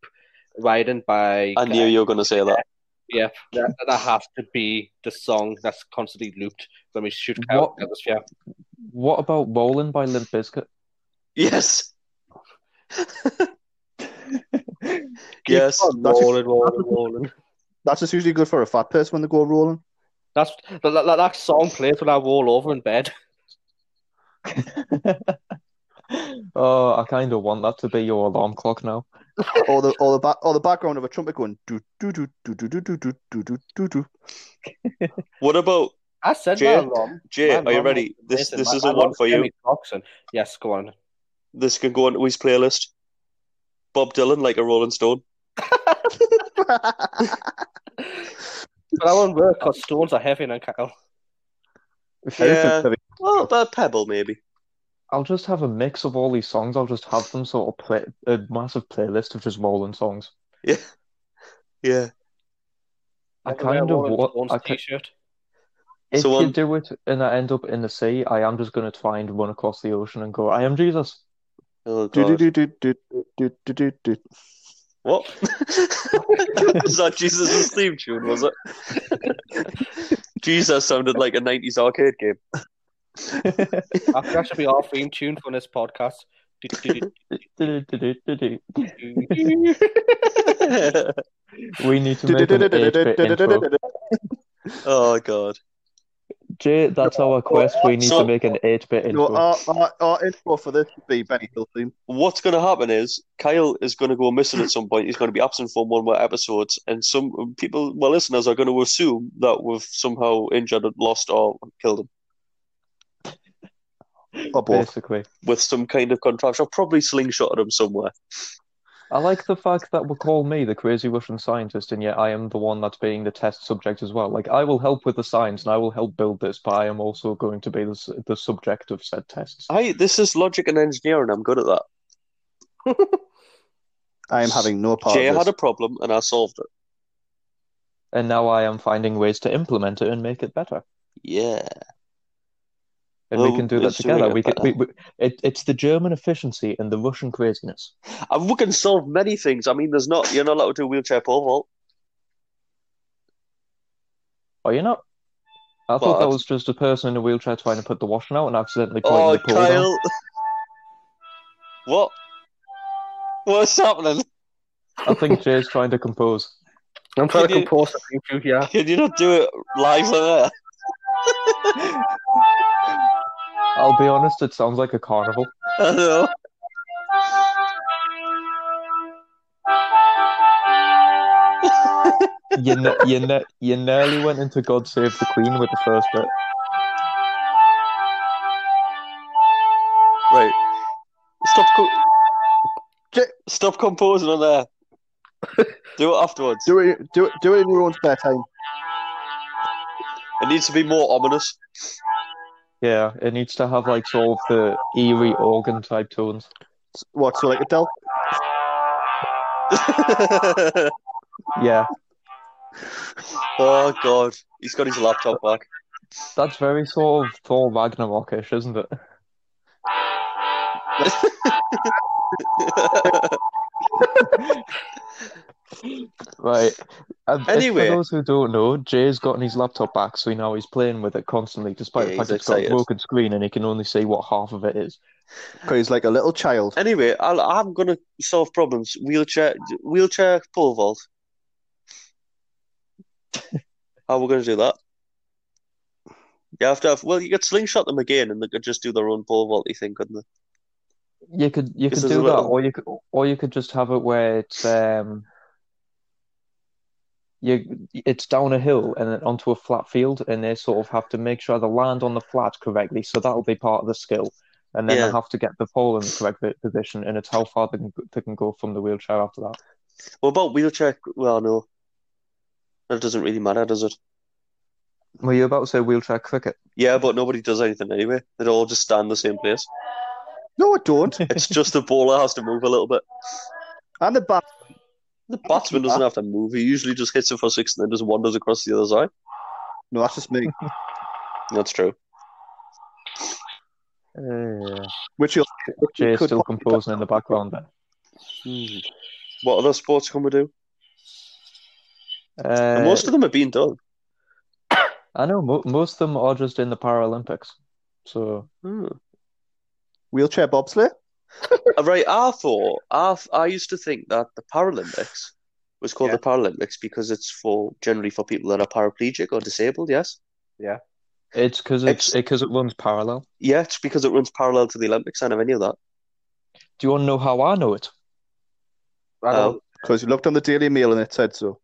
S7: riding by.
S2: I knew you were going to
S7: [LAUGHS]
S2: say that.
S7: Yep, that, that has to be the song that's constantly looped when we shoot Kyle.
S8: What-
S7: That was- Yeah,
S8: What about Rolling by Limp Bizkit? [LAUGHS]
S2: Yes.
S7: Keep
S2: yes.
S7: on
S9: that's-
S7: rolling, rolling, rolling.
S9: That's just usually good for a fat person when they go rolling.
S7: That's that, that, that song plays when I roll over in bed. [LAUGHS]
S8: Oh, I kind of want that to be your alarm clock now.
S9: or the or the ba- or the background of a trumpet going do do do do do do do do do do do do.
S2: What about
S7: I said
S2: Jay?
S7: that wrong.
S2: Jay?
S7: My
S2: Are you
S7: mum
S2: ready?
S7: was
S2: This
S7: amazing.
S2: this
S7: My-
S2: is
S7: my
S2: a one
S7: mum's
S2: for you.
S7: Emmy Clarkson. Yes, go on.
S2: This can go onto his playlist. Bob Dylan like a Rolling Stone.
S7: But I won't work because stones are heavy now, Kyle.
S2: Yeah. Well, but Pebble maybe.
S8: I'll just have a mix of all these songs. I'll just have them sort of play a massive playlist of just Rolling songs.
S2: Yeah.
S8: I
S7: I'm gonna
S8: kind
S7: wear a
S8: of
S7: Rolling
S8: want.
S7: Stones
S8: I ki-
S7: t-shirt.
S8: If
S2: So,
S8: you
S2: um,
S8: do it and I end up in the sea, I am just going to try and run across the ocean and go, I am Jesus.
S2: Oh
S9: Do
S2: god.
S9: do do do do do do do do.
S2: What? [LAUGHS] was that Jesus' theme tune, was it? [LAUGHS] Jesus sounded like a 90s arcade game.
S7: I think that should be our theme tune for this podcast. Do-do-do-do-do.
S8: We need to make an 8-bit intro.
S2: [LAUGHS] [LAUGHS] oh god.
S8: Jay, that's our quest. We need
S2: So-
S8: to make an 8-bit
S9: No,
S8: intro.
S9: our, our, our intro for this would be Benny Hill theme.
S2: What's going to happen is Kyle is going to go missing at some point. He's going to be absent from one of our episodes, and some people, my listeners, are going to assume that we've somehow injured, lost, or killed him
S9: Or both.
S8: Basically,
S2: with some kind of contraption. I've probably slingshotted him somewhere.
S8: I like the fact that we call me the crazy Russian scientist, and yet I am the one that's being the test subject as well. Like, I will help with the science and I will help build this, but I am also going to be the, s- the subject of said tests.
S2: I this is logic and engineering. I'm good at that.
S9: I am having no part
S2: Jay
S9: of this.
S2: had a problem and I solved it.
S8: And now I am finding ways to implement it and make it better.
S2: Yeah.
S8: And
S2: Well,
S8: we can do that
S2: it's doing
S8: together.
S2: it
S8: We can,
S2: better.
S8: we, we, it, it's the German efficiency and the Russian craziness.
S2: And we can solve many things. I mean, there's not you're not allowed to do wheelchair pole vault.
S8: Are you not? I
S2: Well,
S8: thought that
S2: that's-
S8: was just a person in a wheelchair trying to put the washing out and accidentally pulling
S2: Oh,
S8: the pole down.
S2: Kyle. [LAUGHS] what? What's happening? [LAUGHS]
S8: I think Jay's trying to compose.
S7: I'm trying to
S2: Did you-
S7: compose something too here.
S2: Can you not do it live on air? [LAUGHS]
S8: I'll be honest, it sounds like a carnival.
S2: I know.
S8: You, ne- you, ne- you nearly went into God Save the Queen with the first bit.
S2: Right. Stop. Co- J- Stop composing on there. do it afterwards.
S9: Do it, do it, do it in your own spare time.
S2: It needs to be more ominous. [LAUGHS]
S8: Yeah, it needs to have like sort of the eerie organ type tones.
S9: What? So like Adele?
S8: Yeah,
S2: oh God, he's got his laptop back.
S8: that's very sort of Thor Ragnarokish, isn't
S9: [LAUGHS]
S8: it? Right. Um, and
S2: Anyway.
S8: for those who don't know, Jay's gotten his laptop back, so now he's playing with it constantly, despite
S2: Yeah,
S8: the fact
S2: he's
S8: it's got a
S2: excited.
S8: broken screen and he can only see what half of it is.
S9: Because he's like a little child.
S2: anyway, I'll, I'm gonna solve problems. Wheelchair, wheelchair pole vault. How are we gonna do that? You have to have. Well, you could slingshot them again, and they could just do their own pole vaulty thing, couldn't they?
S8: You could you
S2: This
S8: could
S2: is
S8: do
S2: a
S8: that,
S2: little-
S8: or you could or you could just have it where it's um you it's down a hill and then onto a flat field, and they sort of have to make sure they land on the flat correctly, so that'll be part of the skill. And then
S2: Yeah.
S8: they have to get the pole in the correct po- position, and it's how far they can, they can go from the wheelchair after that.
S2: What about wheelchair? Well, no, that doesn't really matter, does it?
S8: Were you about to say wheelchair cricket?
S2: Yeah, but nobody does anything anyway. They all just stand the same place.
S9: No, I don't.
S2: It's just the bowler has to move a little bit.
S9: And the bat.
S2: The batsman doesn't have to move. He usually just hits it for six and then just wanders across the other side.
S9: No, that's just me.
S2: That's true.
S8: Uh,
S9: Which you'll. which you
S8: Jay's
S9: could
S8: still
S9: possibly-
S8: composing in the background there.
S9: Hmm.
S2: What other sports can we do?
S8: Uh,
S2: Most of them are being done.
S8: I know mo- most of them are just in the Paralympics. So
S2: Hmm.
S9: Wheelchair bobsleigh.
S2: Uh, Right, I thought I, th- I used to think that the Paralympics was called the Paralympics because it's for generally for people that are paraplegic or disabled. Yes,
S8: [LAUGHS] it's because it's
S2: It's-
S8: because it runs parallel.
S2: yeah, it's because it runs parallel to the Olympics. I never knew that.
S8: Do you want to know how I know it?
S7: I
S2: Um,
S7: don't.
S9: Because Oh. you looked on the Daily Mail and it said so.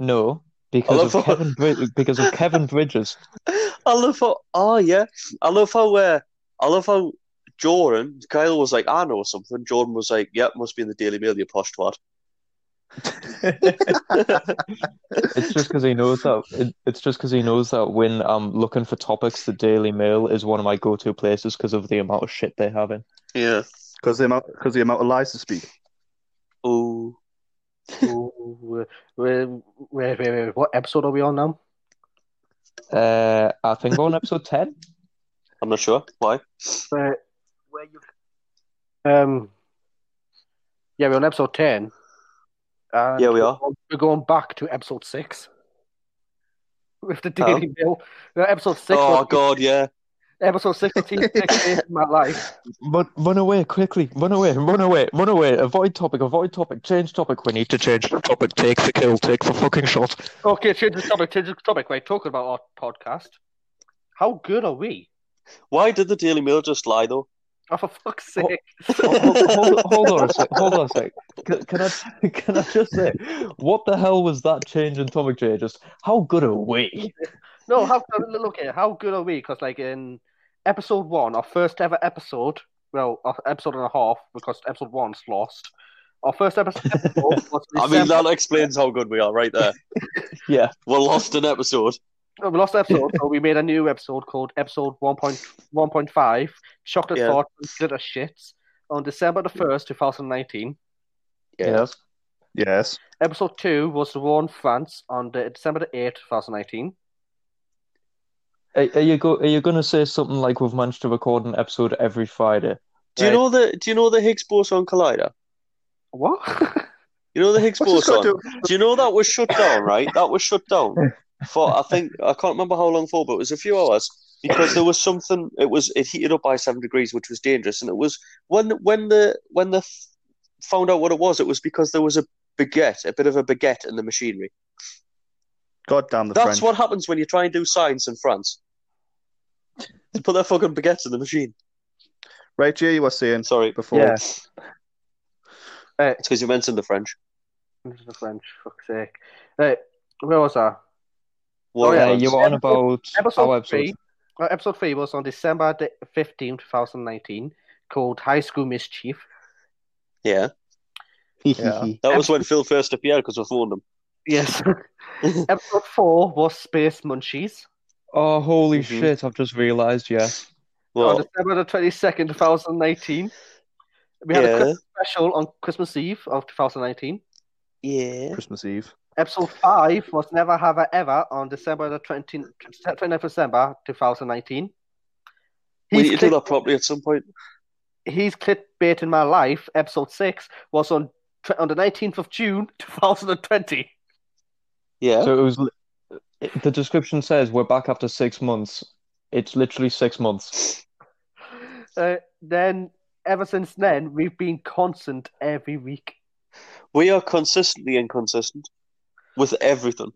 S8: No, because
S2: love
S8: of
S2: how-
S9: [LAUGHS]
S8: Kevin Brid- because of Kevin Bridges.
S2: I love how. Oh yeah, I love how. Uh, I love how Jordan Kyle was like, I know something. Jordan was like, Yep, must be in the Daily Mail, you posh twat.
S9: [LAUGHS]
S8: It's just because he knows that it, it's just because he knows that when I'm looking for topics, the Daily Mail is one of my go-to places because of the amount of shit they have in.
S2: Yeah.
S9: Because the amount, because the amount of lies to speak.
S2: Oh,
S7: [LAUGHS] Ooh, where, where, where, where, what episode are we on now?
S8: Uh, I think we're on episode ten.
S2: I'm not sure why.
S7: Where, where you? Um, yeah, we're on episode ten. And
S2: Yeah, we are.
S7: We're going back to episode six with the Daily Mail. Uh, Episode six.
S2: Oh
S7: was-
S2: God, yeah.
S7: Episode six. was the sixth day of my life.
S8: Run, run away quickly! Run away! Run away! Run away! Avoid topic! Avoid topic! Change topic! We need to change the topic. Take the kill. Take the fucking shot.
S7: Okay, change the topic. Change the topic. Right, talking about our podcast. How good are we?
S2: Why did the Daily Mail just lie though?
S7: [LAUGHS] Oh, for fuck's sake!
S8: hold, hold- hold- hold on a sec. Hold on a sec. Can, can I [LAUGHS] can I just say what the hell was that change in Tomic J? Just how good are we?
S7: No, how look at how good are we? Because like in episode one, our first ever episode, well, our episode and a half, because episode one's lost. Our first episode
S8: [LAUGHS]
S7: was
S2: I mean, that explains how good we are right there.
S9: Yeah.
S2: We're lost an episode.
S7: No, we lost the episode, so we made a new episode called episode 1.1.5 Chocolate
S2: Yeah.
S7: Thoughts and Glitter Shits on December the 1st, 2019.
S9: [LAUGHS] Yes. Yes.
S7: Episode 2 was the war in France on the, December the 8th, 2019.
S8: Are, are you go? Are you gonna say something like we've managed to record an episode every Friday?
S2: Do you
S7: Right.
S2: know the Do you know the Higgs boson collider?
S7: What?
S2: You know the Higgs
S9: What's this
S2: boson.
S9: got
S2: Do
S9: to
S2: you know that was shut down? Right, that was shut down for I think I can't remember how long for, but it was a few hours because there was something. It was it heated up by seven degrees, which was dangerous, and it was when when the when the f- found out what it was, it was because there was a baguette, a bit of a baguette in the machinery.
S9: God damn the
S2: That's
S9: French.
S2: what happens when you try and do science in France. They put their fucking baguettes in the machine.
S9: Right, Jay, you were saying
S2: Sorry,
S9: before.
S7: Yeah. Uh,
S2: it's because you mentioned the French.
S7: into the French, fuck's sake. Uh, where was that?
S2: War
S7: Oh, yeah,
S2: in
S8: Yeah,
S2: France.
S8: Uh, you were on about
S7: Episode
S8: our
S7: 3.
S8: episode.
S7: uh, episode 3 was on December the 15th, 2019, called High School Mischief.
S2: yeah.
S9: [LAUGHS] Yeah.
S2: That was when Phil first appeared because I phoned him.
S7: Yes. [LAUGHS] episode 4 was Space Munchies.
S8: Oh, holy
S2: Mhm.
S8: shit! I've just realised. Yeah,
S2: Well,
S7: on December Oh, the 22nd, 2019. We had
S2: Yeah.
S7: a Christmas special on Christmas Eve of 2019.
S2: yeah.
S9: Christmas Eve.
S7: Episode 5 was Never Have I Ever on December the 20, 29th December 2019.
S2: We need
S7: He's,
S2: to do
S7: click,
S2: that properly at some point.
S7: he's clickbait in my life. Episode 6 was on tw- on the 19th of June [LAUGHS] 2020.
S2: Yeah.
S8: so it was. li- it- The description says we're back after six months. It's literally six months.
S7: Uh, then, ever since then, we've been constant every week.
S2: we are consistently inconsistent with everything.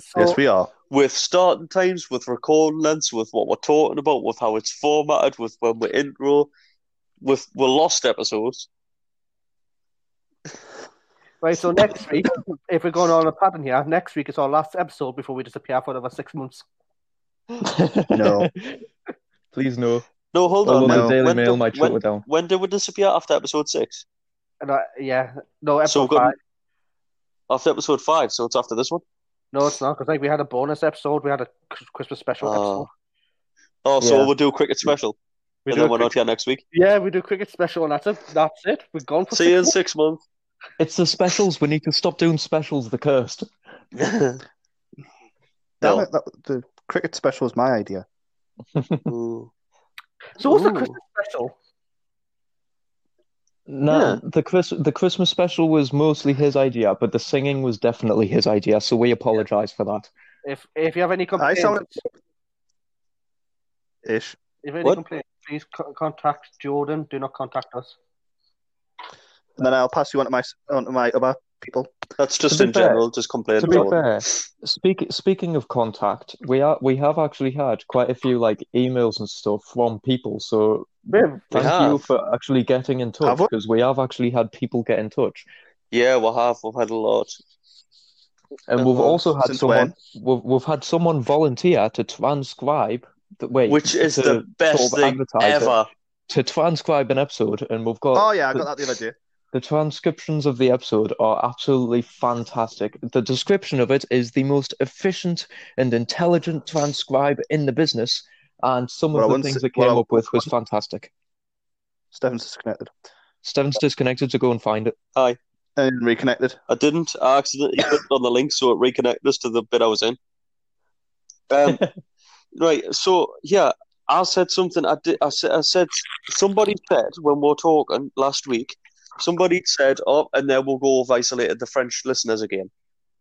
S7: So,
S9: yes, we are.
S2: With starting times, with recording lengths, with what we're talking about, with how it's formatted, with when we're intro, with we're lost episodes.
S7: Right, so next week, if we're going on a pattern here, next week is our last episode before we disappear for another six months.
S9: No.
S8: Please no.
S2: Oh, No, hold
S8: Although
S2: on.
S9: no.
S8: the
S2: When-
S8: Daily
S2: when
S8: Mail
S2: do-
S8: might shut
S2: when,
S8: it down.
S2: when did we disappear after episode six?
S7: And I, yeah, no,
S2: So
S7: episode
S2: we've got-
S7: five.
S2: After episode five, so it's after this one.
S7: No, it's not because like we had a bonus episode, we had a Ch- Christmas special
S2: Oh.
S7: episode.
S2: Oh, so
S8: Yeah.
S2: we'll do a cricket special,
S7: We
S2: and
S7: do
S2: then
S7: a
S2: we're
S7: cricket-
S2: not here next week.
S7: yeah, we do a cricket special, and that's it. That's it. We're gone for
S2: See you in
S7: six
S2: six months.
S8: It's the specials. We need to stop doing specials. The
S2: [LAUGHS]
S8: cursed.
S9: Damn
S2: No.
S9: it, that, the cricket special was my
S8: [LAUGHS]
S9: idea.
S2: Ooh.
S7: months. So what's the
S2: Ooh.
S7: Christmas special?
S8: No,
S2: Yeah.
S8: the Chris the Christmas special was mostly his idea, but the singing was definitely his idea, so we apologize for that.
S7: If if you have any complaints,
S9: sounded- Ish.
S7: if you have any
S2: What?
S7: complaints, please co- contact Jordan. Do not contact us.
S9: And then I'll pass you on to my on to my other people.
S2: That's just
S8: be
S2: in
S8: fair-
S2: general, just complain
S8: To be
S2: about it.
S8: fair, speak, speaking of contact, we are we have actually had quite a few like emails and stuff from people, so thank you
S2: have.
S8: for actually getting in touch
S9: Have we?
S8: because we have actually had people get in touch.
S2: Yeah, we have. We've had a lot.
S8: And we've
S2: Uh-huh.
S8: also had
S9: Since
S8: someone we've we've had someone volunteer to transcribe the wait
S2: Which is
S8: to
S2: the best
S8: sort of
S2: thing
S8: advertise it.
S2: ever.
S8: to transcribe an episode and we've got
S9: Oh yeah, I got that the other day.
S8: The transcriptions of the episode are absolutely fantastic. The description of it is the most efficient and intelligent transcribe in the business, and some
S9: Well, I
S8: of the
S9: wouldn't
S8: things
S9: say-
S8: that
S9: well,
S8: came
S9: I
S8: up with was fantastic.
S9: Stefan's disconnected
S8: Steven's disconnected to go and find it.
S9: and reconnected.
S2: I didn't. I accidentally clicked on the link, so it reconnected us to the bit I was in. Um, right. So yeah, I said something. I did. I said. I said. Somebody said when we were talking last week. Somebody said, "Oh, and then we'll go. I've isolated the French listeners again,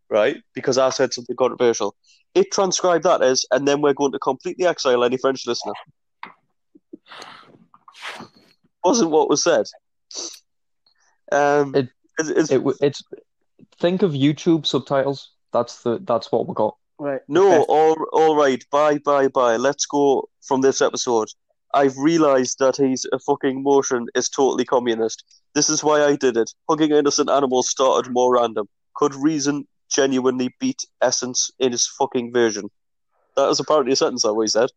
S2: right? Because I said something controversial. It transcribed that as, and then we're going to completely exile any French listener. Wasn't what was said. Um,
S8: It-
S2: it's- it's
S8: it w- it's think of YouTube subtitles. That's the that's what we got.
S7: Right.
S2: No, all all right. Bye, bye, bye. Let's go from this episode. I've realised that he's a fucking motion is totally communist. This is why I did it. Hugging innocent animals started more random. Could reason genuinely beat essence in his fucking version? That is apparently a sentence that we said.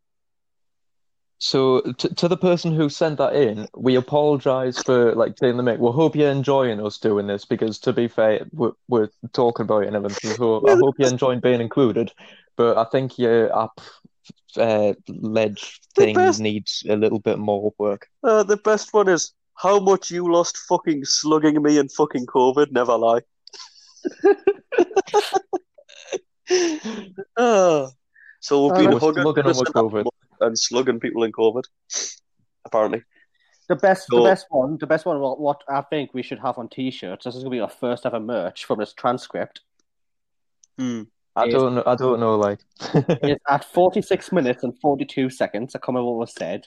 S8: So t- to the person who sent that in, we apologise for like taking the mic. We hope you're enjoying us doing this because, to be fair, we're, we're talking about it and everything. So I hope you're enjoying being included. But I think your app uh, ledge
S2: The
S8: thing
S2: best-
S8: needs a little bit more work.
S2: Uh, the best one is how much you lost fucking slugging me and fucking COVID. Never lie. Ah. so we've
S9: Oh,
S2: been
S9: that's
S2: hugging
S8: slugging on with COVID.
S2: and slugging people in COVID. Apparently,
S7: The best,
S2: So-
S7: the best one, the best one. What, what I think we should have on T-shirts. This is going to be our first ever merch from this
S2: [LAUGHS]
S7: transcript.
S2: Hmm.
S8: I
S7: Yes.
S8: don't know. I don't know. Like,
S7: It's at forty-six minutes and forty-two seconds. I can't remember what was said.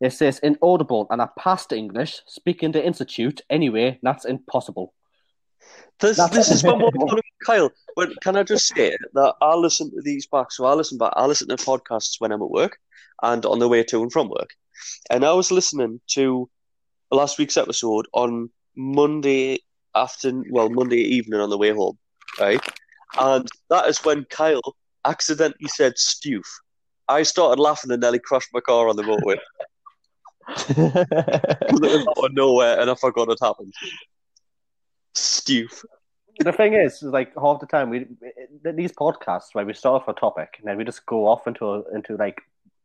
S7: It says inaudible, and I passed English. Speaking to Institute anyway. That's impossible.
S2: this
S7: That's-
S2: this is my one problem, Kyle. But can I just say that I listen to these back? So I listen back. I listen to podcasts when I'm at work and on the way to and from work. And I was listening to last week's episode on Monday afternoon, well, Monday evening on the way home, right? And that is when Kyle accidentally said "stoof." I started laughing and nearly crashed my car on the motorway. [LAUGHS] It was out of nowhere, and I forgot it happened. Stoof.
S7: the thing is, is like half the time we these podcasts where we start off a topic and then we just go off into into like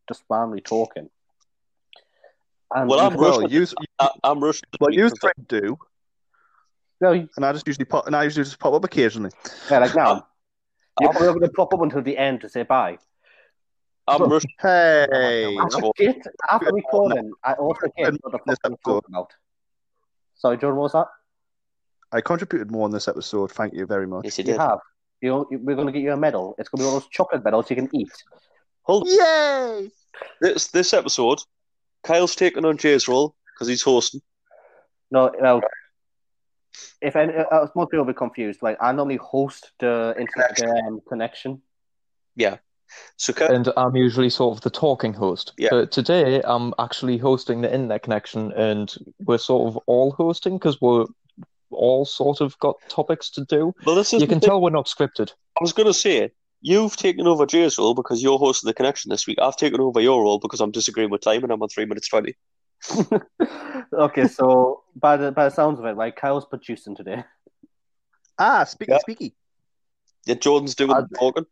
S7: just randomly talking. And
S2: Well, I'm
S9: Well,
S2: rushing.
S9: you,
S2: I, I'm rushing.
S9: well, you try to do,
S7: no, you-
S9: and I just usually pop, and I usually just pop up occasionally.
S7: yeah, like now you're probably going to pop up until the end to say bye.
S2: I'm
S7: Look,
S2: rushing.
S9: Hey,
S7: I forget after recording. I also get what the fuck
S9: This
S7: I'm
S9: episode.
S7: talking about. Sorry, John, what was that?
S9: I contributed more in this episode. Thank you very much.
S2: Yes, you
S7: You
S2: did.
S7: have. You, you, we're going to get you a medal. It's going to be one of those chocolate medals you can eat.
S2: Hold on.
S9: Yay!
S2: This, this episode, Kyle's taking on Jay's role because he's hosting.
S7: No, well, if any, uh, most people will be confused. Like, I normally host the internet um, connection.
S2: So
S9: Uh,
S8: [LAUGHS]
S2: Kyle,
S8: and I'm usually sort of the talking host.
S2: Yeah.
S8: But today I'm actually hosting the internet connection, and we're sort of all hosting because we're all sort of got topics to do.
S2: well, this is
S8: You can
S2: the thing.
S8: tell we're not scripted.
S2: I was going to say you've taken over Jay's role because you're hosting the connection this week. I've taken over your role because I'm disagreeing with time and I'm on three minutes twenty.
S7: um, [LAUGHS] okay, so by the by the sounds of it, like Kyle's producing today.
S9: Ah, speaky,
S2: Yeah.
S9: speaky.
S2: Yeah, Jordan's doing
S8: I-
S2: the talking.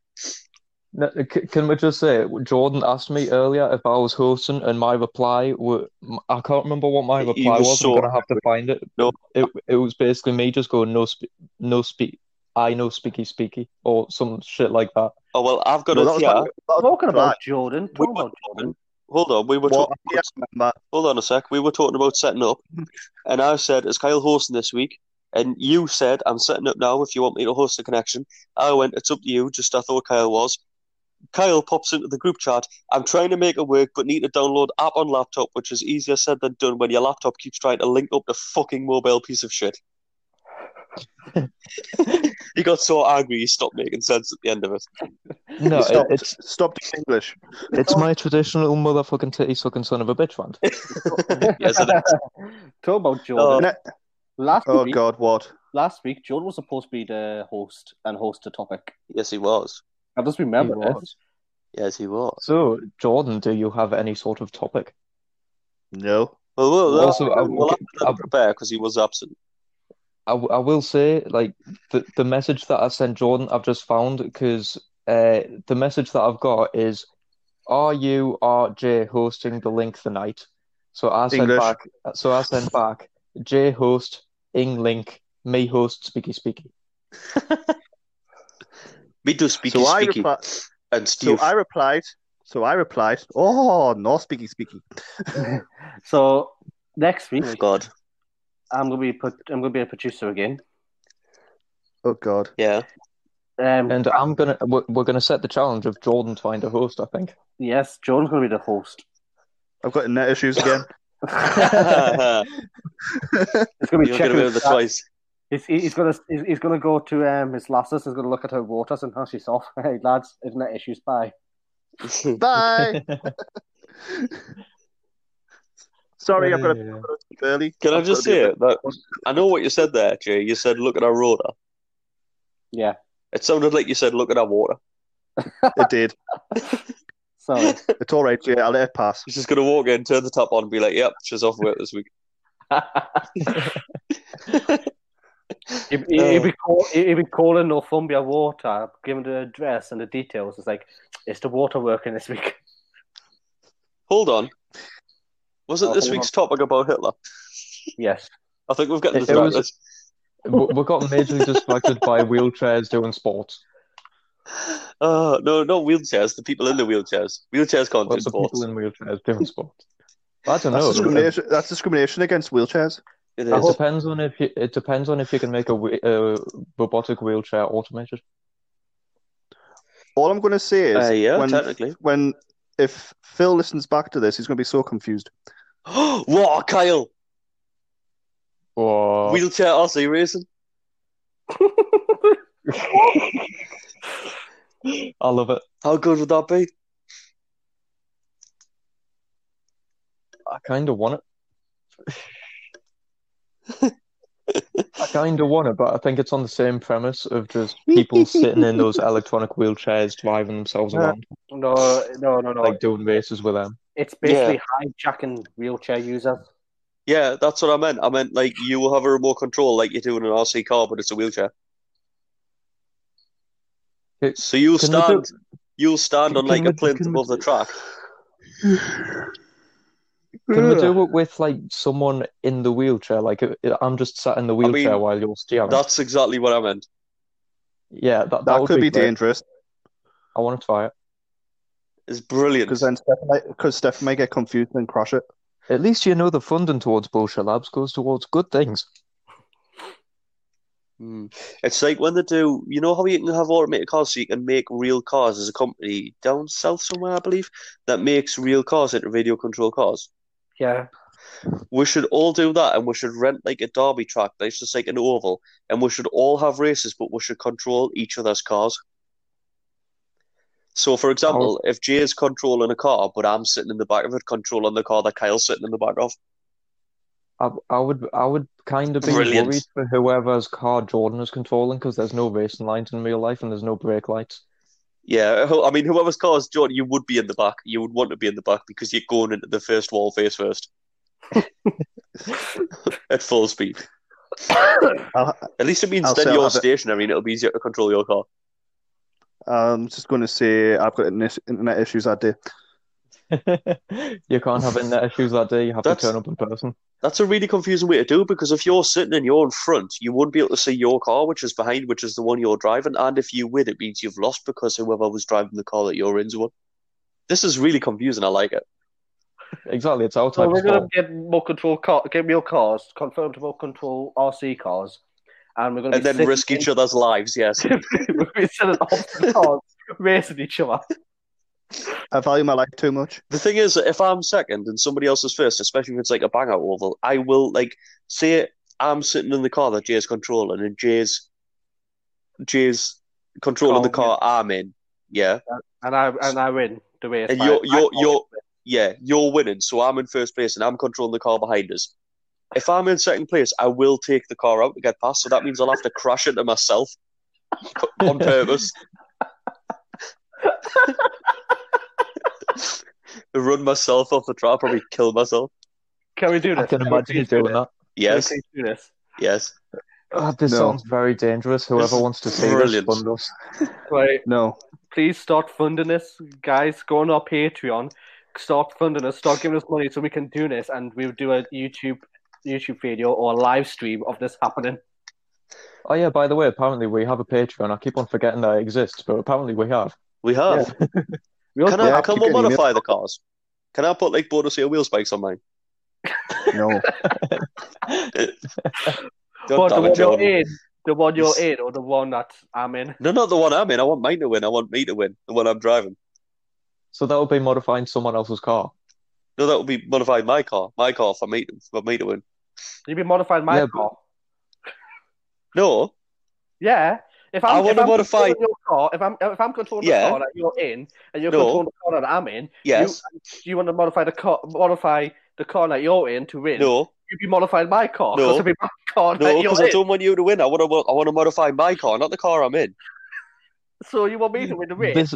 S8: No, uh, c- can we just say Jordan asked me earlier if I was hosting, and my reply were I can't remember what my
S2: He
S8: reply
S2: was
S8: was.
S2: so
S8: I'm gonna have to find it.
S2: No.
S8: it it was basically me just going no spe- no speak. I know speaky speaky or some shit like that.
S2: Oh well, I've got
S9: No,
S2: it
S9: that was
S2: here.
S9: my- that was
S7: Talking about
S9: Right.
S7: Jordan,
S2: We
S7: talking
S2: were
S7: about Jordan.
S2: Hold on, we were
S9: What
S2: talking.
S9: I remember.
S2: Hold on a sec. We were talking about
S9: [LAUGHS]
S2: setting up, and I said, "Is Kyle hosting this week?" And you said, "I'm setting up now. If you want me to host the connection," I went, "It's up to you." Just I thought Kyle was. Kyle pops into the group chat. I'm trying to make it work, but need to download app on laptop, which is easier said than done when your laptop keeps trying to link up the fucking mobile piece
S9: [LAUGHS]
S2: of shit. he got so angry, he stopped making sense at the end of it. [LAUGHS]
S8: No, it,
S9: Stop,
S8: it's
S9: stop doing English.
S8: it's my traditional motherfucking titty sucking son of a bitch
S9: [LAUGHS]
S8: rant.
S2: Yes, it
S7: [LAUGHS] Talking about Jordan.
S9: [LAUGHS] No.
S7: Last
S9: Oh
S7: week,
S9: God, what?
S7: last week, Jordan was supposed to be the host and host the topic.
S2: Yes, he was.
S7: I just remember
S8: He
S7: this.
S8: was.
S2: Yes, he was.
S8: So, Jordan, do you have any sort of topic?
S9: No.
S2: Well, well,
S8: Also, I-
S2: we'll have to
S8: I-
S2: prepare because he was absent.
S8: I, w- I will say, like, the, the message that I sent Jordan, I've just found because uh, the message that I've got is, Are you RJ hosting the link tonight? So I sent
S9: English.
S8: back, so I sent back, J host, Ing link, me host, speaky speaky.
S2: Me do speaky
S9: So I
S2: speaky
S9: repli-
S2: and
S9: So
S2: Steve.
S9: I replied. So I replied. Oh no, speaky, speaky.
S7: So next week,
S2: oh God,
S7: I'm gonna be put. I'm gonna be a producer again.
S9: Oh God. [LAUGHS]
S2: yeah. [LAUGHS]
S7: Um,
S8: And I'm gonna, we're, we're gonna set the challenge of Jordan to find a host, I think.
S7: yes, Jordan's gonna be the host.
S9: I've got net issues
S2: [LAUGHS]
S9: again.
S2: You're
S7: It's gonna be
S2: gonna
S7: checking
S2: be the
S7: his stats.
S2: twice.
S7: He's, he's gonna he's, he's gonna go to um his lasses. He's gonna look at her waters and how she's off. [LAUGHS] Hey lads, isn't that issues? Bye.
S9: Bye. Sorry, I've got to
S8: Yeah.
S9: early.
S2: [LAUGHS] Can I
S9: I've
S2: just
S9: gotta be
S2: say
S9: a
S2: it?
S9: bit-
S2: That, I know what you said there, Jay. You said look at our rotor.
S7: Yeah.
S2: It sounded like you said look at our water.
S9: It did.
S7: Sorry.
S9: [LAUGHS] It's all right, Jay. I'll let it
S7: [LAUGHS]
S9: pass.
S2: He's just gonna walk in, turn the top on, and be like, "Yep, she's off work this week." [LAUGHS]
S7: He'd, he'd- he'd be call, he'd be calling Northumbria Water, giving the address and the details. It's like, it's the water working this week.
S2: [LAUGHS] Hold on. Was it
S7: Oh,
S2: this
S7: hold
S2: week's topic about Hitler?
S7: Yes.
S2: I think we've got
S8: It-
S2: this
S8: it
S2: right.
S8: was-
S2: [LAUGHS] Let's-
S8: we we got majorly distracted by wheelchairs doing sports.
S2: Uh, no, not wheelchairs. The people in the wheelchairs. Wheelchairs can't do
S8: Lots of
S2: sports.
S8: people in wheelchairs doing sports. I don't
S9: That's
S8: know.
S9: discrimination. That's discrimination against wheelchairs.
S2: It
S8: It
S2: is.
S8: depends on if you, it depends on if you can make a whe- uh, robotic wheelchair automated.
S9: All I'm going to say is
S2: Uh, yeah,
S9: when
S2: technically.
S9: when if Phil listens back to this, he's going to be so confused.
S2: [GASPS] Whoa, Kyle!
S8: Or
S2: Wheelchair RC racing.
S8: [LAUGHS] I love it.
S2: How good would that be?
S8: I kind of want it. [LAUGHS] I kind of want it, but I think it's on the same premise of just
S9: [LAUGHS]
S8: people sitting in those electronic wheelchairs driving themselves
S9: Uh,
S7: Yeah.
S8: around,
S7: No, no, no, no.
S8: like doing races with them.
S7: it's basically hijacking wheelchair users.
S2: Yeah, that's what I meant. I meant like you will have a remote control like you do in an RC car, but it's a wheelchair.
S8: Okay,
S2: So you'll
S8: can we do-
S2: stand, you'll stand on
S8: can
S2: like
S8: we-
S2: a plinth
S8: can we
S2: above the
S8: do-
S2: track.
S8: Can we do it with like someone in the wheelchair? Like uh, I'm just sat in the wheelchair
S2: mean,
S8: while you're steering.
S2: That's exactly what I meant.
S8: yeah, that, that,
S9: That
S8: would
S9: could be
S8: great.
S9: dangerous
S8: I want to try it.
S2: It's brilliant.
S9: because then Steph might, cause Steph might get confused and crash it.
S8: At least you know the funding towards Bullshit Labs goes towards good things.
S2: Mm. It's like when they do, you know how you can have automated cars, so you can make real cars as a company down south somewhere, I believe, that makes real cars into radio control cars.
S7: Yeah.
S2: We should all do that, and we should rent like a derby track that's just like an oval, and we should all have races, but we should control each other's cars. So, for example,
S9: Oh.
S2: if Jay is controlling a car, but I'm sitting in the back of it, controlling the car that Kyle's sitting in the back of,
S8: I, I would I would kind of be
S2: Brilliant.
S8: worried for whoever's car Jordan is controlling because there's no racing lines in real life and there's no brake lights.
S2: Yeah, who- I mean, whoever's car is Jordan, you would be in the back. You would want to be in the back because you're going into the first wall
S9: [LAUGHS]
S2: face first at full speed.
S9: I'll,
S2: At least it means
S9: I'll
S2: then
S9: say I'll
S2: you're
S9: have it.
S2: stationary and it'll be easier to control your car.
S9: I'm Um, just going to say I've got internet internet issues that day.
S8: You can't have internet issues that day. You have to
S2: That's-
S8: turn up in person.
S2: That's a really confusing way to do it because if you're sitting and you're in front, you wouldn't be able to see your car, which is behind, which is the one you're driving. And if you win, it means you've lost because whoever was driving the car that you're in's won. This is really confusing. I like it.
S8: Exactly, it's our
S7: So
S8: type of
S7: we're going
S8: sport.
S7: to get more control car, get real cars, confirmed to more control RC cars, and we're going to
S2: And then risk
S7: [LAUGHS]
S2: each other's lives, yes.
S7: we're going to be sitting in opposite cars, racing each other.
S9: I value my life too much.
S2: The thing is, if I'm second and somebody else is first, especially if it's like a bang out oval, I will like say I'm sitting in the car that Jay's controlling and Jay's Jay's controlling the car I'm in. Yeah.
S7: And I and I win the race.
S2: And
S7: by-
S2: you're you're
S7: I-
S2: you're yeah, you're winning, so I'm in first place and I'm controlling the car behind us. If I'm in second place, I will take the car out to get past, so that means I'll have to crash into myself [LAUGHS] on purpose. [LAUGHS] Run myself off the track, probably kill myself.
S7: Can we do this?
S8: I can
S7: we
S8: imagine you
S7: please
S8: doing
S7: do this?
S8: that.
S7: Can we
S2: Yes,
S7: please do this?
S2: yes.
S8: God, this
S9: No.
S8: sounds very dangerous. Whoever
S2: is
S8: wants to see this,
S2: brilliant.
S8: fund us.
S7: Right.
S9: No,
S7: please start funding us, guys. Go on our Patreon, start funding us, start giving us money so we can do this, and we'll do a YouTube YouTube video or a live stream of this happening.
S8: Oh yeah, by the way, apparently we have a Patreon. I keep on forgetting that it exists, but apparently we have.
S2: We have.
S9: [LAUGHS]
S7: We
S2: Can
S7: also,
S2: I
S9: Yeah,
S2: can
S9: keep
S2: we
S9: getting
S2: modify the cars? Can I put like bonus wheel spikes on mine? [LAUGHS]
S9: no.
S2: God
S7: but the
S2: damn
S7: one
S2: it,
S7: you're
S2: Jordan.
S7: in, the one you're
S2: Yes.
S7: in, or the one that I'm in.
S2: No, not the one I'm in. I want mine to win. I want me to win. The one I'm driving.
S8: So that would be modifying someone else's car.
S2: No, that would be modifying my car. My car for me for me to win.
S7: You've been modifying my
S8: Yeah, but-
S7: car.
S2: No,
S7: Yeah. If I'm,
S2: I
S7: if
S2: wanna
S7: I'm
S2: modify-
S7: controlling your car, if I'm if I'm controlling
S2: Yeah.
S7: the car that you're in, and you're
S2: No.
S7: controlling the car that I'm in,
S2: yes,
S7: you want to modify the car, modify the car that you're in to win.
S2: no,
S7: You'd be modifying my car.
S2: No.
S7: [LAUGHS] 'cause it'd be my car that
S2: no,
S7: you're
S2: because I
S7: in.
S2: don't want you to win. I want to I want to modify my car, not the car I'm in.
S7: So you want me to win the race?
S8: This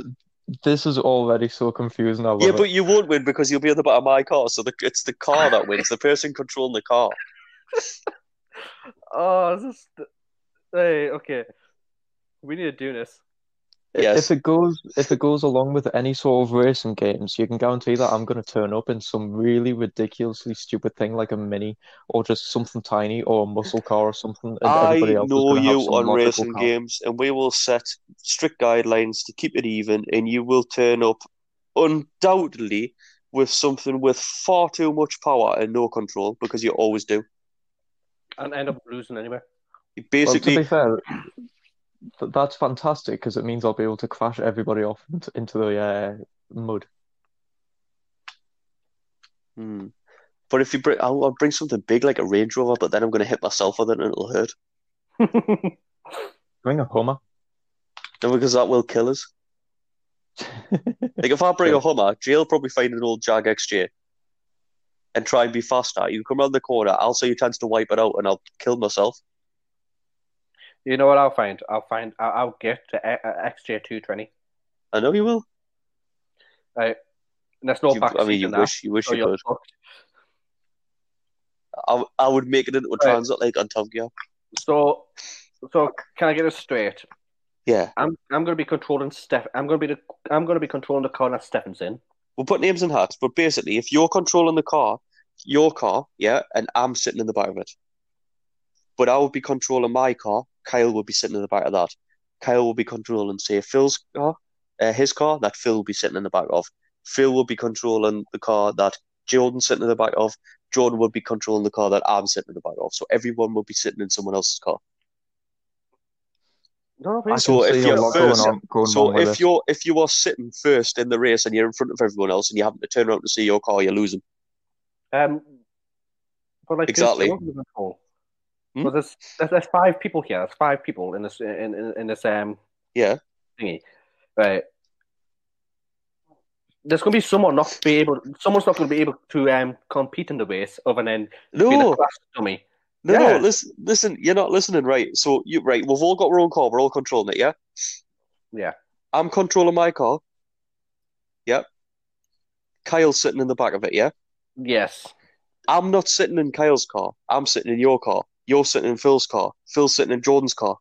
S8: This is already so confusing. I love
S2: yeah,
S8: it.
S2: but you won't win because you'll be at the bottom of my car. So the, it's the car that wins. The person controlling the car.
S7: Oh, this is. Hey, okay. We need to do this.
S2: Yes.
S8: If it goes, if it goes along with any sort of racing games, you can guarantee that I'm going to turn up in some really ridiculously stupid thing like a mini or just something tiny or a muscle car or something, and
S2: I
S8: everybody else is
S2: know
S8: going to
S2: you
S8: have some
S2: on
S8: logical
S2: racing
S8: car.
S2: games, and we will set strict guidelines to keep it even, and you will turn up undoubtedly with something with far too much power and no control because you always do.
S7: And end up losing
S2: [LAUGHS]
S7: anyway.
S2: You
S8: Well, to
S2: basically,
S8: be fair, th- that's fantastic because it means I'll be able to crash everybody off int- into the uh, mud.
S2: Hmm. but if you bring, I'll, I'll bring something big like a Range Rover, but then I'm going to hit myself with it and it'll hurt.
S8: Bring a Hummer.
S2: No, because that will kill us. Like if I bring a Hummer, Jay'll probably find an old Jag XJ and try and be faster. You come around the corner, I'll see your chance to wipe it out, and I'll kill myself.
S7: you know what I'll find? I'll find. I'll, I'll get the XJ220.
S2: I know you will.
S7: And there's no
S2: You-
S7: back
S2: I mean, you
S7: in that. Oh,
S2: wish you wish
S7: so
S2: you
S7: you're
S2: could.
S7: fucked.
S2: I, I would make it into a
S7: Right.
S2: transit like on Top Gear.
S7: So, so can I get this straight?
S2: Yeah,
S7: I'm I'm going to be controlling Steph. I'm going to be the, I'm going to be controlling the car that Stefan's in.
S2: we'll put names and hats, but basically, if you're controlling the car, your car, yeah, and I'm sitting in the back of it, but I would be controlling my car. Kyle would be sitting in the back of that. Kyle will be controlling, say, Phil's car, uh, his car that Phil will be sitting in the back of. Phil will be controlling the car that Jordan's sitting in the back of. Jordan would be controlling the car that I'm sitting in the back of. So everyone will be sitting in someone else's car.
S7: No,
S8: I
S7: no,
S8: can
S2: So if
S8: see a
S2: you're
S8: lot
S2: first-
S8: going on, going
S2: So
S8: wrong with
S2: if
S8: this.
S2: you're if you are sitting first in the race and you're in front of everyone else and you happen to turn around to see your car, you're losing.
S7: um, but like
S2: Exactly.
S7: There's, no control.
S2: Hmm?
S7: Well, there's, there's there's five people here. There's five people in this in in, in this um
S2: Yeah.
S7: thingy. Right. There's going to be someone not be able. Someone's not going to be able to um compete in the race, other than being a
S2: No,
S7: class dummy.
S2: no,
S7: Yeah.
S2: no. Listen, listen. You're not listening, right? So you right. We've all got our own car. We're all controlling it. Yeah.
S7: Yeah.
S2: I'm controlling my car. Yep. Kyle's sitting in the back of it. Yeah.
S7: Yes.
S2: I'm not sitting in Kyle's car. I'm sitting in your car. You're sitting in Phil's car. Phil's sitting in Jordan's car.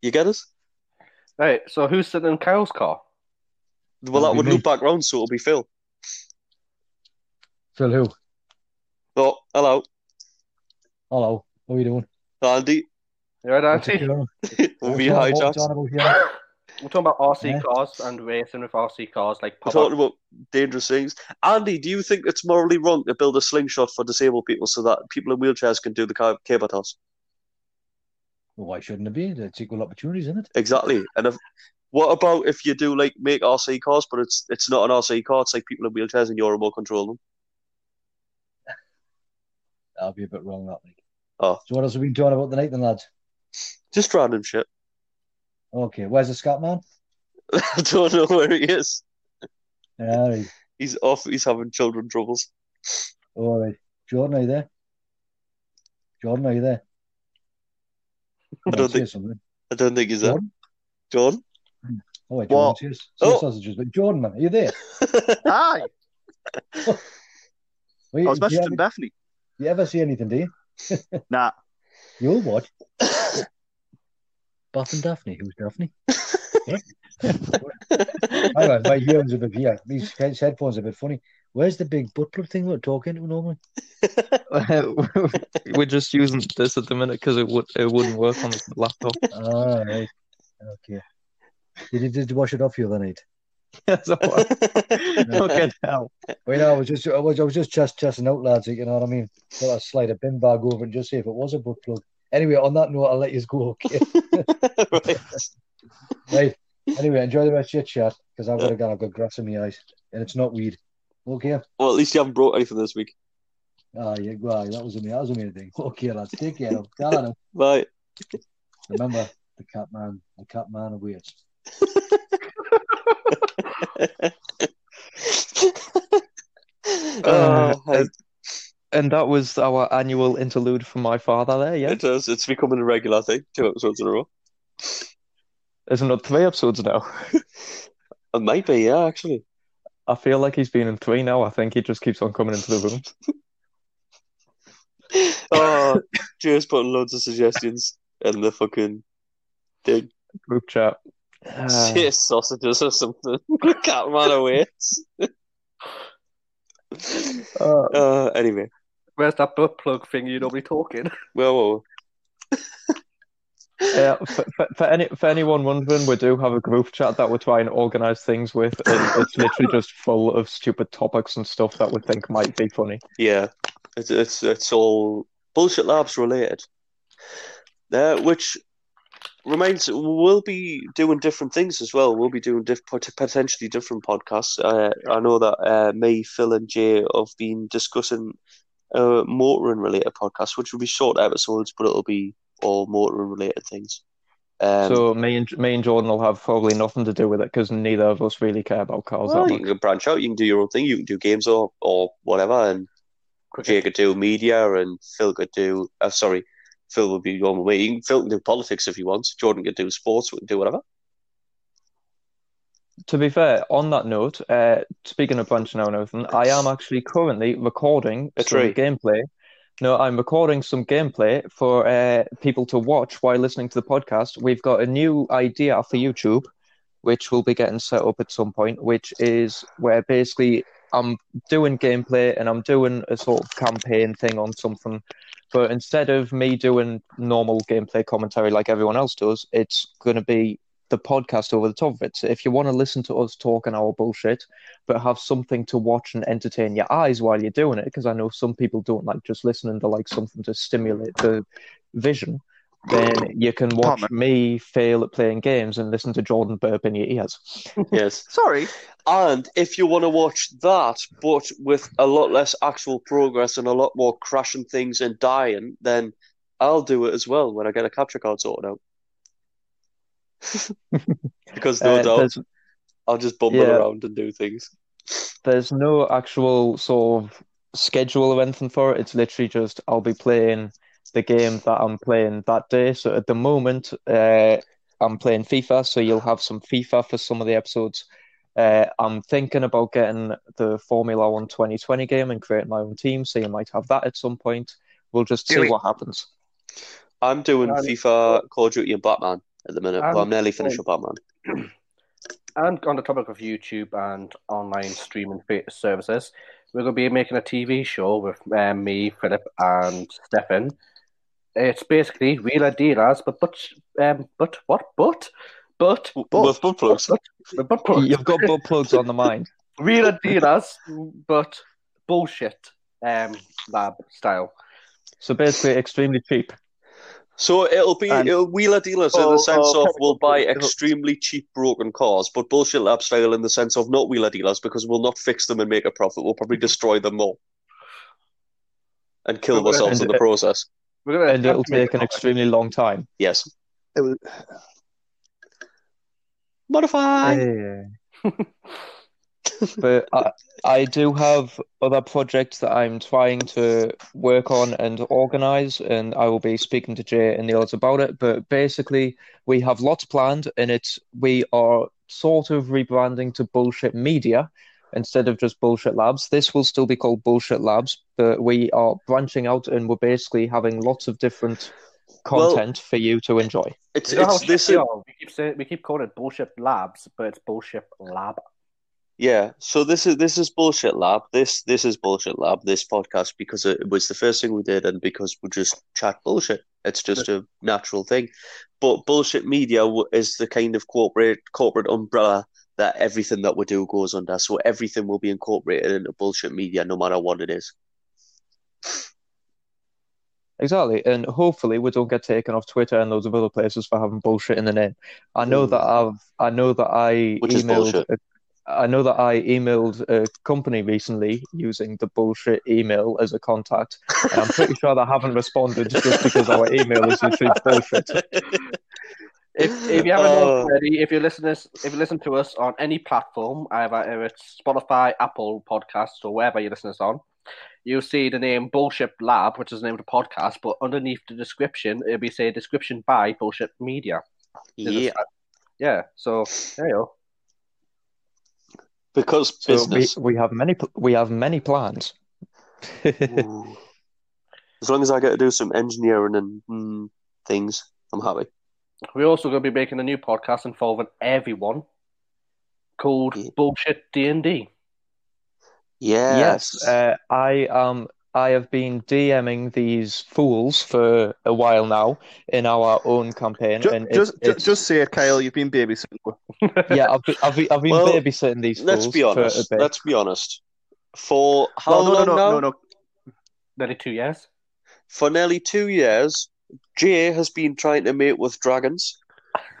S2: You get us?
S7: Right. So who's sitting in Kyle's car?
S2: Well,
S8: That'll
S2: that
S8: be
S2: would
S8: me.
S2: loop back round, so it'll be Phil.
S8: Phil, who?
S2: Oh, hello,
S8: Hello. How are you doing?
S2: Andy. [LAUGHS]
S7: You're right, Andy?
S2: We'll be high chats.
S7: We're talking about RC
S8: Yeah.
S7: cars and racing with RC cars, like
S2: We're
S7: pop
S2: talking about dangerous things. Andy, do you think it's morally wrong to build a slingshot for disabled people so that people in wheelchairs can do the cab- cable toss?
S12: Why shouldn't it be? There's equal opportunities, isn't it?
S2: Exactly. And if, what about if you do like make RC cars, but it's it's not an RC car? It's like people in wheelchairs and you're remote control them.
S12: That'll be a bit wrong, that week.
S2: Oh.
S12: So what else have we been talking about tonight, then, lads?
S2: Just random shit. [LAUGHS]
S12: Okay, where's the scat man?
S2: I don't know where he is.
S12: Yeah, all right.
S2: He's off. He's having children troubles.
S12: All right. Jordan, are you there? Jordan, are you there? Come
S2: I
S12: on,
S2: don't
S12: say
S2: think-
S12: something.
S2: I don't think he's there.
S12: Jordan?
S2: Jordan.
S12: Oh, wait,
S2: What?
S12: Jordan, say, say your
S2: Oh.
S12: sausages. But Jordan, man, are you there?
S2: [LAUGHS]
S12: [LAUGHS]
S9: Aye,
S12: Were
S9: I
S12: you,
S9: was
S12: do
S9: messaging
S12: you, ever,
S9: Bethany.
S12: do you ever see anything, do you?
S9: Nah,
S12: You'll watch. Bath and Daphne. Who's Daphne? Hang on, my hearing's a bit yeah. These he- headphones are a bit funny. Where's the big butt plug thing we're talking to normally?
S8: We're just using this at the minute because it would it wouldn't work on the laptop.
S12: Ah, right. Okay. Did you did you wash it off the other night?
S8: so,
S9: [LAUGHS]
S8: fucking hell.
S12: Well, you know, I was just I was, I was just chest chesting out, lads. You know what I mean? Thought I'd slide a bin bag over and just see if it was a butt plug. Anyway, on that note, I'll let you go. Okay.
S2: Right.
S12: [LAUGHS] right. Anyway, enjoy the rest of your chat because I've got a I've got grass in my eyes and it's not weed. Okay.
S2: Well, at least you haven't brought anything this week.
S12: Ah, yeah, well, that was a me. That was a me thing. Okay, lads. Take care. Of. Darling.
S2: [LAUGHS] Right.
S12: Remember the cat man, the cat man
S2: [LAUGHS]
S12: awaits.
S8: Uh,
S2: Oh, hey,
S8: And that was our annual interlude from my father there, yeah?
S2: it does. It's becoming a regular thing. Two episodes in a row.
S8: Isn't it three episodes now?
S2: It might be, yeah, actually.
S8: I feel like he's been in three now. I think he just keeps on coming into the room.
S2: Oh, Joe's putting loads of suggestions in the fucking thing.
S8: Group chat.
S2: Say sausages or something. [LAUGHS] Can't man away.
S8: Uh,
S2: Uh, anyway,
S7: Where's that butt plug thing you normally talking?
S2: well, well,
S8: yeah, for, for, for any for anyone wondering, we do have a group chat that we try and organise things with, and it's literally just full of stupid topics and stuff that we think might be funny.
S2: yeah, it's it's it's all bullshit labs related. Uh, which reminds, we'll be doing different things as well. We'll be doing diff- pot- potentially different podcasts. Uh, I know that uh, me, Phil, and Jay have been discussing uh, motoring related podcasts, which will be short episodes, but it'll be all motoring related things. Um,
S8: so uh, me and me and Jordan will have probably nothing to do with it because neither of us really care about cars
S2: Well,
S8: that
S2: you
S8: much.
S2: can branch out. You can do your own thing. You can do games or or whatever. And Jay could do media, and Phil could do. Uh, sorry, Phil would be going with me. You can- Phil can do politics if he wants. Jordan could do sports. We can do whatever.
S8: To be fair, on that note, uh, speaking of branching out and everything, I am actually currently recording
S2: A
S8: some
S2: tree.
S8: gameplay. No, I'm recording some gameplay for uh, people to watch while listening to the podcast. We've got a new idea for YouTube, which we'll be getting set up at some point, which is where basically I'm doing gameplay and I'm doing a sort of campaign thing on something. But instead of me doing normal gameplay commentary like everyone else does, it's going to be the podcast over the top of it. So if you want to listen to us talking our bullshit, but have something to watch and entertain your eyes while you're doing it, because I know some people don't like just listening, they like something to stimulate the vision, then you can watch
S9: Pardon
S8: me fail at playing games and listen to Jordan burp in your ears.
S2: Yes.
S4: Sorry.
S2: And if you want to watch that, but with a lot less actual progress and a lot more crashing things and dying, then I'll do it as well when I get a capture card sorted out. [LAUGHS] because no
S8: Uh,
S2: doubt,
S8: there's,
S2: I'll just bumble
S8: yeah.
S2: around and do things.
S8: there's no actual sort of schedule or anything for it. It's literally just I'll be playing the game that I'm playing that day. So at the moment, uh, I'm playing FIFA, so you'll have some FIFA for some of the episodes. Uh, I'm thinking about getting the Formula One 2020 game and creating my own team, so you might have that at some point. We'll just
S4: Do
S8: see
S4: it.
S8: what happens.
S2: I'm doing
S7: Um,
S2: FIFA, Call of Duty, and Batman at the minute.
S7: Um,
S2: well, I'm nearly finished with Batman.
S7: And on the topic of YouTube and online streaming fa- services, we're going to be making a TV show with um, me, Philip, and Stefan. It's basically real ideas, but but um, but what but but
S2: With butt plugs.
S7: but, but, but, but
S8: You've got butt plugs on the mind.
S7: [LAUGHS] real ideas, but bullshit um, lab style.
S8: So basically, extremely cheap.
S2: So it'll be
S8: And-
S2: it'll wheeler dealers in
S8: Oh,
S2: the sense
S8: oh,
S2: of we'll buy
S8: it'll-
S2: extremely cheap broken cars, but bullshit lab style in the sense of not wheeler dealers because we'll not fix them and make a profit. We'll probably destroy them all and kill
S7: uh, And-
S2: ourselves in the process.
S7: We're gonna
S8: And it'll take an extremely long time.
S2: Yes.
S9: It was,
S2: Modify.
S8: but I, I do have other projects that I'm trying to work on and organize, and I will be speaking to Jay and the others about it. But basically, we have lots planned, and it's we are sort of rebranding to Bullshit Media instead of just Bullshit Labs. This will still be called Bullshit Labs, but we are branching out, and we're basically having lots of different
S2: Well-
S8: content for you to enjoy.
S2: It's
S7: You know how
S2: it's this
S7: shitty are? we keep saying we keep calling it bullshit labs, but it's bullshit lab.
S2: Yeah, so this is this is bullshit lab. This this is bullshit lab. This podcast because it was the first thing we did, and because we just chat bullshit. It's just a natural thing. But bullshit media w- is the kind of corporate corporate umbrella that everything that we do goes under. So everything will be incorporated into bullshit media, no matter what it [LAUGHS] is.
S8: Exactly, and hopefully we don't get taken off Twitter and loads of other places for having bullshit in the name. I know
S2: Mm.
S8: that I've, I know that I
S2: Which is
S8: emailed,
S2: bullshit.
S8: I know that I emailed a company recently using the bullshit email as a contact, and I'm pretty sure they haven't responded just because our email is literally bullshit.
S7: If, if you haven't
S2: Oh.
S7: already, if you listen this, if you listen to us on any platform, either if it's Spotify, Apple Podcasts, or wherever you listen to us on, you'll see the name Bullshit Lab, which is the name of the podcast. But underneath the description, it'll be say description by Bullshit Media. There's a
S2: Yeah,
S7: site-
S8: Yeah, so there you go.
S2: Because
S8: So
S2: business.
S8: we, we have many pl- we have many plans.
S2: Ooh. [LAUGHS] as long as I get to do some engineering and mm, things, I'm happy.
S7: We're also going to be making a new podcast involving everyone called Bullshit D and D.
S2: Yes.
S8: uh, I um I have been DMing these fools for a while now in our own campaign,
S9: Ju-
S8: and it's,
S9: Just, ju- just say it, Kyle. You've been babysitting.
S8: it's- yeah, I've been, I've been, I've been
S9: Well,
S8: babysitting these
S2: Let's
S8: fools
S2: be honest.
S8: for a bit.
S2: Let's be honest. For how
S9: Well, no, no,
S7: Oh,
S2: long
S9: no,
S2: now?
S9: no, no.
S7: Nearly two years.
S2: For nearly two years, Jay has been trying to mate with dragons.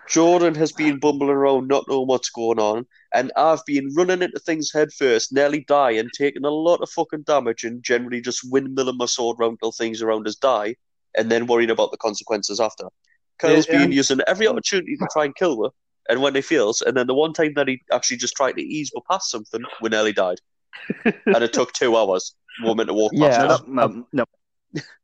S2: Jordan has been bumbling around, not knowing what's going on, and I've been running into things headfirst, nearly dying, taking a lot of fucking damage, and generally just windmilling my sword round till things around us die, and then worrying about the consequences after. Kyle's
S7: Yeah,
S2: been
S7: yeah.
S2: using every opportunity to try and kill her, and when he fails, and then the one time that he actually just tried to ease me past something, we nearly died, and it took two hours. We were meant to walk past
S8: Yeah,
S2: it.
S9: No, no, no, no.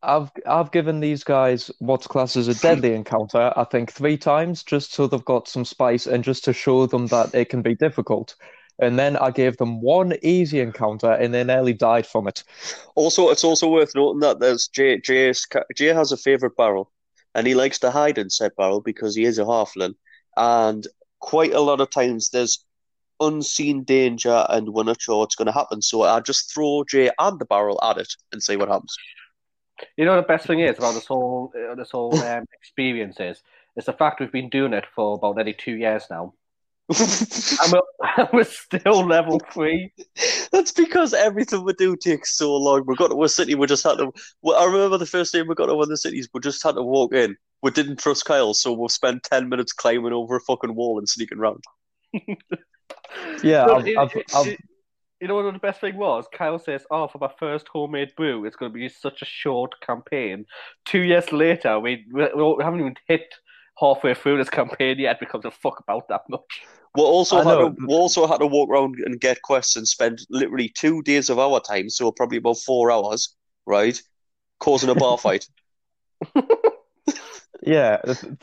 S8: I've I've given these guys what's classed as a deadly encounter, I think three times, just so they've got some spice and just to show them that it can be difficult. And then I gave them one easy encounter, and they nearly died from it.
S2: Also, it's also worth noting that there's Jay, Jay's, ca- Jay has a favourite barrel, and he likes to hide in said barrel because he is a halfling. And quite a lot of times there's unseen danger, and we're not sure what's going to happen. So I just throw Jay and the barrel at it and see what happens.
S7: You know the best thing is about this whole uh, this
S2: [LAUGHS]
S7: whole um, experience is is the fact we've been doing it for about nearly two years now, and [LAUGHS] we're, we're still level three.
S2: That's because everything we do takes so long. We got to a city, we just had to. Well, I remember the first day we got to one of the cities, we just had to walk in. We didn't trust Kyle, so we spent 10 minutes climbing over a fucking wall and sneaking around.
S8: Yeah,
S7: But
S8: I've,
S7: it-
S8: I've,
S7: it-
S8: I've,
S7: it- you know what the best thing was? Kyle says, "Oh, for my first homemade brew, it's going to be such a short campaign." Two years later, we we, we haven't even hit halfway through this campaign yet because of fuck about that
S8: [LAUGHS]
S7: much.
S2: We
S8: I
S2: also had
S8: know.
S2: to, we also had to walk around and get quests and spend literally two days of our time, so probably about four hours, right, causing a bar fight.
S8: [LAUGHS]
S2: [LAUGHS]
S8: Yeah, th- th-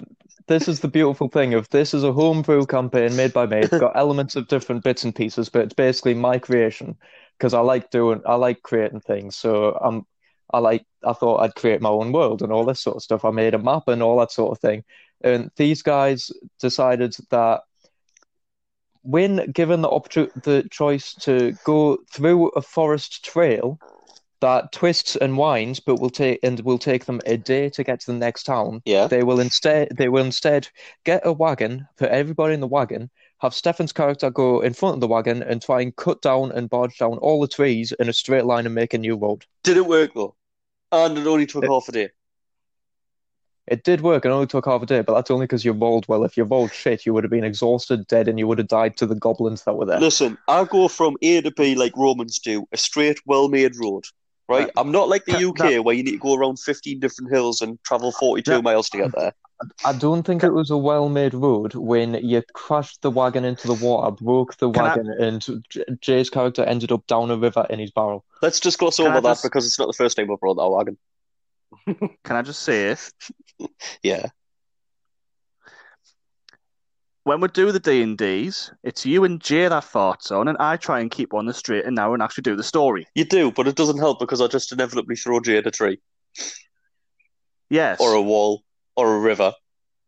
S8: this is the beautiful thing of this is a homebrew campaign made by me. It's got elements of different bits and pieces, but it's basically my creation because I like doing, I like creating things. So I'm, I like, I thought I'd create my own world and all this sort of stuff. I made a map and all that sort of thing. And these guys decided that when given the opportu- the choice to go through a forest trail that twists and winds, but will take and will take them a day to get to the next town.
S2: Yeah.
S8: They will instead they will instead get a wagon, put everybody in the wagon, have Stefan's character go in front of the wagon and try and cut down and barge down all the trees in a straight line and make a new road.
S2: Did it work though? And it only took half a day.
S8: It did work and only took half a day, but that's only because you rolled well. If you rolled shit, you would have been exhausted, dead, and you would have died to the goblins that were there.
S2: Listen, I go from A to B like Romans do, a straight, well-made road, right?
S8: Uh,
S2: I'm not like the
S9: Ca-
S2: UK where you need to go around 15 different hills and travel 42
S8: Yeah.
S2: miles to get there.
S8: I don't think it was a well-made road when you crashed the wagon into the water, broke the
S9: Can I-
S8: wagon, and J- Jay's character ended up down a river in his barrel.
S2: Let's just gloss
S9: Can I
S2: over that
S9: just-
S2: because it's not the first time we've brought that wagon.
S9: Can I just say,
S2: Yeah.
S9: when we do the D and D's, it's you and Jay that farts on, and I try and keep on the straight and narrow and actually do the story.
S2: You do, but it doesn't help because I just inevitably throw Jay at a tree.
S9: Yes.
S2: or a wall, or a river,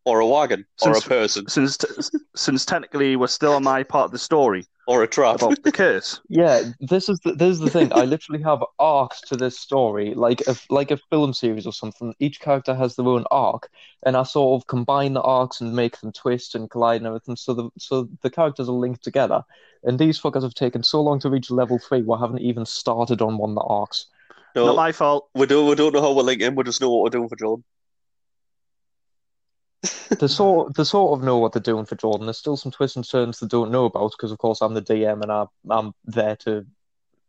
S2: or a wagon, or
S9: Since-
S2: a person,
S9: since t- since technically we're still on my part of the story
S2: or a trap.
S9: about the curse.
S8: Yeah, this is the, this is the thing. I literally have arcs to this story, like a, like a film series or something. Each character has their own arc, and I sort of combine the arcs and make them twist and collide and everything, so the so the characters are linked together. And these fuckers have taken so long to reach level three, we haven't even started on one of the arcs.
S2: No,
S9: Not my fault.
S2: we don't. We don't know how we're linking. We just know what we're doing for Jordan.
S8: they sort they sort of know what they're doing for Jordan. There's still some twists and turns they don't know about because, of course, I'm the DM and I, I'm there to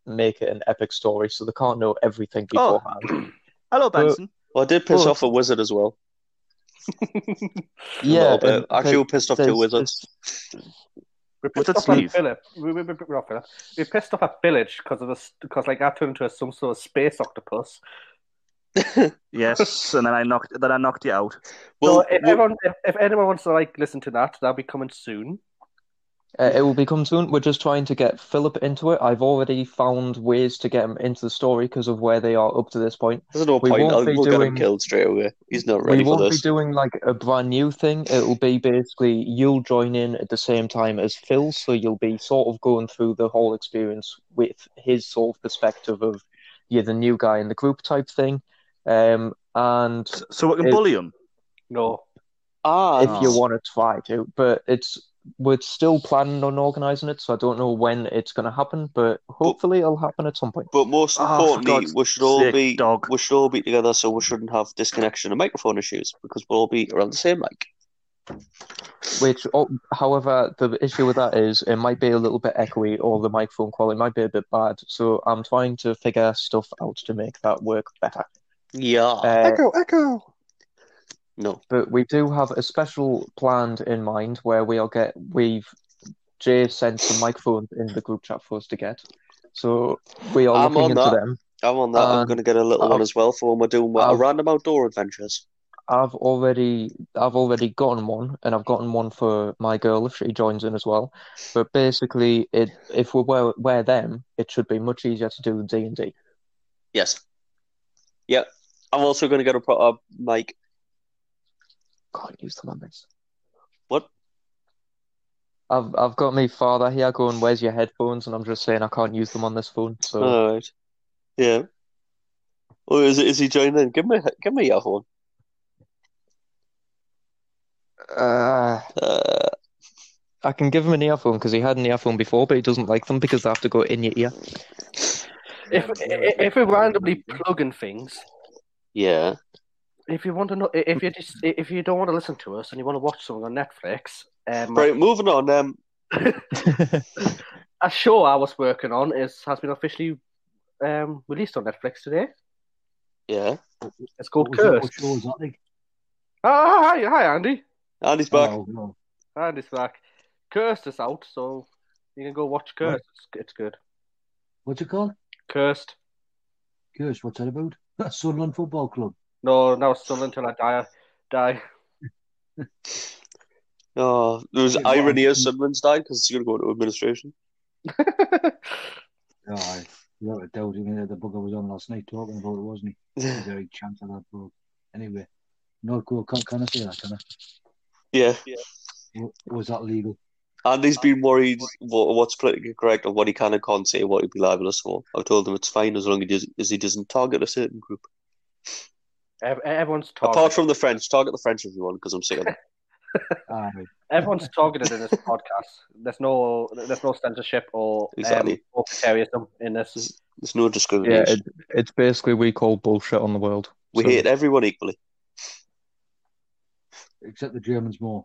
S8: make it an epic story, so they can't know everything
S9: Oh.
S8: beforehand.
S9: [CLEARS THROAT] Hello, Benson.
S2: Well, I did piss
S8: Well,
S2: off a wizard as well. [LAUGHS] A
S8: yeah,
S2: little bit.
S8: and
S2: actually, we
S8: there-
S2: pissed off two
S8: there's-
S2: wizards.
S7: [LAUGHS] We
S9: What's
S7: pissed
S9: that
S7: off
S9: sleeve?
S7: at Philip. We, we, we, we- not Philip. We pissed off at village because of this because like I turned into a, some sort of space octopus.
S9: yes, and then I knocked then I knocked you out.
S7: so if, everyone, if, if anyone wants to like listen to that, that'll be coming soon.
S8: Uh, it will be coming soon. We're just trying to get Philip into it. I've already found ways to get him into the story because of where they are up to this point.
S2: There's no
S8: We
S2: point.
S8: won't
S2: I'll,
S8: be
S2: we'll get him
S8: doing-
S2: killed straight away. He's not ready
S8: we
S2: for
S8: won't be
S2: this.
S8: doing like a brand new thing. It'll be basically you'll join in at the same time as Phil, so you'll be sort of going through the whole experience with his sort of perspective of you're the new guy in the group type thing. Um, and
S9: So we can
S8: it-
S9: bully him.
S7: No.
S2: Ah,
S8: if you want to try to. But it's we're still planning on organising it, so I don't know when it's going to happen. But hopefully, it'll happen at some point.
S2: But most
S9: Oh, for
S2: importantly,
S9: God's
S2: we should all
S9: sake,
S2: be
S9: dog.
S2: we should all be together, so we shouldn't have disconnection and microphone issues because we'll all be around the same mic.
S8: Which, oh, however, the issue with that is it might be a little bit echoey, or the microphone quality might be a bit bad. So I'm trying to figure stuff out to make that work better.
S2: Yeah.
S8: Uh,
S2: echo. No.
S8: but we do have a special planned in mind where we'll get we've Jay sent some microphones in the group chat for us to get. So we are
S2: I'm
S8: looking
S2: on
S8: into
S2: that.
S8: them.
S2: I'm on that. I'm
S8: Um,
S2: going to get a little one
S8: I've-
S2: as well for when we're doing what, a
S8: I've-
S2: random outdoor adventures.
S8: I've already I've already gotten one, and I've gotten one for my girl if she joins in as well. But basically, it if we wear, wear them, it should be much easier to do D and D.
S2: Yes. Yep. I'm also going to get a proper uh, mic.
S8: Can't use them on this.
S2: What?
S8: I've I've got my father here going, "Where's your headphones?" And I'm just saying I can't use them on this phone. So
S2: All right. Yeah. Oh, is is he joining? in? Give me give me your phone.
S8: uh,
S2: Uh,
S8: I can give him an earphone because he had an earphone before, but he doesn't like them because they have to go in your ear.
S7: If if if we're randomly plugging things,
S2: yeah.
S7: if you want to know, if you just, if you don't want to listen to us and you want to watch something on Netflix, um,
S2: Right. Moving on. Um.
S7: a show I was working on is has been officially um, released on Netflix today.
S2: Yeah.
S7: It's
S2: Oh,
S7: called
S12: What was that-
S7: Curse.
S12: what show was that, like?
S7: Ah, hi, hi, Andy.
S2: Andy's back.
S12: Oh, no.
S7: Andy's back. Cursed is out, so you can go watch Cursed. It's, it's good.
S12: What's it called?
S7: Cursed.
S12: Curse, what's that about? [LAUGHS] Sunderland Football Club.
S7: No, now it's still until I die. Die.
S2: Oh, there was
S12: Yeah, well,
S2: irony
S12: I'm-
S2: as Sunderland's died because it's going to go
S12: [LAUGHS]
S2: into administration.
S12: Oh, I, without a doubt, even though the bugger was on last night talking about it, wasn't
S2: [LAUGHS]
S12: he? There's a big chance of that, bro. Anyway, North Cool, can, can I say that, can I?
S2: Yeah.
S12: W- Was that legal?
S2: Andy's been worried what, what's politically correct and what he can and can't say, what he'd be libelous for. I've told him it's fine as long as he doesn't, as he doesn't target a certain group.
S7: Ev- Everyone's targeted.
S2: Apart from the French, target the French if you want, because I'm sick of them.
S12: Aye.
S7: Everyone's targeted in this podcast. There's no, there's no censorship or um,
S2: Exactly.
S7: or terrorism in this. [LAUGHS]
S2: There's no
S8: yeah,
S2: discrimination.
S8: it, it's basically we call bullshit on the world.
S2: we
S8: So-
S2: hate everyone equally.
S12: Except the Germans more.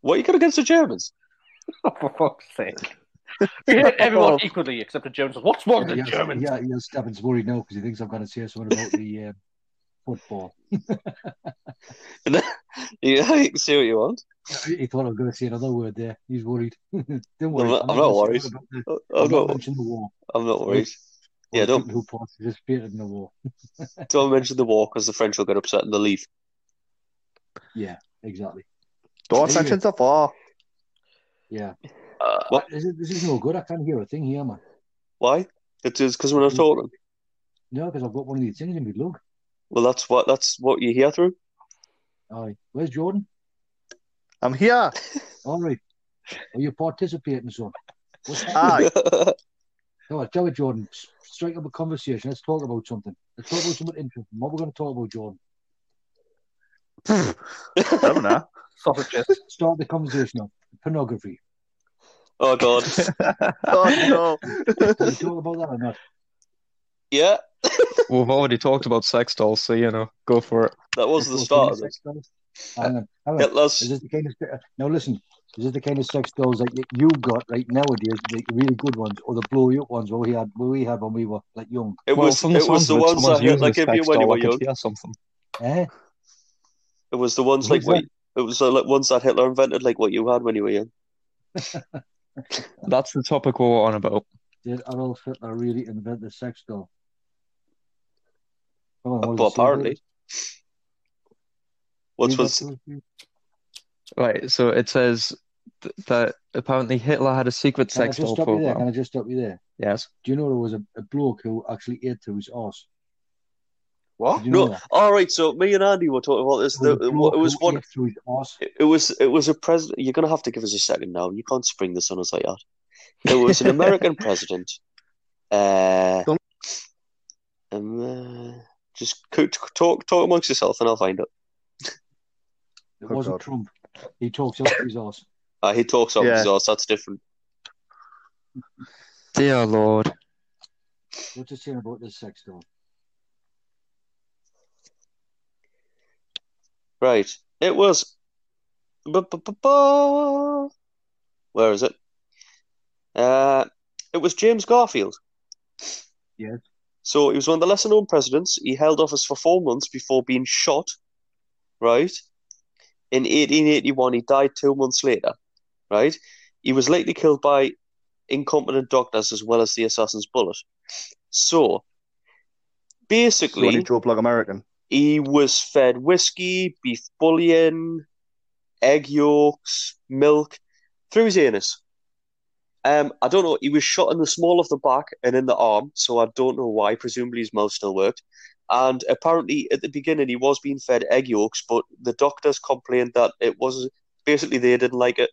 S2: What you got against the Germans? [LAUGHS]
S7: For fuck's sake. We hate everyone equally except the Germans. What's wrong with
S12: yeah,
S7: the Germans?
S12: Yeah, yeah, Stefan's worried now because he thinks I'm going to say something about the uh, football.
S2: yeah, you can say what you want.
S12: He he thought I was going to say another word there. He's worried. [LAUGHS] don't worry.
S2: not- I'm not worried. I-
S12: I'm not
S2: I'm not,
S12: mentioning the war.
S2: I'm not worried. Yeah,
S12: Or the
S2: don't-
S12: people Who participated in the war. [LAUGHS]
S2: Don't mention the war because the French will get upset and they'll leave.
S12: Yeah, exactly.
S9: Don't
S12: Anyway.
S9: mention the war.
S12: Yeah.
S2: Uh, what?
S12: This is, this is no good. I can't hear a thing here, man. Mm.
S2: Why? It is because we're not talking.
S12: No, because I've got one of these things in my lug.
S2: Well, that's what that's what you hear through.
S12: Aye. Where's Jordan?
S9: I'm here.
S12: All right. Are you participating, son? What's
S9: Aye.
S12: No, I tell you, Jordan, s- strike up a conversation. Let's talk about something. Let's talk about something interesting. What we're going to talk about, Jordan?
S9: I don't know.
S7: Sausages.
S12: Start the conversation off. Pornography.
S7: [LAUGHS]
S2: oh God.
S9: Oh no.
S12: Did we talk about that or not?
S2: Yeah,
S8: We've already talked about sex dolls, so you know, go for it.
S2: that was the start of it. Uh,
S12: Hang on, hang on.
S2: Hitler's
S12: Is this the kind of now? Listen, is this the kind of sex dolls that you- you got right nowadays? The really good ones, or the blow you up ones? What we had, what we had when we were like young.
S2: It
S8: Well,
S2: was
S8: from the
S2: it was
S8: sounds
S2: the
S8: of it,
S2: ones
S8: someone's
S2: that
S8: using
S2: Hitler
S8: a
S2: gave you
S8: sex
S2: when
S8: doll,
S2: you
S8: I
S2: were
S8: could
S2: young.
S8: hear something.
S12: Eh?
S2: It was the ones
S12: Who's
S2: like what it was the like, ones that Hitler invented, like what you had when you were young.
S8: That's the topic we're on about.
S12: Did Adolf Hitler really invent the sex doll? Come on, what does it say
S2: Well,
S12: here?
S2: apparently. What's
S12: Read that
S2: was
S12: to us, please.
S8: Right, so it says th- that apparently Hitler had a secret
S12: Can I
S8: sex
S12: just
S8: doll
S12: stop you there? Can I
S8: program.
S12: just stop you there?
S8: Yes.
S12: Do you know there was a, a bloke who actually ate through his arse?
S9: What?
S12: Do you know
S2: no?
S12: that?
S2: All right, so me and Andy were talking about this.
S12: There
S2: The,
S12: was a bloke
S2: it was
S12: who
S2: one.
S12: ate through his arse.
S2: It was it was a president. You're gonna have to give us a second now. You can't spring this on us like that. It was an American president. Uh,
S9: Don't-
S2: um, uh, just co- talk talk amongst yourself, and I'll find it.
S12: It
S9: Oh,
S12: wasn't
S9: God.
S12: Trump. He talks out through his arse.
S2: Uh, he talks on
S9: Yeah.
S2: his ass. That's different.
S8: Dear Lord.
S12: What's it saying about this sex doll?
S2: Right. It was. Ba-ba-ba-ba. Where is it? Uh, it was James Garfield.
S12: Yes.
S2: So he was one of the lesser known presidents. He held office for four months before being shot. Right. In 1881, he died two months later. Right. He was later killed by incompetent doctors as well as the assassin's bullet. So
S9: So what,
S2: basically,
S9: he drove like American.
S2: he was fed whiskey, beef bullion, egg yolks, milk through his anus. Um, I don't know. He was shot in the small of the back and in the arm, so I don't know why. Presumably his mouth still worked. And apparently at the beginning he was being fed egg yolks, but the doctors complained that it was basically they didn't like it.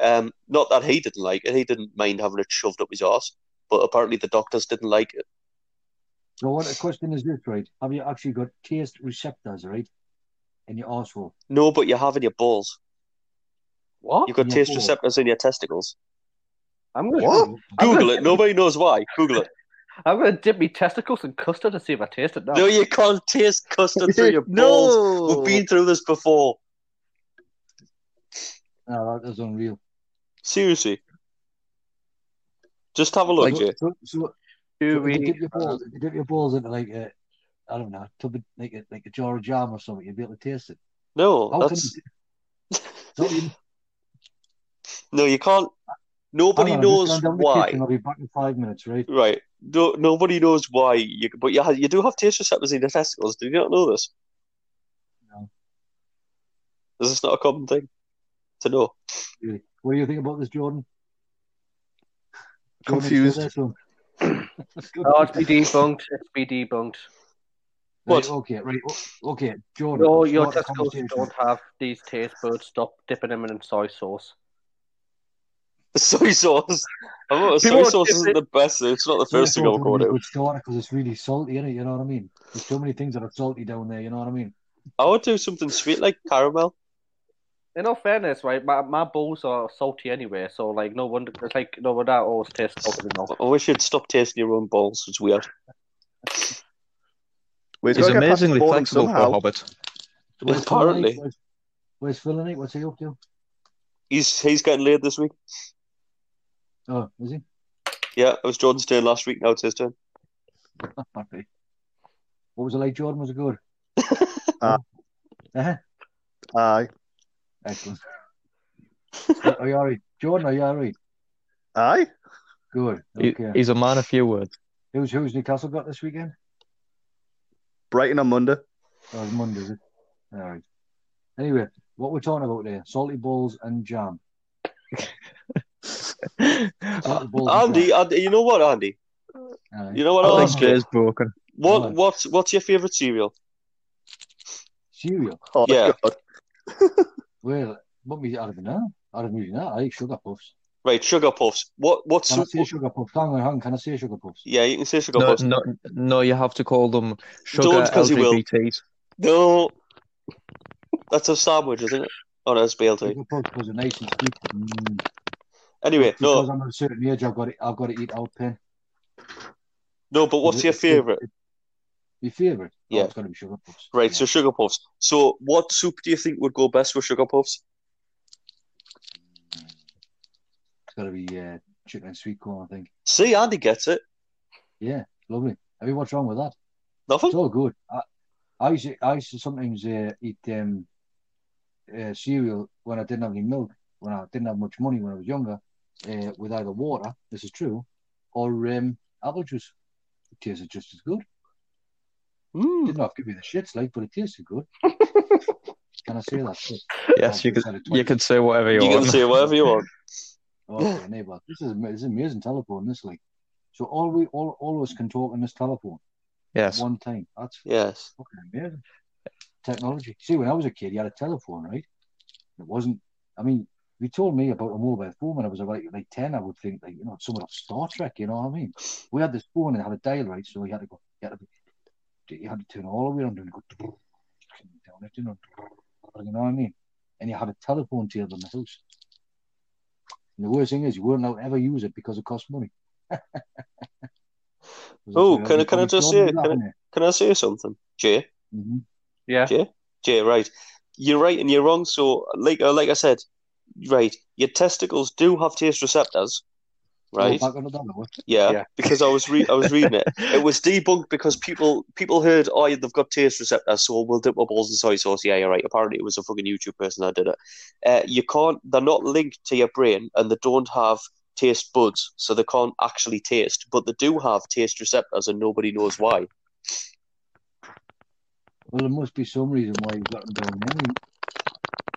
S2: Um, not that he didn't like it; he didn't mind having it shoved up his arse, but apparently the doctors didn't like it.
S12: So what the question is this, right? Have you actually got taste receptors, right? In your arsehole?
S2: No, but you have in your balls.
S7: What?
S2: You've got
S12: In your
S2: taste
S12: balls.
S2: receptors in your testicles.
S7: I'm gonna
S9: What?
S7: I'm
S2: Google
S7: gonna-
S2: it. Nobody knows why. Google it.
S7: I'm gonna dip my testicles in custard and see if I taste it now.
S2: [LAUGHS] No, you can't taste
S7: [LAUGHS]
S2: custard [LAUGHS] through your balls.
S9: no.
S2: We've been through this before.
S12: No, that is unreal.
S2: Seriously. Just have a look, Jay.
S12: so, so,
S7: Do
S12: so if
S7: we
S12: you dip your balls, if you dip your balls into like a, I don't know, a tub of, like a, like a jar of jam or something, you'd be able to taste it.
S2: No,
S12: How can
S2: [LAUGHS] that's
S12: So you-
S2: no. You can't.
S12: hang
S2: Nobody
S12: on, I'm just going
S2: knows
S12: down the
S2: why.
S12: kitchen, I'll be back in five minutes, right?
S2: Right. No, nobody knows why. You, but you, ha- you do have taste receptors in your testicles. Did you not know this?
S12: No.
S2: This is not a common thing to know.
S12: Really. What do you think about this, Jordan?
S9: Confused.
S7: Oh, it's be debunked. It's be debunked.
S12: Right,
S2: What?
S12: okay, right, o- okay, Jordan.
S7: No, your
S12: start the
S7: testicles
S12: conversation.
S7: don't have these taste buds. Stop dipping them in soy sauce.
S2: Soy sauce. I thought soy
S7: People-
S2: sauce isn't the best. It's not the first thing I'll go
S12: really
S2: to.
S12: good starter because it's really salty, innit? You know what I mean? There's too many things that are salty down there. You know what I mean?
S2: I would do something sweet like caramel.
S7: In all fairness, right, my, my bowls are salty anyway, so like no wonder it's like no wonder I always taste salty enough.
S2: I wish you'd stop tasting your own balls. It's weird.
S9: Well,
S8: He's
S9: gotta get past
S8: amazingly
S9: the boarding
S8: flexible for a
S9: somehow.
S8: hobbit.
S12: So where's Phil
S2: Apparently.
S12: tonight? Where's, where's Phil tonight? What's he up to?
S2: He's he's getting laid this week.
S12: Oh, is he?
S2: Yeah, it was Jordan's turn last week. Now it's his turn.
S12: Happy. What was it like, Jordan? Was it good?
S9: Ah.
S12: Uh-huh.
S9: Aye.
S12: Excellent. are you all right? Jordan, are you all right?
S9: Aye?
S12: Good.
S8: He-
S12: Okay.
S8: He's a man of few words.
S12: Who's, who's Newcastle got this weekend?
S9: Brighton on Monday.
S12: Oh, it's Monday, is it? All right. Anyway, what we're talking about there salty balls and jam. Salty balls
S2: Andy, Andy, you know what, Andy?
S12: and jam. Aye.
S2: You know what
S8: I
S2: I'll
S8: think
S2: ask you?
S8: Jay's broken.
S2: What what's what's your favourite cereal?
S12: Cereal.
S9: Oh,
S2: Yeah.
S9: God.
S12: Well, what me out of know. Out of me now. I eat sugar puffs.
S2: Right, sugar puffs. What what's
S12: Can I say sugar puffs? Hang on, hang on. Can I say sugar puffs?
S2: yeah? You can say sugar
S8: No,
S2: puffs.
S8: no, no, you have to call them sugar
S2: Don't, 'cause he will.
S8: LGBTs.
S2: No, that's a sandwich, isn't it? Oh no, it's BLT.
S12: Sugar puffs because they're nice and sweet. Mm.
S2: Anyway,
S12: Because
S2: no,
S12: I'm of a certain age, I've got to, I've got to eat out pen.
S2: no. But what's your favourite?
S12: Your favourite? Oh,
S2: Yeah.
S12: it's got to be sugar puffs.
S2: Right, so sugar puffs. So, what soup do you think would go best with sugar puffs?
S12: It's got to be uh, chicken and sweet corn, I think.
S2: See, Andy gets it.
S12: Yeah, lovely. I mean, what's wrong with that?
S2: Nothing.
S12: It's all good. I, I used to, I used to sometimes uh, eat um, uh, cereal when I didn't have any milk, when I didn't have much money when I was younger, uh, with either water, this is true, or um, apple juice. It tasted just as good.
S7: Hmm.
S12: Did not give me the shits, like, but it tasted good. Can I say that? shit?
S8: Yes, you
S12: I've
S8: could.
S12: said it twice.
S8: You could say whatever you,
S2: You
S8: want.
S2: can say
S12: [LAUGHS]
S2: whatever you want.
S12: Okay, neighbour, this is ama- this is amazing telephone. This like, so all we all all of us can talk on this telephone.
S8: [LAUGHS] Yes.
S12: One time. That's
S2: Yes.
S12: fucking amazing. Technology. See, when I was a kid, you had a telephone, right? It wasn't. I mean, you told me about a mobile phone when I was about like ten. I would think like you know it's somewhat of Star Trek. You know what I mean? We had this phone and it had a dial, right? So you had to go. You had to, you had to turn all the way around and go down it. You know, you know what I mean? And you had a telephone table in the house. And the worst thing is, you weren't allowed to ever use it because it cost money. [LAUGHS]
S2: Oh, can I can I just say can I, can I say something, Jay?
S12: Mhm.
S9: Yeah.
S2: Jay, Jay, right? You're right and you're wrong. So, like uh, like I said, right? Your testicles do have taste receptors, right?
S12: Go Oh, back on the dollar, what?
S2: Yeah,
S9: Yeah.
S2: because I was re- I was reading it. It was debunked because people people heard, oh, they've got taste receptors, so we'll dip our balls in soy sauce. Yeah, you're right. Apparently, it was a fucking YouTube person that did it. Uh, you can't. They're not linked to your brain, and they don't have taste buds, so they can't actually taste. But they do have taste receptors, and nobody knows why.
S12: Well, there must be some reason why you've got them down there.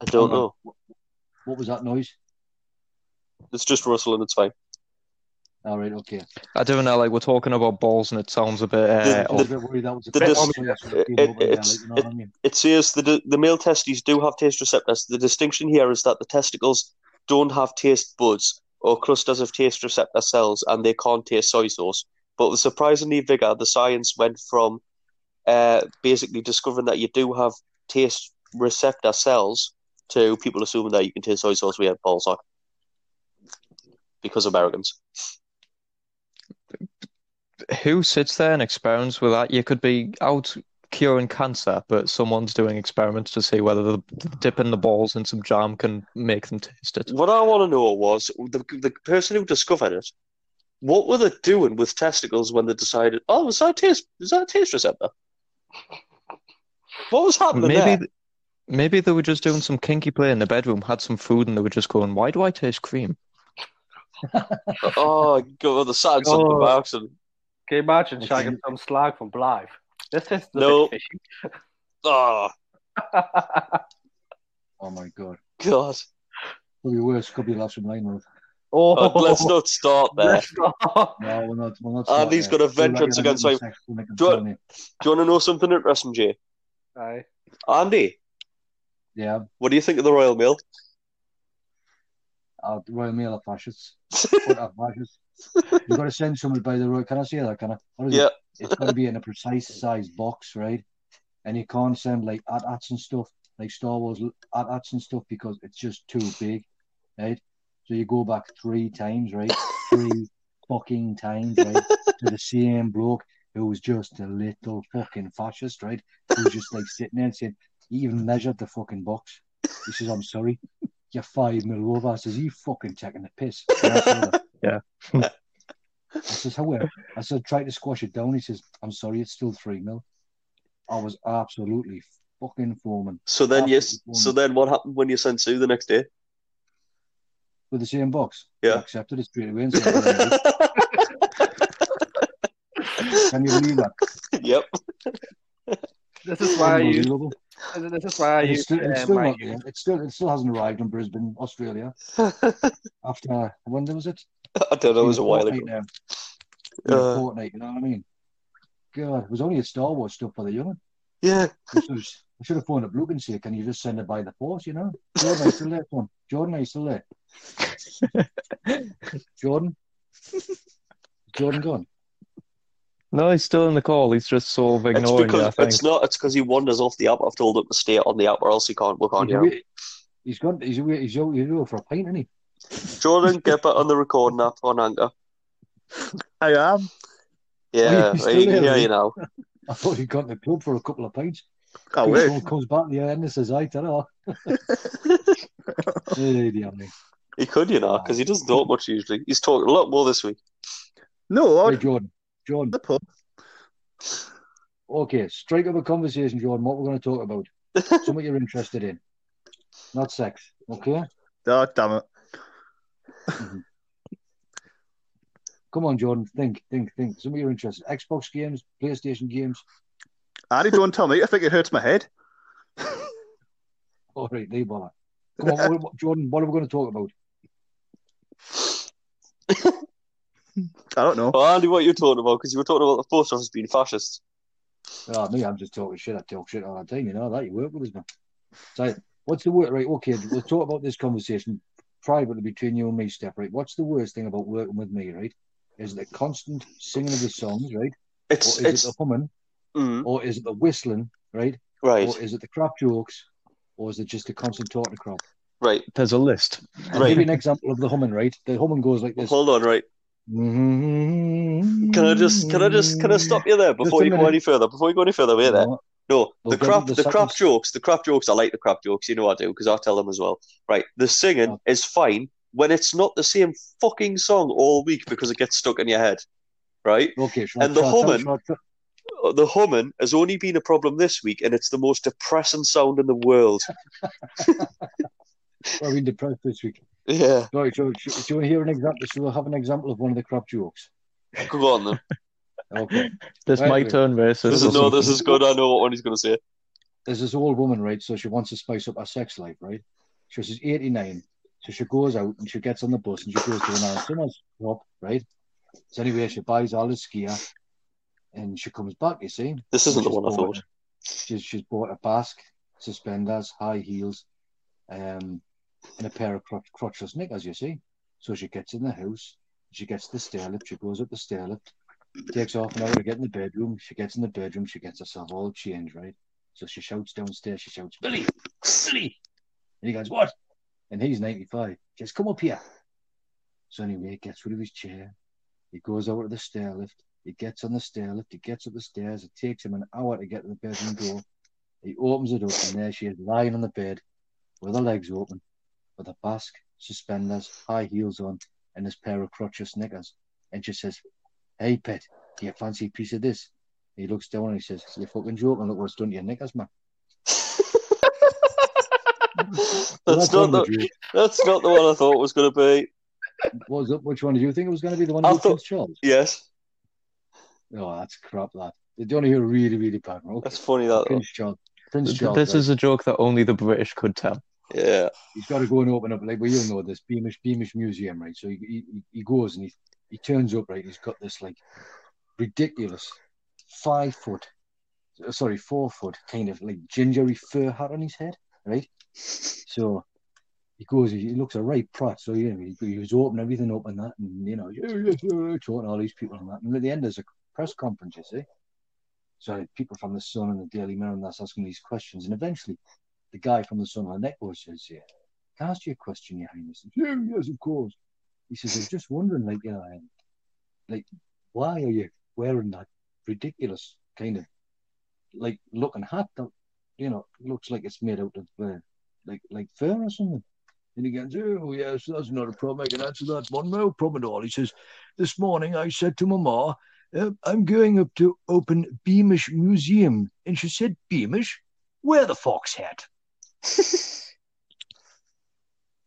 S2: I don't
S12: Hold on.
S2: know.
S12: What was that noise?
S2: It's just Russell, and it's fine.
S12: All right, okay.
S8: I don't know. Like we're talking about balls, and it sounds a bit. Uh,
S2: The-
S12: I
S8: off.
S12: was a bit worried that was a
S2: the-
S12: bit
S2: this-
S12: obvious when it came
S2: it-
S12: over there,
S2: it's-
S12: like, you know what I mean?
S2: It says the the male testes do have taste receptors. The distinction here is that the testicles don't have taste buds or clusters of taste receptor cells, and they can't taste soy sauce. But with surprisingly vigor, the science went from uh, basically discovering that you do have taste receptor cells to people assuming that you can taste soy sauce. We had balls on because Americans.
S8: who sits there and experiments with that? You could be out curing cancer, but someone's doing experiments to see whether the dipping the balls in some jam can make them taste it.
S2: What I want to know was the the person who discovered it. What were they doing with testicles when they decided? Oh, was that a taste? Was that a taste receptor? What was happening there?
S8: Maybe, maybe they were just doing some kinky play in the bedroom, had some food, and they were just going, "Why do I taste cream?"
S2: [LAUGHS] Oh god, the science of the
S7: Oh.
S2: vaccine.
S7: Can you imagine
S12: It's-
S7: shagging some slag from Blythe? This is the
S2: No.
S7: big issue.
S2: Oh
S12: [LAUGHS] Oh my god.
S2: god.
S12: Could be worse. Could be lost from line road.
S7: oh,
S2: Oh, [LAUGHS] let's not start [LAUGHS]
S7: [LAUGHS]
S2: there.
S7: let's not.
S12: No, we're not. We're not.
S2: And he's
S12: he's
S2: got a vengeance against him. Do you want- Do you want to know something interesting, Jay?
S7: Aye.
S2: Andy,
S12: Yeah,
S2: what do you think of the Royal Mail?
S12: uh, the Royal Mail are
S2: [LAUGHS]
S12: fascists. What are fascists? You've got to send someone by the road. Can I say that? Can I? What is it?
S2: Yeah.
S12: It's got to be in a precise size box, right? And you can't send like at-ats and stuff, like Star Wars at-ats and stuff, because it's just too big, right? So you go back three times, right? Three fucking times, right? To the same bloke who was just a little fucking fascist, right? Who was just like sitting there and saying, he even measured the fucking box. He says, I'm sorry, you're five mil over. I says, you fucking taking the piss. And I told her.
S8: Yeah.
S12: I says, however, I said, try to squash it down. He says, I'm sorry, it's still three mil. I was absolutely fucking foaming
S2: So then you
S12: Absolutely.
S2: so then what happened when you sent Sue the next day?
S12: with the same box.
S2: Yeah.
S12: I accepted it straight away and said, "Whatever,
S2: [LAUGHS]
S12: Can you believe that?
S2: yep.
S7: This is why you.
S12: Unbelievable.
S7: This is why
S12: And
S7: you.
S12: It's still, it's
S7: uh,
S12: still
S7: my
S12: not there. It still, it still hasn't arrived in Brisbane,
S2: [LAUGHS]
S12: Australia. After when there was it?
S2: I don't know, it was a while ago.
S12: fortnight now. Been a
S2: Uh,
S12: fortnight, you know what I mean? God, it was only a Star Wars stuff for the young. un.
S2: Yeah.
S12: This was- I should have phoned up Luke and said, "Can you just send it by the force?" You know, Jordan, are you still there, son? Jordan, are you still there? Jordan, Jordan, gone.
S8: No, he's still in the call. He's just sort of
S2: It's
S8: ignoring you, I
S2: because
S8: think.
S2: it's not. It's because he wanders off the app. I've told him to stay on the app, or else he can't work on
S12: He's
S2: you.
S12: away- He's gone. He's away. He's out. He's out for a pint, isn't he?
S2: Jordan, get back on the recording app on Anchor.
S9: I [LAUGHS] am.
S2: Yeah,
S12: he's
S2: I
S12: still
S2: can
S12: there,
S2: hear
S12: is
S2: you
S12: he?
S2: now.
S12: I thought he'd gone to the club for a couple of pints.
S9: I
S12: He
S9: wish.
S12: all comes back at the end and says, "I ta Hey, dear me.
S2: He could, you know, because he doesn't talk much usually. He's talking a lot more this week.
S9: No, I
S12: Hey, Jordan. Jordan.
S9: the pub.
S12: Okay, strike up a conversation, Jordan. What we're going to talk about? Something you're interested in, not sex. Okay.
S9: Oh, damn it.
S12: Come on, Jordan. Think, think, think. Some of your interests: Xbox games, PlayStation games.
S9: Andy, don't tell me. I think it hurts my head.
S12: All right, leave all that. Come on, what- what, Jordan, what are we going to talk about?
S9: I don't know.
S2: Oh, Andy, what are you talking about? Because you were talking about the post office being fascist.
S12: Oh, me, I'm just talking shit. I talk shit all the time. You know that you work with us, man. So, what's the worst? Right, okay, we'll talk about this conversation privately between you and me, Steph. Right, what's the worst thing about working with me? Right, is the constant singing of the songs. Right,
S2: It's-
S12: or is
S2: it's- Mm.
S12: it the humming, or is it the whistling? Right,
S2: Right.
S12: or is it the crap jokes, or is it just the constant talking crap?
S2: Right.
S13: There's a list.
S12: I'll give you an example of the humming. Right, the humming goes like this.
S2: Hold on, right. Can I just can I just can I stop you there before
S12: a
S2: you go
S12: minute.
S2: any further? Before you go any further, wait there.
S12: No.
S2: No,
S12: We'll
S2: the
S12: get
S2: crap
S12: to
S2: the,
S12: the
S2: crap
S12: second-
S2: jokes, the crap jokes, I like the crap jokes, you know I do, because I tell them as well. Right. The singing is fine when it's not the same fucking song all week because it gets stuck in your head. Right?
S12: Okay, shall I-
S2: and the
S12: shall I tell-
S2: humming
S12: shall I tell-
S2: Uh, the humming has only been a problem this week and it's the most depressing sound in the world.
S12: I've been depressed this week.
S2: [LAUGHS] Yeah.
S12: Right, so sh- do you want to hear an example? So we'll have an example of one of the crap jokes.
S2: Go on then.
S12: Okay.
S13: There's
S12: Right,
S13: my
S12: right.
S13: turn versus.
S2: This is
S12: [LAUGHS]
S2: no, this is good. I know what one he's going to say.
S12: There's this old woman, right? So she wants to spice up her sex life, right? So she's 89. So she goes out and she gets on the bus and she goes to an Aaron Summers shop, right? So anyway, she buys all this gear and she comes back, you see.
S2: This isn't the
S12: She's
S2: one I
S12: bought-
S2: [LAUGHS] thought.
S12: She's, she's bought a basque, suspenders, high heels, um, and a pair of crotch, crotchless knickers, you see. So she gets in the house, she gets to the stair lift, she goes up the stair lift, takes off an hour to get in the bedroom. She gets in the bedroom, she gets herself all changed, right? So she shouts downstairs, she shouts, Billy, Billy. And he goes, What? And he's 95. She says, Come up here. So anyway, he gets rid of his chair. He goes over to the stair lift. He gets on the stair lift. He gets up the stairs. It takes him an hour to get to the bedroom door. He opens it up, and there she is lying on the bed with her legs open, with a basque, suspenders, high heels on, and this pair of crotchless knickers. And she says, Hey, pet, do you fancy a piece of this? He looks down and he says, You're fucking joking. Look what's done to your knickers, man.
S2: That's not the. That's not the one I thought was going to be.
S12: What was it? Which one did you think it was going to be? The one with Prince Charles?
S2: Yes,
S12: Oh, that's crap, that. They only hear really, really bad. Okay.
S2: That's funny, that.
S12: Prince Charles. Prince Charles.
S13: This
S12: right?
S13: is a joke that only the British could tell.
S2: Yeah.
S12: He's got to go and open up, like, well, you'll know this Beamish Beamish Museum, right? So he, he, he goes and he, he turns up, right? He's got this, like, ridiculous five foot, uh, sorry, four foot kind of like gingery fur hat on his head, right? So he goes, he looks a right prat. So, you know, he, he was opening everything up and that, and, you know, talking to all these people and that. And at the end, there's a press conference, you see. So people from the Sun and the Daily Mirror and that's asking these questions. And eventually, the guy from the Sun on the network says, yeah, can I ask you a question, Your Highness? He says, yeah, yes, of course. He says, I was just wondering, like, you know, um, like, why are you wearing that ridiculous kind of, like, looking hat that, you know, looks like it's made out of, uh, like, like fur or something? And he goes, oh, yes, that's not a problem. I can answer that one. No problem at all. He says, this morning I said to Mama, uh, I'm going up to open Beamish Museum. And she said, Beamish? Wear the fox hat.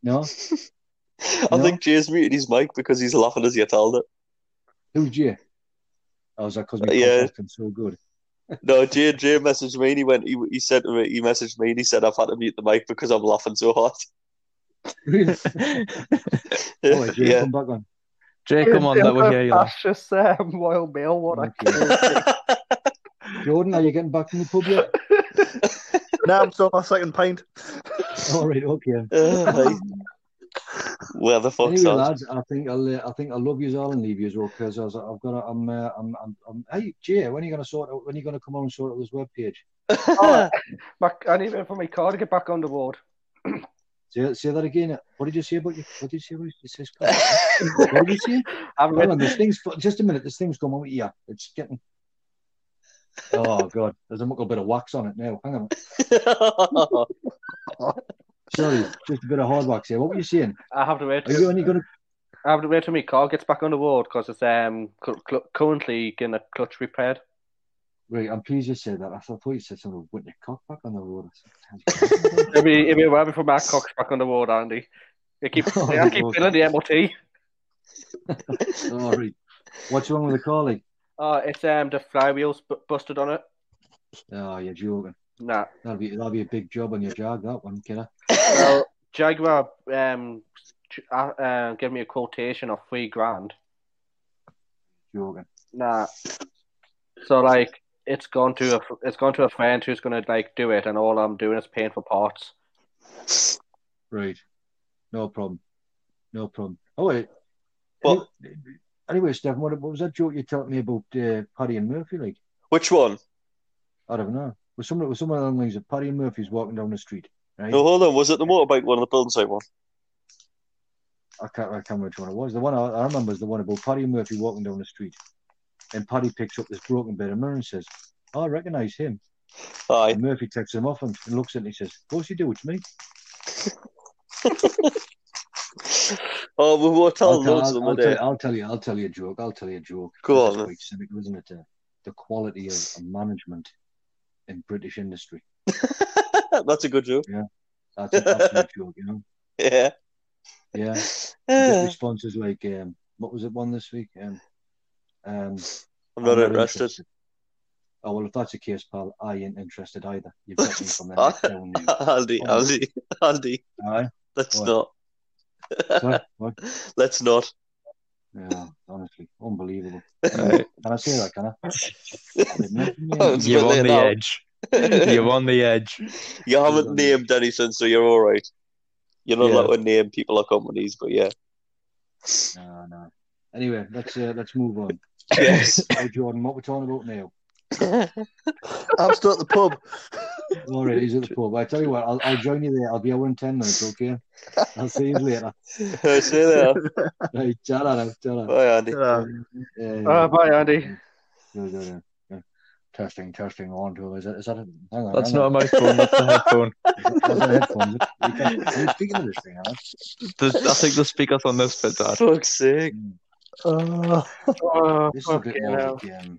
S12: No?
S2: I think Jay's muted his mic because he's laughing as you told it.
S12: Who's Jay? Oh, is that because
S2: Uh,
S12: my
S2: yeah.
S12: yeah. so good? [LAUGHS]
S2: No, Jay. Jay messaged me and he went. He, he said to me. He messaged me and he said I've had to mute the mic because I'm laughing so hard.
S12: Really?
S2: [LAUGHS] yeah.
S12: Jay,
S2: yeah.
S12: come back on.
S13: Jay, come on, let me hear you. laugh.
S7: That's just um, Royal Mail, what I
S12: Jordan, are you getting back in the pub
S9: [LAUGHS]
S12: yet?
S9: now I'm still on my second pint.
S12: All right, okay.
S2: Uh, Where the fuck's
S12: Anyway,
S2: anyway,
S12: lads, I think I'll uh, I think I'll love you all and leave you all because I've got to, I'm, uh, I'm I'm I'm hey Jay, when are you gonna sort out when are you gonna come on and sort out this webpage?
S7: oh, my, I need it for my car to get back on the road.
S12: Say, say that again. What did you say about you? What did you say about you? It says, what did you say?
S7: I've
S12: Hold on, this thing's just a minute. This thing's going over here. It's getting. Oh god, there's a muckle bit of wax on it now. Hang on.
S2: [LAUGHS]
S12: Sorry, just a bit of hard wax here. What were you saying?
S7: I have to wait.
S12: Are you only going to?
S7: I have to wait till my car gets back on the road because it's um cu- cl- currently getting a clutch repaired.
S12: Right, I'm pleased you said that. I thought you said something. Went your cock back on the
S2: [LAUGHS]
S12: road.
S7: It'll be it'll be well before my cock's back on the road, Andy. You
S12: [LAUGHS]
S7: keep
S12: Oh,
S7: I keep filling the MOT.
S12: Sorry. What's wrong with the car? Like,
S7: Oh, Uh, it's um the flywheels bu- busted on it.
S12: Oh, you're joking.
S7: Nah.
S12: That'll be that'll be a big job on your jag. That one, kiddo.
S7: well, Jaguar um, ch- uh, uh, gave me a quotation of three grand.
S12: Joking.
S7: Nah. So like, it's gone to a f- it's gone to a friend who's gonna like do it, and all I'm doing is paying for parts.
S12: Right. No problem. No problem. Oh wait.
S2: Well-
S12: Any- anyway, Stephen, what, what was that joke you told me about uh, Paddy and Murphy? Like,
S2: Which one?
S12: I don't know. Was someone was someone along the lines of Paddy and Murphy's walking down the street, right?
S2: No, hold on. Was it the motorbike one or the building site one?
S12: I can't, I can't remember which one it was. The one I, I remember is the one about Paddy and Murphy walking down the street, and Paddy picks up this broken bit of mirror and says, "Oh, "I recognise him."
S2: Aye.
S12: And Murphy takes him off and, and looks at him and he says, "Of course you do, it's me."
S2: Oh, we were telling
S12: I'll, tell-
S2: loads of them
S12: I'll
S2: a day.
S12: tell, I'll tell you, I'll tell you a joke. I'll tell you a joke.
S2: Go
S12: That's
S2: on.
S12: Quite cynical, isn't it? uh, the quality of management in British industry.
S2: [LAUGHS] That's a good joke.
S12: Yeah. That's an absolute
S2: [LAUGHS]
S12: joke, you know.
S2: Yeah.
S12: Yeah. You
S2: Yeah.
S12: Get responses like, um, what was it one this week? Um, um,
S2: I'm not interested.
S12: interested. Oh well, if that's the case, pal, I ain't interested either. You've got me from the
S2: Ah,
S12: neck down there.
S2: Andy,
S12: Oh.
S2: Andy, Andy.
S12: Aye.
S2: Let's
S12: What?
S2: not.
S12: Sorry, what?
S2: Let's not.
S12: Yeah, honestly, unbelievable.
S13: Aye.
S12: Can I say that? Can I?
S2: Oh, it's a
S13: You're on
S2: bit late
S13: the
S2: now.
S13: edge. You're on the edge.
S2: You haven't named anything, so you're all right. You're not
S13: Yeah.
S2: allowed to name people or companies, but yeah.
S12: No, no. Anyway, let's uh, let's move on.
S2: Yes.
S12: [LAUGHS] Hey, Jordan, what we're talking about now?
S9: I'm still at the pub.
S12: All right, he's at the pub. I tell you what, I'll, I'll join you there. I'll be hour and ten minutes, okay? I'll see you
S2: [LAUGHS]
S12: later.
S2: I say that.
S12: Right, chat on, out, chat on.
S2: Bye, Andy.
S12: Uh,
S7: Uh, bye, Andy.
S12: no, no, no, no. Testing, testing, on to is that is that a hang on?
S13: That's
S12: hang
S13: not a
S12: on.
S13: microphone. That's a headphone.
S12: That's a headphone. You can- I'm speaking to this thing, Alan.
S13: There's, I think the speaker's on this bit,
S2: [LAUGHS]
S13: Dad.
S2: Fuck's sake.
S7: Oh,
S12: This is a bit
S7: fucking
S12: more
S2: [LAUGHS]
S7: hell.
S12: like um,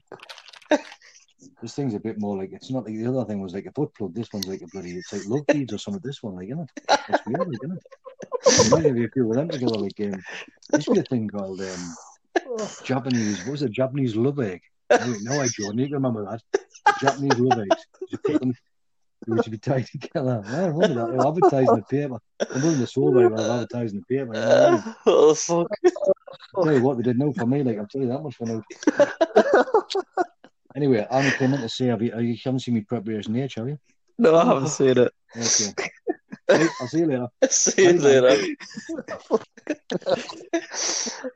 S12: this thing's a bit more like it's not like the other thing was like a foot plug. This one's like a bloody it's like love beads or something. This one like isn't it? It's weird, like, isn't it? You might have a few of them together. Like um, this be a thing called um, Japanese. What was it? Japanese love egg. No, no I Jordan. You can remember that Japanese love eggs. You put them. You should be tied together. I remember that. They were advertising the paper. They were in the soul very well advertising the paper. you know what I mean?
S2: Uh, what the
S13: Oh,
S2: fuck?
S12: I'll tell you what, they did know for me. Like I'll tell you that much for now. anyway, I'm coming to say, have you, you haven't seen me preparation yet, have you?
S13: No, I haven't seen it.
S12: Okay. Right, I'll see you later.
S2: See
S12: [LAUGHS]
S2: you later.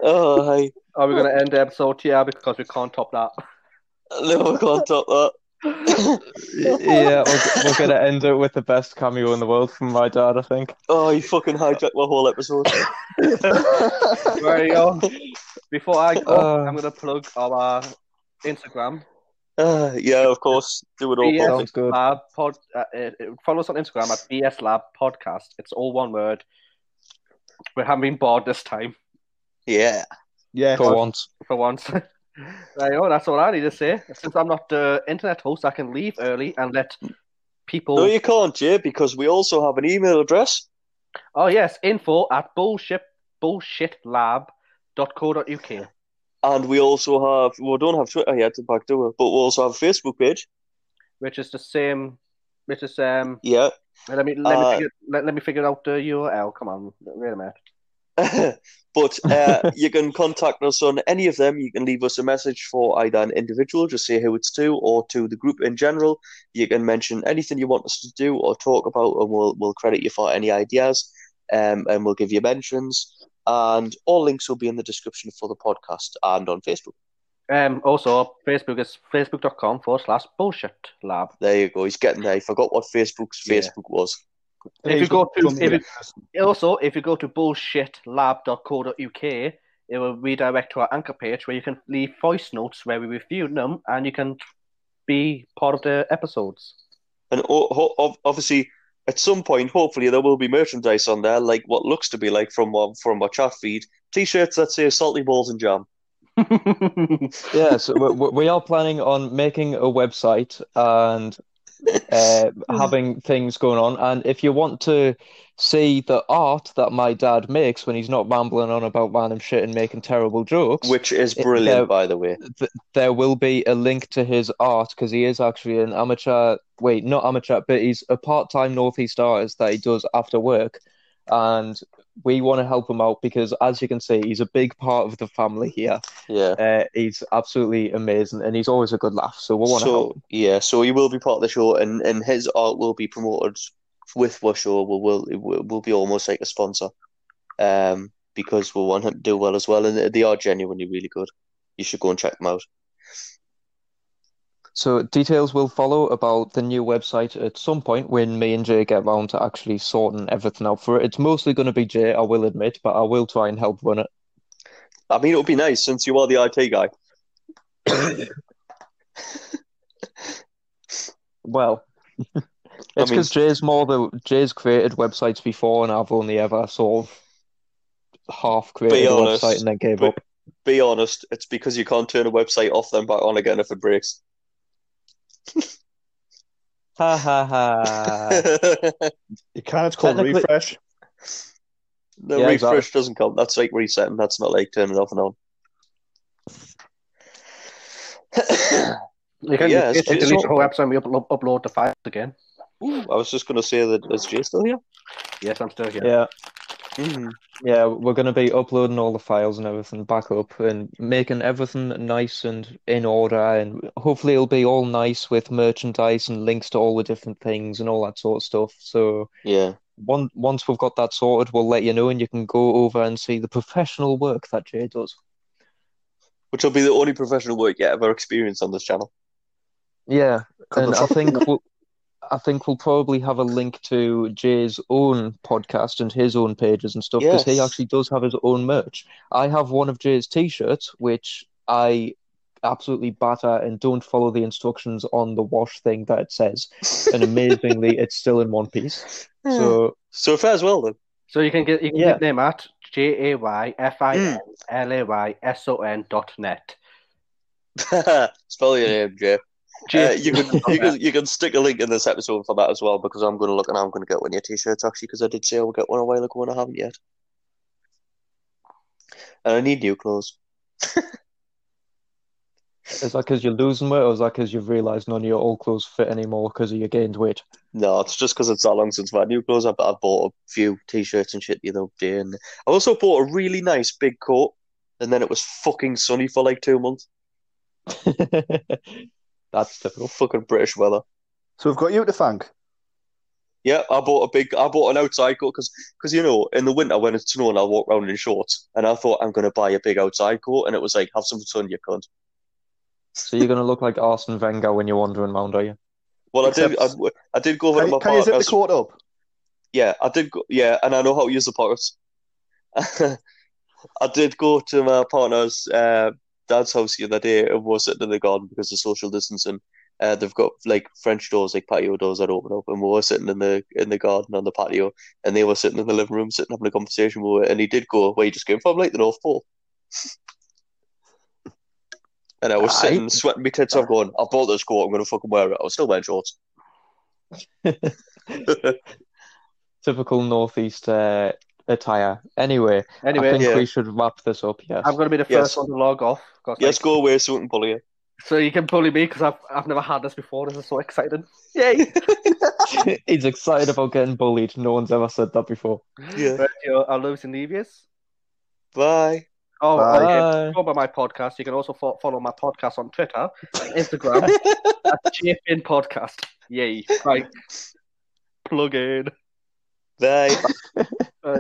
S2: oh, hi.
S7: Are we going to end the episode here because we can't top that?
S2: No, I can't top that.
S13: [LAUGHS] Yeah, we're, we're gonna end it with the best cameo in the world from my dad. I think.
S2: Oh, you fucking hijacked my
S13: [LAUGHS]
S2: whole episode.
S7: Right, um, [LAUGHS] before I go,
S13: Uh.
S7: I'm going to plug our Instagram.
S2: Uh, yeah, of course. Do it all
S7: Yeah.
S2: properly.
S13: Sounds good.
S7: Lab pod, uh, uh, follow us on Instagram at BS Lab Podcast. It's all one word. We haven't been bored this time
S2: Yeah.
S9: Yeah.
S13: For once.
S7: for once. [LAUGHS] right, oh, that's all I need to say. Since I'm not the internet host, I can leave early and let people.
S2: No, you can't, Jay, because we also have an email address.
S7: Oh, yes, info at bullshit bullshitlab.co.uk.
S2: And we also have, well, we don't have oh, Twitter yet, in fact, do we? But we also have a Facebook page.
S7: which is the same. Which is um.
S2: Yeah. [LAUGHS]
S7: Let me let
S2: Uh,
S7: me figure, let, let me figure out the URL. Come on, wait a minute.
S2: but uh, you can contact us on any of them. You can leave us a message for either an individual, just say who it's to, or to the group in general. You can mention anything you want us to do or talk about, and we'll, we'll credit you for any ideas um, and we'll give you mentions. And all links will be in the description for the podcast and on Facebook.
S7: Um. Also, Facebook is facebook.com forward slash bullshit lab.
S2: There you go. He's getting there. He forgot what Facebook's
S12: Yeah.
S2: Facebook was.
S7: If you go to
S12: Come
S7: if
S12: here.
S7: you, also if you go to bullshitlab.co.uk, it will redirect to our anchor page where you can leave voice notes where we reviewed them and you can be part of the
S2: [LAUGHS]
S7: episodes.
S2: And o- ho- ob- obviously, at some point, hopefully, there will be merchandise on there, like what looks to be like from our, from our chat feed t-shirts that say "Salty Balls and Jam."
S13: Yeah, so we, we- we are planning on making a website and
S8: uh, having things going on. And if you want to see the art that my dad makes when he's not rambling on about random shit and making terrible jokes,
S2: [LAUGHS] which is brilliant,
S8: there-
S2: by the way.
S8: th- there will be a link to his art because he is actually an amateur. Wait, not amateur, but he's a part-time northeast artist that he does after work, and we want to help him out because, as you can see, he's a big part of the family here.
S2: Yeah,
S8: uh, he's absolutely amazing, and he's always a good laugh. So we want to
S2: so
S8: help.
S2: yeah, so he will be part of the show, and, and his art will be promoted with our show. Will will it will will be almost like a sponsor, um, because we want him to do well as well, and they are genuinely really good. You should go and check them out.
S8: So details will follow about the new website at some point when me and Jay get round to actually sorting everything out for it. It's mostly going to be Jay, I will admit, but I will try and help run it.
S2: I mean, it would be nice since you are the IT guy. [COUGHS]
S8: Well, it's
S2: [LAUGHS] I mean-
S8: because Jay's more the Jay's created websites before, and I've only ever sort of half created
S2: Be
S8: a
S2: honest,
S8: website and then gave
S2: but- [LAUGHS]
S8: up.
S2: Be honest, it's because you can't turn a website off then back on again if it breaks.
S8: Ha ha
S2: [LAUGHS]
S8: ha!
S14: You can. It's called
S8: Technically-
S14: refresh.
S2: No,
S8: Yeah,
S2: refresh
S8: exactly.
S2: doesn't count. That's like resetting. That's not like turning off and
S8: [COUGHS]
S2: on. [COUGHS]
S7: You can yeah,
S2: Yeah, it's-
S7: delete
S2: it's
S7: the
S2: all-
S7: whole website and we uplo- upload the files again.
S2: Ooh, I was just going to say that is Jay still here?
S7: Yes, I'm still here.
S8: Yeah,
S2: Mhm.
S8: Mm-hmm. yeah, we're going to be uploading all the files and everything back up and making everything nice and in order, and hopefully it'll be all nice with merchandise and links to all the different things and all that sort of stuff. So
S2: Yeah.
S8: one, once we've got that sorted, we'll let you know, and you can go over and see the professional work that Jay does.
S2: Which will be the only professional work yet I've ever experienced on this channel.
S8: Yeah,
S2: Couple
S8: and I
S2: of shop-
S8: think we'll, I think we'll probably have a link to Jay's own podcast and his own pages and stuff because he
S2: Yes.
S8: actually does have his own merch. I have one of Jay's t-shirts, which I absolutely batter and don't follow the instructions on the wash thing that it says, and
S2: [LAUGHS]
S8: amazingly, it's still in one piece.
S2: Hmm.
S8: So
S2: So fair as well, then.
S7: So you can get you can
S8: Yeah.
S7: get them at J A Y F I N L A Y S O N dot net.
S2: [LAUGHS] Spell your name, Jay.
S7: Jay-
S2: Uh, you
S7: [LAUGHS]
S2: can
S8: [LAUGHS]
S2: you can you can stick a link in this episode for that as well because I'm going to look and I'm going to get one of your t-shirts actually because I did say I will get one a while ago and I haven't yet. And I need new clothes.
S8: [LAUGHS] is that because you're losing weight, or is that because you've realised none of your old clothes fit anymore because you gained weight?
S2: No, it's just because it's that long since my new clothes. I, I bought a few t-shirts and shit the other day, and I also bought a really nice big coat. And then it was fucking sunny for like
S8: [LAUGHS]
S2: two months.
S8: That's typical.
S2: Fucking British weather.
S14: So we've got you to thank.
S2: Yeah, I bought a big, I bought an outside coat because, because you know, in the winter when it's snowing, I walk around in shorts, and I thought I'm gonna buy a big outside coat, and it was like, have some sun, you cunt.
S8: So you're gonna look like Arsene Wenger when you're wandering around, are you?
S2: Well, I did, I,
S14: Except-
S2: I did go over
S14: Can
S2: to my
S14: you, can you zip the
S2: partner's.
S14: coat up?
S2: Yeah, I did go. Yeah, and I know how to use the pockets. [LAUGHS] I did go to my partner's uh, dad's house the other day and was sitting in the garden because of social distancing. Uh, they've got like French doors, like patio doors that open up, and we were sitting in the in the garden on the patio, and they were sitting in the living room, sitting having a conversation with her. And he did go, "Where you just came from?" Like the North Pole. [LAUGHS] And I was
S8: Aye.
S2: sitting, sweating my tits off, going, "I bought this coat. I'm going to fucking wear it." I was still wearing shorts. [LAUGHS]
S8: Typical northeast uh, attire. Anyway, I
S7: Anyway,
S8: think
S2: yeah.
S8: we should wrap this up. Yes.
S7: I'm going to be the
S2: Yes.
S7: first one to log off. 'cause,
S2: Yes,
S7: like,
S2: go away, suit and bully.
S7: so you can bully me because I've, I've never had this before. This is so exciting. [LAUGHS]
S2: Yay!
S8: [LAUGHS] He's excited about getting bullied. No one's ever said that before.
S2: Yeah.
S7: Right, you know, I'll lose in Nevius.
S2: Bye.
S7: Oh,
S14: Bye.
S7: okay. Follow my podcast. You can also fo- follow my podcast on Twitter, Instagram, at JFN Podcast. Yay. Right. Plug in.
S2: Bye.
S8: Uh,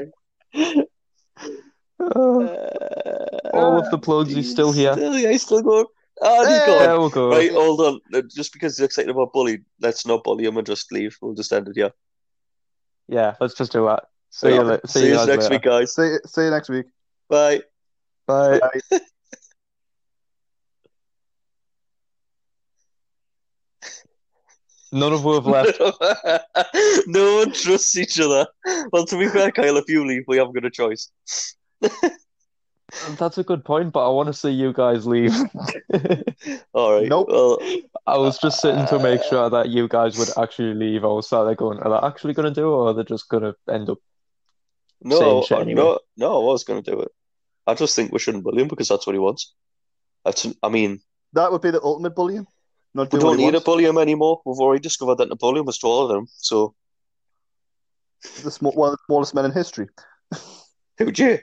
S8: all of the plugs, he's still here.
S2: Still, yeah, he's still going. Oh, and he's gone.
S8: There we go.
S2: Right, hold on. Uh, Just because he's excited about bully, let's not bully him and just leave. We'll just end it here.
S8: Yeah, let's just do that. See you, la- see
S2: See
S8: you
S2: you
S8: guys
S2: next
S8: later.
S2: week, guys.
S14: See, see you next week.
S2: Bye.
S8: Bye.
S14: Bye.
S8: None of who have left.
S2: [LAUGHS] no one trusts each other. Well, to be fair, Kyle, if you leave, we haven't got a choice.
S8: [LAUGHS] That's a good point, but I want to see you guys leave.
S2: [LAUGHS] All right.
S8: Nope.
S2: Well,
S8: I was just sitting to make sure that you guys would actually leave. I was sat there going, "Are they actually going to do it, or are they just going to end up
S2: no,
S8: saying shit anyway?"
S2: no, no. I was going to do it. I just think we shouldn't bully him because that's what he wants. That's, I mean,
S7: That would be the ultimate bullying. Not
S2: we
S7: doing what
S2: don't
S7: he
S2: need to
S7: wants.
S2: bully him anymore. We've already discovered that Napoleon was taller than him. So
S7: The sm- one of the smallest men in history.
S2: who you?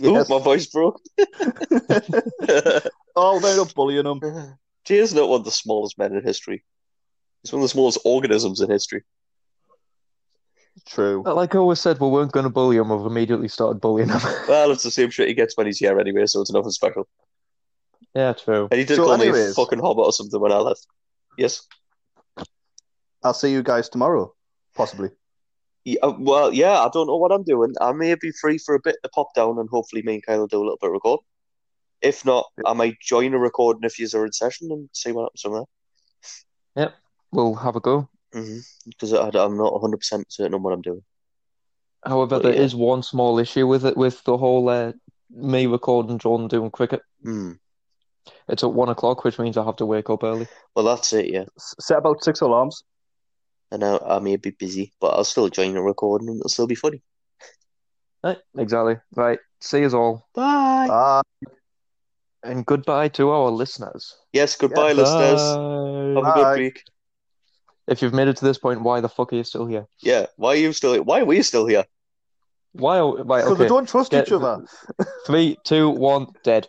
S7: Yes.
S2: Ooh, my voice broke.
S7: [LAUGHS] oh, they're not bullying
S2: [LAUGHS]
S7: him.
S2: Jay's not one of the smallest men in history. He's one of the smallest organisms in history.
S7: True.
S8: Like I always said, we weren't going to bully him. We've immediately started bullying him.
S2: Well, it's the same shit he gets when he's here anyway, so it's nothing special.
S8: yeah, true.
S2: And he did
S7: So
S2: call me a
S7: anyways-
S2: fucking hobbit or something when I left. Yes.
S7: I'll see you guys tomorrow, possibly.
S2: Yeah, uh, well, yeah, I don't know what I'm doing. I may be free for a bit to pop down and hopefully me and Kyle will do a little bit of recording. If not, I might join a recording if you're in session and see what happens from there.
S8: Yep, [LAUGHS] we'll have a go.
S7: Mm-hmm.
S2: Because I'm not 100% certain on what I'm doing.
S8: However, there is one small issue with it with the whole uh, me recording Jordan doing cricket.
S2: Hmm.
S8: It's at one o'clock, which means I have to wake up early.
S2: Well, that's it, yeah.
S7: Set about six alarms.
S2: And I, I may be busy, but I'll still join a recording and it'll still be funny.
S8: Right, exactly. Right. See you all.
S2: Bye.
S8: And goodbye to our listeners.
S2: Yes, goodbye, listeners. Have a good week.
S8: If you've made it to this point, why the fuck are you still here?
S2: Yeah, why are you still here? Why are we still here?
S8: Why? Are, right,
S7: Because
S8: okay.
S7: they don't trust
S8: Get-
S7: each other.
S8: Three, two, one, dead.